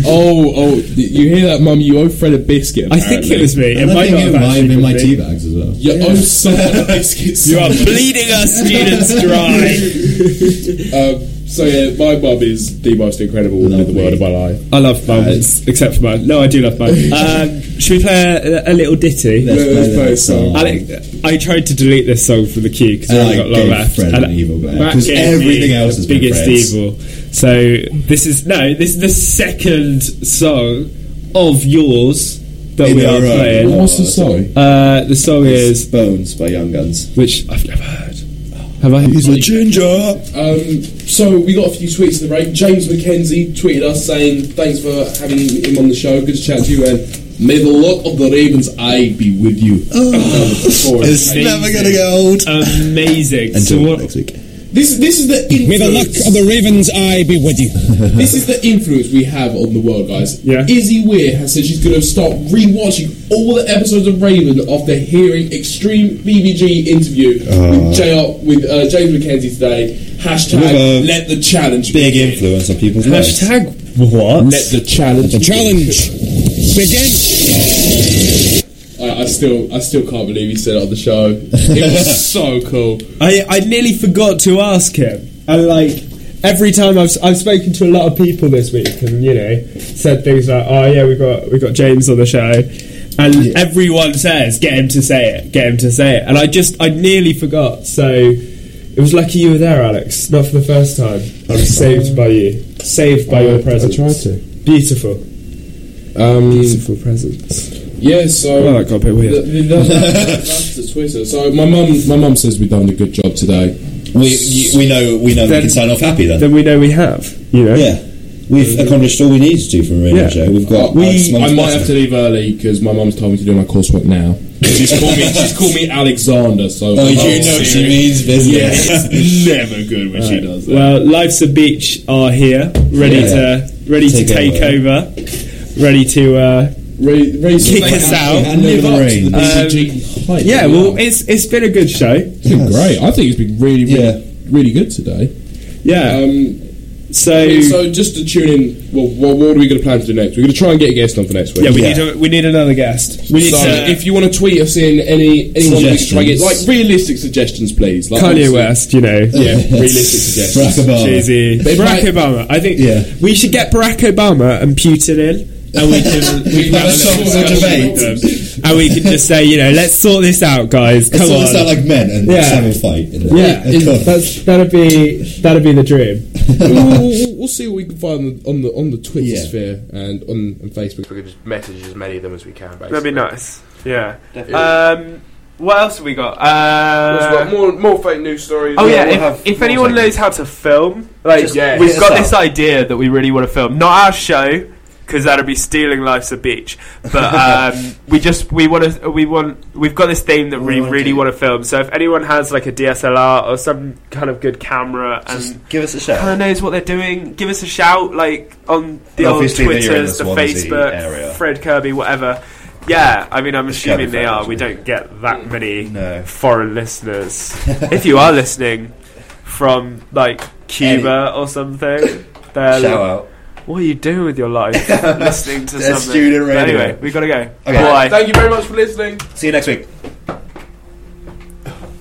[SPEAKER 4] Oh, oh! You hear that, mum? You owe Fred a biscuit.
[SPEAKER 7] I think it
[SPEAKER 4] apparently.
[SPEAKER 7] was me. It
[SPEAKER 6] And I
[SPEAKER 7] might
[SPEAKER 6] think
[SPEAKER 7] not
[SPEAKER 6] it
[SPEAKER 7] have
[SPEAKER 6] might have
[SPEAKER 7] actually
[SPEAKER 6] been my
[SPEAKER 7] been
[SPEAKER 6] tea
[SPEAKER 7] me.
[SPEAKER 6] bags as well.
[SPEAKER 4] You owe someone a biscuit.
[SPEAKER 7] You are bleeding us, students dry.
[SPEAKER 4] Um, so yeah, my mum is the most incredible woman in the
[SPEAKER 6] Lovely.
[SPEAKER 4] world of my life.
[SPEAKER 7] I love mums, Uh, except for mine. No, I do love mine. Um, should we play a, a little ditty?
[SPEAKER 6] Let's
[SPEAKER 4] Yeah, let's
[SPEAKER 6] play
[SPEAKER 4] play a
[SPEAKER 6] that
[SPEAKER 4] song.
[SPEAKER 6] song.
[SPEAKER 7] Alex, I tried to delete this song from the queue because I
[SPEAKER 6] And
[SPEAKER 7] only
[SPEAKER 6] I
[SPEAKER 7] got long
[SPEAKER 6] gave
[SPEAKER 7] left.
[SPEAKER 6] Fred
[SPEAKER 7] and
[SPEAKER 6] an evil glare,
[SPEAKER 7] Matt
[SPEAKER 6] 'cause
[SPEAKER 7] gave
[SPEAKER 6] everything
[SPEAKER 7] me
[SPEAKER 6] else has
[SPEAKER 7] the
[SPEAKER 6] been
[SPEAKER 7] biggest
[SPEAKER 6] Fred's.
[SPEAKER 7] evil. So this is no, this is the second song of yours that
[SPEAKER 6] In
[SPEAKER 7] we
[SPEAKER 6] a
[SPEAKER 7] are
[SPEAKER 6] row.
[SPEAKER 7] playing.
[SPEAKER 4] What's the song?
[SPEAKER 7] Uh, the song
[SPEAKER 6] It's
[SPEAKER 7] is
[SPEAKER 6] Bones by Young Guns.
[SPEAKER 7] which I've never heard. Have I?
[SPEAKER 6] He's a ginger.
[SPEAKER 4] Um, so we got a few tweets in the break. James McKenzie tweeted us saying, "Thanks for having him on the show. Good to chat to you, and may the luck of the Ravens' eye be with you." Before-
[SPEAKER 6] It's never gonna get old.
[SPEAKER 7] Amazing. so
[SPEAKER 6] Until
[SPEAKER 7] what,
[SPEAKER 6] next week.
[SPEAKER 4] This this is the
[SPEAKER 10] May the luck
[SPEAKER 4] influence-
[SPEAKER 10] of the raven's eye be with you.
[SPEAKER 4] this is the influence we have on the world, guys.
[SPEAKER 7] Yeah.
[SPEAKER 4] Izzy Weir has said she's going to start rewatching all the episodes of Raven after hearing Extreme BBG interview with JR with uh, James McKenzie today.
[SPEAKER 6] With a
[SPEAKER 4] Hashtag let the challenge
[SPEAKER 6] Big
[SPEAKER 4] begin.
[SPEAKER 6] influence on people's lives.
[SPEAKER 7] hashtag what?
[SPEAKER 4] Let the challenge.
[SPEAKER 10] The challenge begins.
[SPEAKER 4] I, I still I still can't believe he said it on the show. It was so cool.
[SPEAKER 7] I, I nearly forgot to ask him. And like every time I've I've spoken to a lot of people this week, and you know said things like, "Oh yeah, we got we got James on the show," and everyone says, "Get him to say it, get him to say it," and I just I nearly forgot. So it was lucky you were there, Alex. Not for the first time. I was saved by you. Saved by
[SPEAKER 4] I-
[SPEAKER 7] your
[SPEAKER 4] I
[SPEAKER 7] presence.
[SPEAKER 4] tried to.
[SPEAKER 7] Beautiful,
[SPEAKER 4] Um,
[SPEAKER 7] beautiful presence.
[SPEAKER 4] yeah, so
[SPEAKER 7] Oh, that got a bit weird.
[SPEAKER 4] The- the- that- that- that's the Twitter. So my mum my mum says we've done a good job today.
[SPEAKER 6] We you, we know we know
[SPEAKER 7] Then-
[SPEAKER 6] we can sign off happy then.
[SPEAKER 7] Then we know we have. You know.
[SPEAKER 6] yeah, we've accomplished all we needed to from a radio
[SPEAKER 7] Yeah.
[SPEAKER 6] show. We've got.
[SPEAKER 4] We,
[SPEAKER 6] our smallest
[SPEAKER 4] I might
[SPEAKER 6] button.
[SPEAKER 4] have to leave early because my mum's told me to do my coursework now. She's called me, she's called me Alexander, so
[SPEAKER 6] Oh, you know she means business.
[SPEAKER 4] it's never good when she does that.
[SPEAKER 7] Well, Life's a Beach are here, ready
[SPEAKER 6] Yeah.
[SPEAKER 7] to ready
[SPEAKER 6] Take
[SPEAKER 7] to take over, ready to. Uh,
[SPEAKER 4] Ray, Ray's
[SPEAKER 7] Kick
[SPEAKER 4] like,
[SPEAKER 7] us
[SPEAKER 4] actually
[SPEAKER 7] out.
[SPEAKER 4] hand over
[SPEAKER 6] Live up to
[SPEAKER 4] reins.
[SPEAKER 6] the
[SPEAKER 4] BCG hype.
[SPEAKER 7] yeah, well, it's it's been a good show.
[SPEAKER 4] it's been great. I think it's been really, really,
[SPEAKER 6] Yeah.
[SPEAKER 4] really good today.
[SPEAKER 7] Yeah,
[SPEAKER 4] Um,
[SPEAKER 7] so yeah,
[SPEAKER 4] so just to tune in, well, what, what are we going to plan to do next? We're going to try and get a guest on for next week.
[SPEAKER 7] we
[SPEAKER 6] yeah.
[SPEAKER 7] need a, we need another guest. We need
[SPEAKER 4] So
[SPEAKER 7] to,
[SPEAKER 4] if you want to tweet us in any anyone that we can try and get, like
[SPEAKER 6] Suggestions.
[SPEAKER 4] realistic suggestions, please. Like,
[SPEAKER 7] Kanye
[SPEAKER 4] honestly,
[SPEAKER 7] West, you know,
[SPEAKER 4] Yeah, realistic
[SPEAKER 6] Barack
[SPEAKER 4] suggestions.
[SPEAKER 6] Obama.
[SPEAKER 7] Jay-Z,
[SPEAKER 4] They
[SPEAKER 7] Barack
[SPEAKER 4] might-
[SPEAKER 7] Obama. I think
[SPEAKER 6] Yeah.
[SPEAKER 7] we should get Barack Obama and Putin in, and we can we can
[SPEAKER 4] Have a
[SPEAKER 7] have a
[SPEAKER 4] sort
[SPEAKER 7] little
[SPEAKER 4] of
[SPEAKER 7] discussion
[SPEAKER 6] debate.
[SPEAKER 7] with them, and we can just say, you know, let's sort this out, guys.
[SPEAKER 6] It's
[SPEAKER 7] Come
[SPEAKER 6] sort
[SPEAKER 7] on,
[SPEAKER 6] of sound like men and
[SPEAKER 7] Yeah.
[SPEAKER 6] just have a fight. In
[SPEAKER 7] yeah,
[SPEAKER 6] Come on.
[SPEAKER 7] that's that'd be that'd be the dream.
[SPEAKER 4] we'll, we'll, we'll see what we can find on the on the Twitter
[SPEAKER 16] Yeah.
[SPEAKER 4] sphere and on, on Facebook.
[SPEAKER 1] We could just message as many of them as we can. Basically.
[SPEAKER 7] That'd be nice. Yeah.
[SPEAKER 1] Definitely.
[SPEAKER 7] Um, what else have we got? Uh,
[SPEAKER 1] Well, more more fake news stories.
[SPEAKER 7] Oh yeah,
[SPEAKER 1] We'll
[SPEAKER 7] if,
[SPEAKER 1] have
[SPEAKER 7] if
[SPEAKER 1] more
[SPEAKER 7] anyone
[SPEAKER 1] segments.
[SPEAKER 7] knows how to film, like
[SPEAKER 1] Just- yeah, hit
[SPEAKER 7] we've
[SPEAKER 1] us
[SPEAKER 7] got
[SPEAKER 1] up.
[SPEAKER 7] this idea that we really want to film, not our show because that'd be stealing life's a beach. But um, we just we want to we want we've got this theme that we really want to film. So if anyone has like a DSLR or some kind of good camera and
[SPEAKER 6] give us a shout.
[SPEAKER 7] kind of knows what they're doing, give us a shout like on the
[SPEAKER 6] And
[SPEAKER 7] old
[SPEAKER 6] obviously that you're in
[SPEAKER 7] Twitters,
[SPEAKER 6] the
[SPEAKER 7] the
[SPEAKER 6] Swansea
[SPEAKER 7] Facebook,
[SPEAKER 6] area.
[SPEAKER 7] Fred Kirby, whatever. Yeah, I mean, I'm assuming
[SPEAKER 6] Kirby
[SPEAKER 7] they
[SPEAKER 6] fans,
[SPEAKER 7] are. We don't get that many
[SPEAKER 6] No.
[SPEAKER 7] foreign listeners. if you are listening from like Cuba or something, then
[SPEAKER 6] Shout out.
[SPEAKER 7] What are you doing with your life? listening to
[SPEAKER 6] That's
[SPEAKER 7] something.
[SPEAKER 6] student
[SPEAKER 7] But
[SPEAKER 6] radio.
[SPEAKER 7] anyway, we gotta go.
[SPEAKER 6] Okay.
[SPEAKER 7] Bye.
[SPEAKER 1] Thank you very much for listening.
[SPEAKER 6] See you next week.